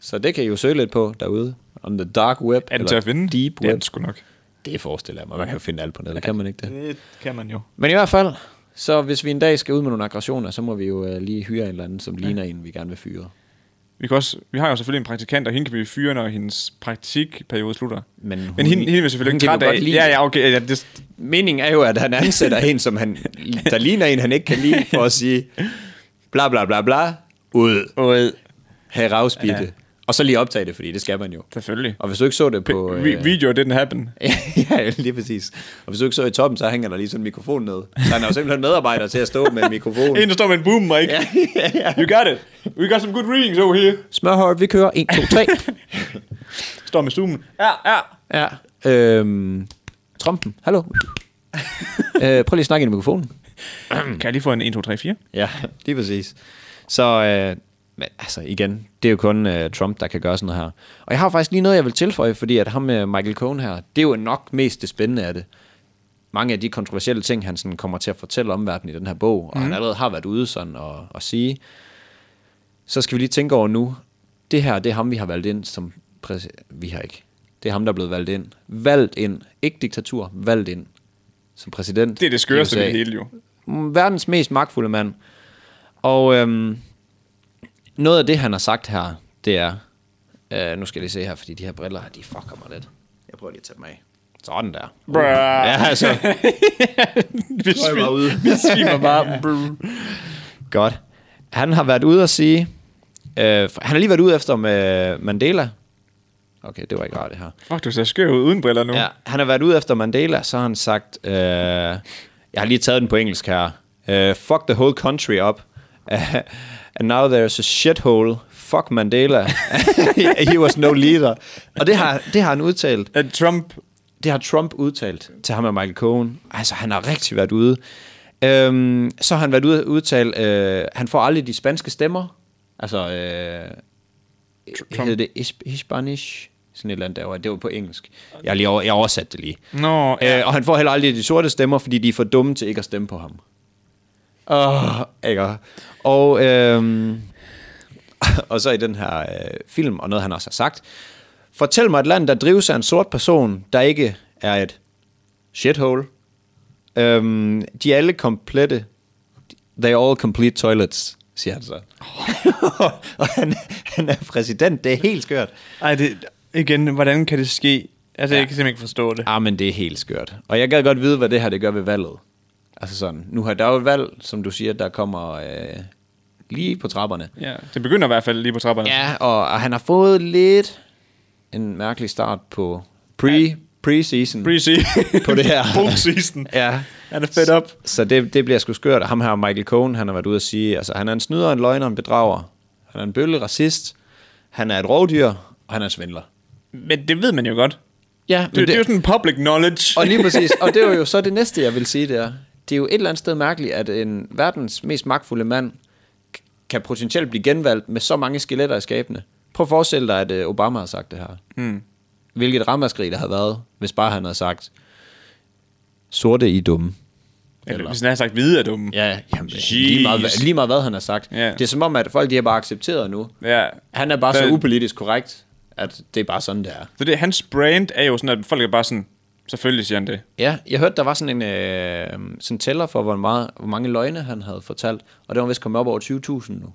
[SPEAKER 2] Så det kan I jo søge lidt på derude. On the dark web.
[SPEAKER 1] er den til at finde?
[SPEAKER 2] deep
[SPEAKER 1] Det er
[SPEAKER 2] web.
[SPEAKER 1] den sgu nok.
[SPEAKER 2] Det forestiller jeg mig. Man kan jo finde alt på nettet. Kan man ikke det?
[SPEAKER 1] Det kan man jo.
[SPEAKER 2] Men i hvert fald, så hvis vi en dag skal ud med nogle aggressioner, så må vi jo øh, lige hyre en eller anden, som ligner en, vi gerne vil fyre.
[SPEAKER 1] Vi, kan også, vi har jo selvfølgelig en praktikant, og hende kan vi fyre, når hendes praktikperiode slutter.
[SPEAKER 2] Men hun-
[SPEAKER 1] Men hende, hende vil selvfølgelig
[SPEAKER 2] hun
[SPEAKER 1] ikke træt
[SPEAKER 2] kan vi jo
[SPEAKER 1] af.
[SPEAKER 2] godt lide.
[SPEAKER 1] Ja, ja, okay. Ja, det,
[SPEAKER 2] Meningen er jo, at han ansætter en, som han, der ligner en, han ikke kan lide, for at sige, bla bla bla bla, ud,
[SPEAKER 1] Ud.
[SPEAKER 2] have ravsbitte.
[SPEAKER 1] Ja.
[SPEAKER 2] Ja. Og så lige optage det, fordi det skal man jo.
[SPEAKER 1] selvfølgelig.
[SPEAKER 2] Og hvis du ikke så det på... øh,
[SPEAKER 1] Vi- Video didn't happen.
[SPEAKER 2] ja, lige præcis. Og hvis du ikke så i toppen, så hænger der lige sådan en mikrofon ned. Så han er jo simpelthen medarbejder til at stå med en mikrofon.
[SPEAKER 1] En, der står med en boom mic.
[SPEAKER 2] Ja, ja, ja.
[SPEAKER 1] You got it. We got some good readings over here.
[SPEAKER 2] Smørhøjt, vi kører 1, 2, 3.
[SPEAKER 1] Står med zoomen. Ja, ja.
[SPEAKER 2] Ja. Øhm, Trumpen, hallo. øh, prøv lige at snakke ind i mikrofonen.
[SPEAKER 1] Kan jeg lige få en 1, 2, 3, 4?
[SPEAKER 2] Ja, lige præcis. Så øh, men, altså igen, det er jo kun øh, Trump, der kan gøre sådan noget her. Og jeg har faktisk lige noget, jeg vil tilføje, fordi at ham med Michael Cohen her, det er jo nok mest det spændende af det. Mange af de kontroversielle ting, han sådan kommer til at fortælle omverdenen i den her bog, og
[SPEAKER 1] Mhm.
[SPEAKER 2] mm. han allerede har været ude sådan og, og sige, så skal vi lige tænke over nu, det her, det er ham, vi har valgt ind som præs- Vi har ikke. Det er ham, der er blevet valgt ind. Valgt ind. Ikke diktatur, valgt ind som præsident.
[SPEAKER 1] Det er det skøreste
[SPEAKER 2] i
[SPEAKER 1] ved
[SPEAKER 2] USA
[SPEAKER 1] det hele jo.
[SPEAKER 2] verdens mest magtfulde mand. Og øhm, noget af det, han har sagt her, det er... Øh, nu skal jeg lige se her, fordi de her briller her, de fucker mig lidt. Jeg prøver lige at tage dem af. Sådan der.
[SPEAKER 1] Bruh.
[SPEAKER 2] Ja, altså.
[SPEAKER 1] Vi
[SPEAKER 2] bare ude.
[SPEAKER 1] svim- vi svimer bare. Brr.
[SPEAKER 2] Godt. Han har været ude og sige... Øh, for- han har lige været ude efter med Mandela. Okay, det var ikke rart det her.
[SPEAKER 1] Fuck, du ser skør ud uden briller nu.
[SPEAKER 2] Ja, han har været ude efter Mandela, så har han sagt, øh, jeg har lige taget den på engelsk her, øh, fuck the whole country up, and now there's a shithole, fuck Mandela, he was no leader. Og det har, det har han udtalt,
[SPEAKER 1] At Trump...
[SPEAKER 2] det har Trump udtalt til ham og Michael Cohen. Altså, han har rigtig været ude. Øhm, så har han været ude og udtale, øh, han får aldrig de spanske stemmer, altså, øh, hedder det Hisp- Hispanish? Sådan et eller andet derovre. Det var på engelsk. Jeg, har lige over, jeg oversatte det lige.
[SPEAKER 1] Nå, ja.
[SPEAKER 2] Øh, og han får heller aldrig de sorte stemmer, fordi de er for dumme til ikke at stemme på ham. Åh, ikke? Og, øhm, og så i den her øh, film, og noget han også har sagt. Fortæl mig et land, der drives af en sort person, der ikke er et shithole. Øhm, de er alle komplette. They are all complete toilets, siger han så. og han, han er præsident, det er helt skørt.
[SPEAKER 1] Ej, det, igen, hvordan kan det ske? Altså, ja.
[SPEAKER 2] Ja.
[SPEAKER 1] jeg kan simpelthen ikke forstå det.
[SPEAKER 2] Ah, men det er helt skørt. Og jeg gad godt vide, hvad det her det gør ved valget. Altså sådan, nu har der jo et valg, som du siger, der kommer øh, lige på trapperne.
[SPEAKER 1] Ja, det begynder i hvert fald lige på trapperne.
[SPEAKER 2] Ja, og, og han har fået lidt en mærkelig start på pre, pre-season
[SPEAKER 1] Pre-season.
[SPEAKER 2] på det her.
[SPEAKER 1] Post-season.
[SPEAKER 2] ja.
[SPEAKER 1] Han er fedt op.
[SPEAKER 2] Så det, det bliver sgu skørt. Og ham her, Michael Cohen, han har været ude at sige, altså han er en snyder, en løgner, en bedrager. Han er en bølle racist. Han er et rovdyr, og han er en svindler.
[SPEAKER 1] Men det ved man jo godt.
[SPEAKER 2] Ja,
[SPEAKER 1] Det, det, det er jo sådan public knowledge.
[SPEAKER 2] Og lige præcis, og det var jo så det næste, jeg vil sige, det er, det er jo et eller andet sted mærkeligt, at en verdens mest magtfulde mand k- kan potentielt blive genvalgt med så mange skeletter i skabene. Prøv at forestille dig, at øh, Obama har sagt det her. Mm. Hvilket ramaskrig der havde været, hvis bare han havde sagt, sorte i er dumme.
[SPEAKER 1] Eller, hvis han har sagt hvide er dumme.
[SPEAKER 2] Ja, jamen,
[SPEAKER 1] Jeez.
[SPEAKER 2] lige, meget, hvad- lige meget hvad han har sagt.
[SPEAKER 1] Ja.
[SPEAKER 2] Det er som om, at folk de har bare accepteret nu.
[SPEAKER 1] Ja.
[SPEAKER 2] Han er bare så
[SPEAKER 1] Der-
[SPEAKER 2] upolitisk korrekt, at det er bare sådan, det er.
[SPEAKER 1] Så det, hans brand er jo sådan, at folk er bare sådan, selvfølgelig siger han det.
[SPEAKER 2] Ja, jeg hørte, der var sådan en øh, sådan en tæller for, hvor, meget, hvor mange løgne han havde fortalt, og det var vist kommet op over 20.000 nu.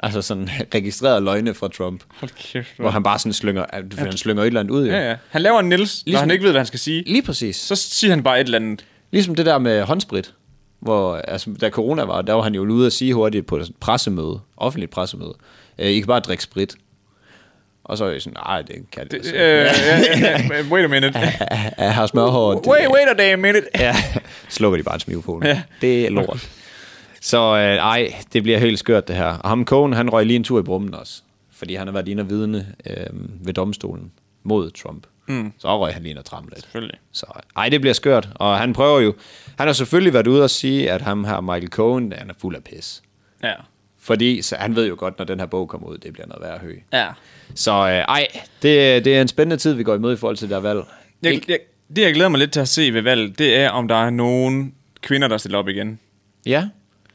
[SPEAKER 2] Altså sådan registreret løgne fra Trump,
[SPEAKER 1] Hold kæft.
[SPEAKER 2] hvor
[SPEAKER 1] Hvor...
[SPEAKER 2] han bare sådan slynger, at- han slynger et eller andet ud. Jo.
[SPEAKER 1] Ja, ja. Han laver en Nils, ligesom... når
[SPEAKER 2] Ligesom-
[SPEAKER 1] han ikke ved, hvad han skal sige.
[SPEAKER 2] Lige præcis.
[SPEAKER 1] Så siger han bare et eller andet.
[SPEAKER 2] Ligesom det der med håndsprit, hvor altså, da corona var, der var han jo ude at sige hurtigt på et pressemøde, offentligt pressemøde, øh, I kan bare drikke sprit. Og så er jeg sådan, nej, det kan det,
[SPEAKER 1] Øh,
[SPEAKER 2] altså.
[SPEAKER 1] ja, ja, ja, wait a minute.
[SPEAKER 2] Jeg har smørhår. det-
[SPEAKER 1] Wait, wait a damn minute.
[SPEAKER 2] ja, slukker de bare hans mikrofon.
[SPEAKER 1] Ja.
[SPEAKER 2] Ja. Det er lort. Så øh, ej, det bliver helt skørt det her. Og ham Cohen, han røg lige en tur i brummen også. Fordi han har været inde og vidne øh, ved domstolen mod Trump. Mm. Så røg han lige ind og trampe lidt.
[SPEAKER 1] Selvfølgelig.
[SPEAKER 2] Så ej, det bliver skørt. Og han prøver jo... Han har selvfølgelig været ude og sige, at ham her Michael Cohen, han er fuld af pis.
[SPEAKER 1] Ja.
[SPEAKER 2] Fordi så han ved jo godt, når den her bog kommer ud, det bliver noget værre at høge.
[SPEAKER 1] Ja.
[SPEAKER 2] Så øh, ej, det, det er en spændende tid, vi går imod i forhold til det her valg.
[SPEAKER 1] Jeg, jeg, det, jeg glæder mig lidt til at se ved valget, det er, om der er nogen kvinder, der stiller op igen.
[SPEAKER 2] Ja.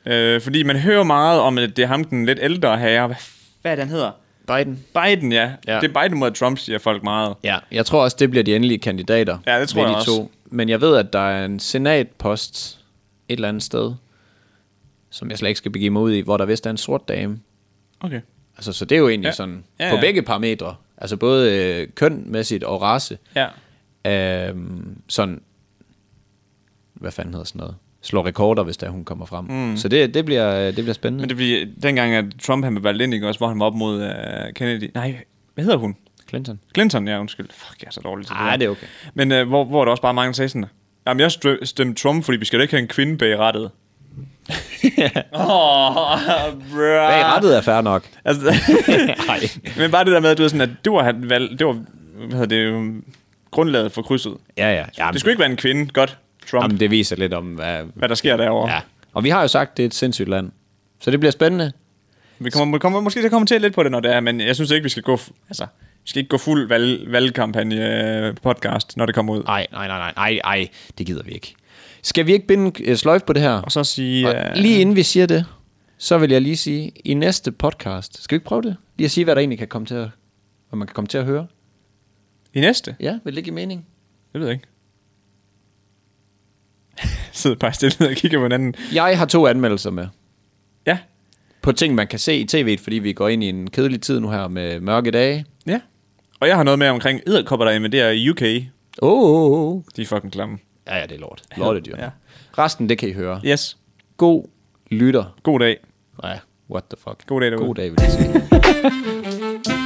[SPEAKER 1] Øh, fordi man hører meget om, at det er ham, den lidt ældre herre. Hvad, hvad er det, han hedder?
[SPEAKER 2] Biden.
[SPEAKER 1] Biden, ja. ja.
[SPEAKER 2] Ja.
[SPEAKER 1] Det er Biden mod Trump, siger folk meget.
[SPEAKER 2] Ja, jeg tror også, det bliver de endelige kandidater.
[SPEAKER 1] Ja, det tror
[SPEAKER 2] ved
[SPEAKER 1] jeg
[SPEAKER 2] de
[SPEAKER 1] også.
[SPEAKER 2] To. Men jeg ved, at der er en senatpost et eller andet sted, som jeg slet ikke skal begive mig ud i, hvor der vist er en sort dame.
[SPEAKER 1] Okay.
[SPEAKER 2] Altså, så det er jo egentlig
[SPEAKER 1] Ja.
[SPEAKER 2] ja. sådan,
[SPEAKER 1] Ja,
[SPEAKER 2] ja, på
[SPEAKER 1] ja.
[SPEAKER 2] begge parametre, altså både øh, kønmæssigt og race,
[SPEAKER 1] Ja.
[SPEAKER 2] øhm, sådan, hvad fanden hedder sådan noget, slår rekorder, hvis der hun kommer frem. Mm. Så det, det, bliver, øh, det bliver spændende.
[SPEAKER 1] Men det bliver dengang, at Trump han blev valgt ind, ikke også, hvor han var op mod uh, Kennedy. Nej, hvad hedder hun?
[SPEAKER 2] Clinton.
[SPEAKER 1] Clinton, ja, undskyld. Fuck, jeg er så dårlig til det.
[SPEAKER 2] Ej,
[SPEAKER 1] her.
[SPEAKER 2] det er okay.
[SPEAKER 1] Men uh, hvor, hvor er der også bare mange, der sagde sådan, jamen jeg stø- stemte Trump, fordi vi skal da ikke have en kvinde bag rattet. Åh, oh, bruh.
[SPEAKER 2] Bag rettet er fair nok.
[SPEAKER 1] Altså,
[SPEAKER 2] Nej.
[SPEAKER 1] men bare det der med, at du ved sådan, at det var, han valg, det var hvad hedder det, um, grundlaget for krydset.
[SPEAKER 2] Ja, ja. Jamen,
[SPEAKER 1] Det skulle ikke være en kvinde, godt, Trump,
[SPEAKER 2] jamen, det viser lidt om, hvad,
[SPEAKER 1] hvad der sker derovre.
[SPEAKER 2] Ja. Og vi har jo sagt, at det er et sindssygt land. Så det bliver spændende.
[SPEAKER 1] Vi kommer, vi kommer måske til at kommentere lidt på det, når det er, men jeg synes ikke, vi skal gå, f- altså, vi skal ikke gå fuld valg, valgkampagne-podcast, når det kommer ud.
[SPEAKER 2] Nej, nej, nej, nej, nej, nej, det gider vi ikke. Skal vi ikke binde en øh, sløjf på det her?
[SPEAKER 1] Og så sige, øh,
[SPEAKER 2] Og lige inden vi siger det, så vil jeg lige sige, i næste podcast, skal vi ikke prøve det? Lige at sige, hvad der egentlig kan komme til at, hvad man kan komme til at høre.
[SPEAKER 1] i næste,
[SPEAKER 2] Ja, vil det give mening?
[SPEAKER 1] det ved jeg ikke. Sidder bare stille og kigger på hinanden.
[SPEAKER 2] Jeg har to anmeldelser med
[SPEAKER 1] Ja,
[SPEAKER 2] på ting, man kan se i tv'et, fordi vi går ind i en kedelig tid nu her med mørke dage.
[SPEAKER 1] ja. Og jeg har noget med omkring edderkopper, der invaderer i UK.
[SPEAKER 2] Åh, oh, oh, oh.
[SPEAKER 1] De er fucking klamme.
[SPEAKER 2] Ja, ja, det er lort. Lortedyr.
[SPEAKER 1] Ja.
[SPEAKER 2] Ja. Resten, det kan I høre.
[SPEAKER 1] Yes.
[SPEAKER 2] God lytter.
[SPEAKER 1] God dag.
[SPEAKER 2] Nej, what the fuck.
[SPEAKER 1] God dag derude.
[SPEAKER 2] God dag, vil jeg sige.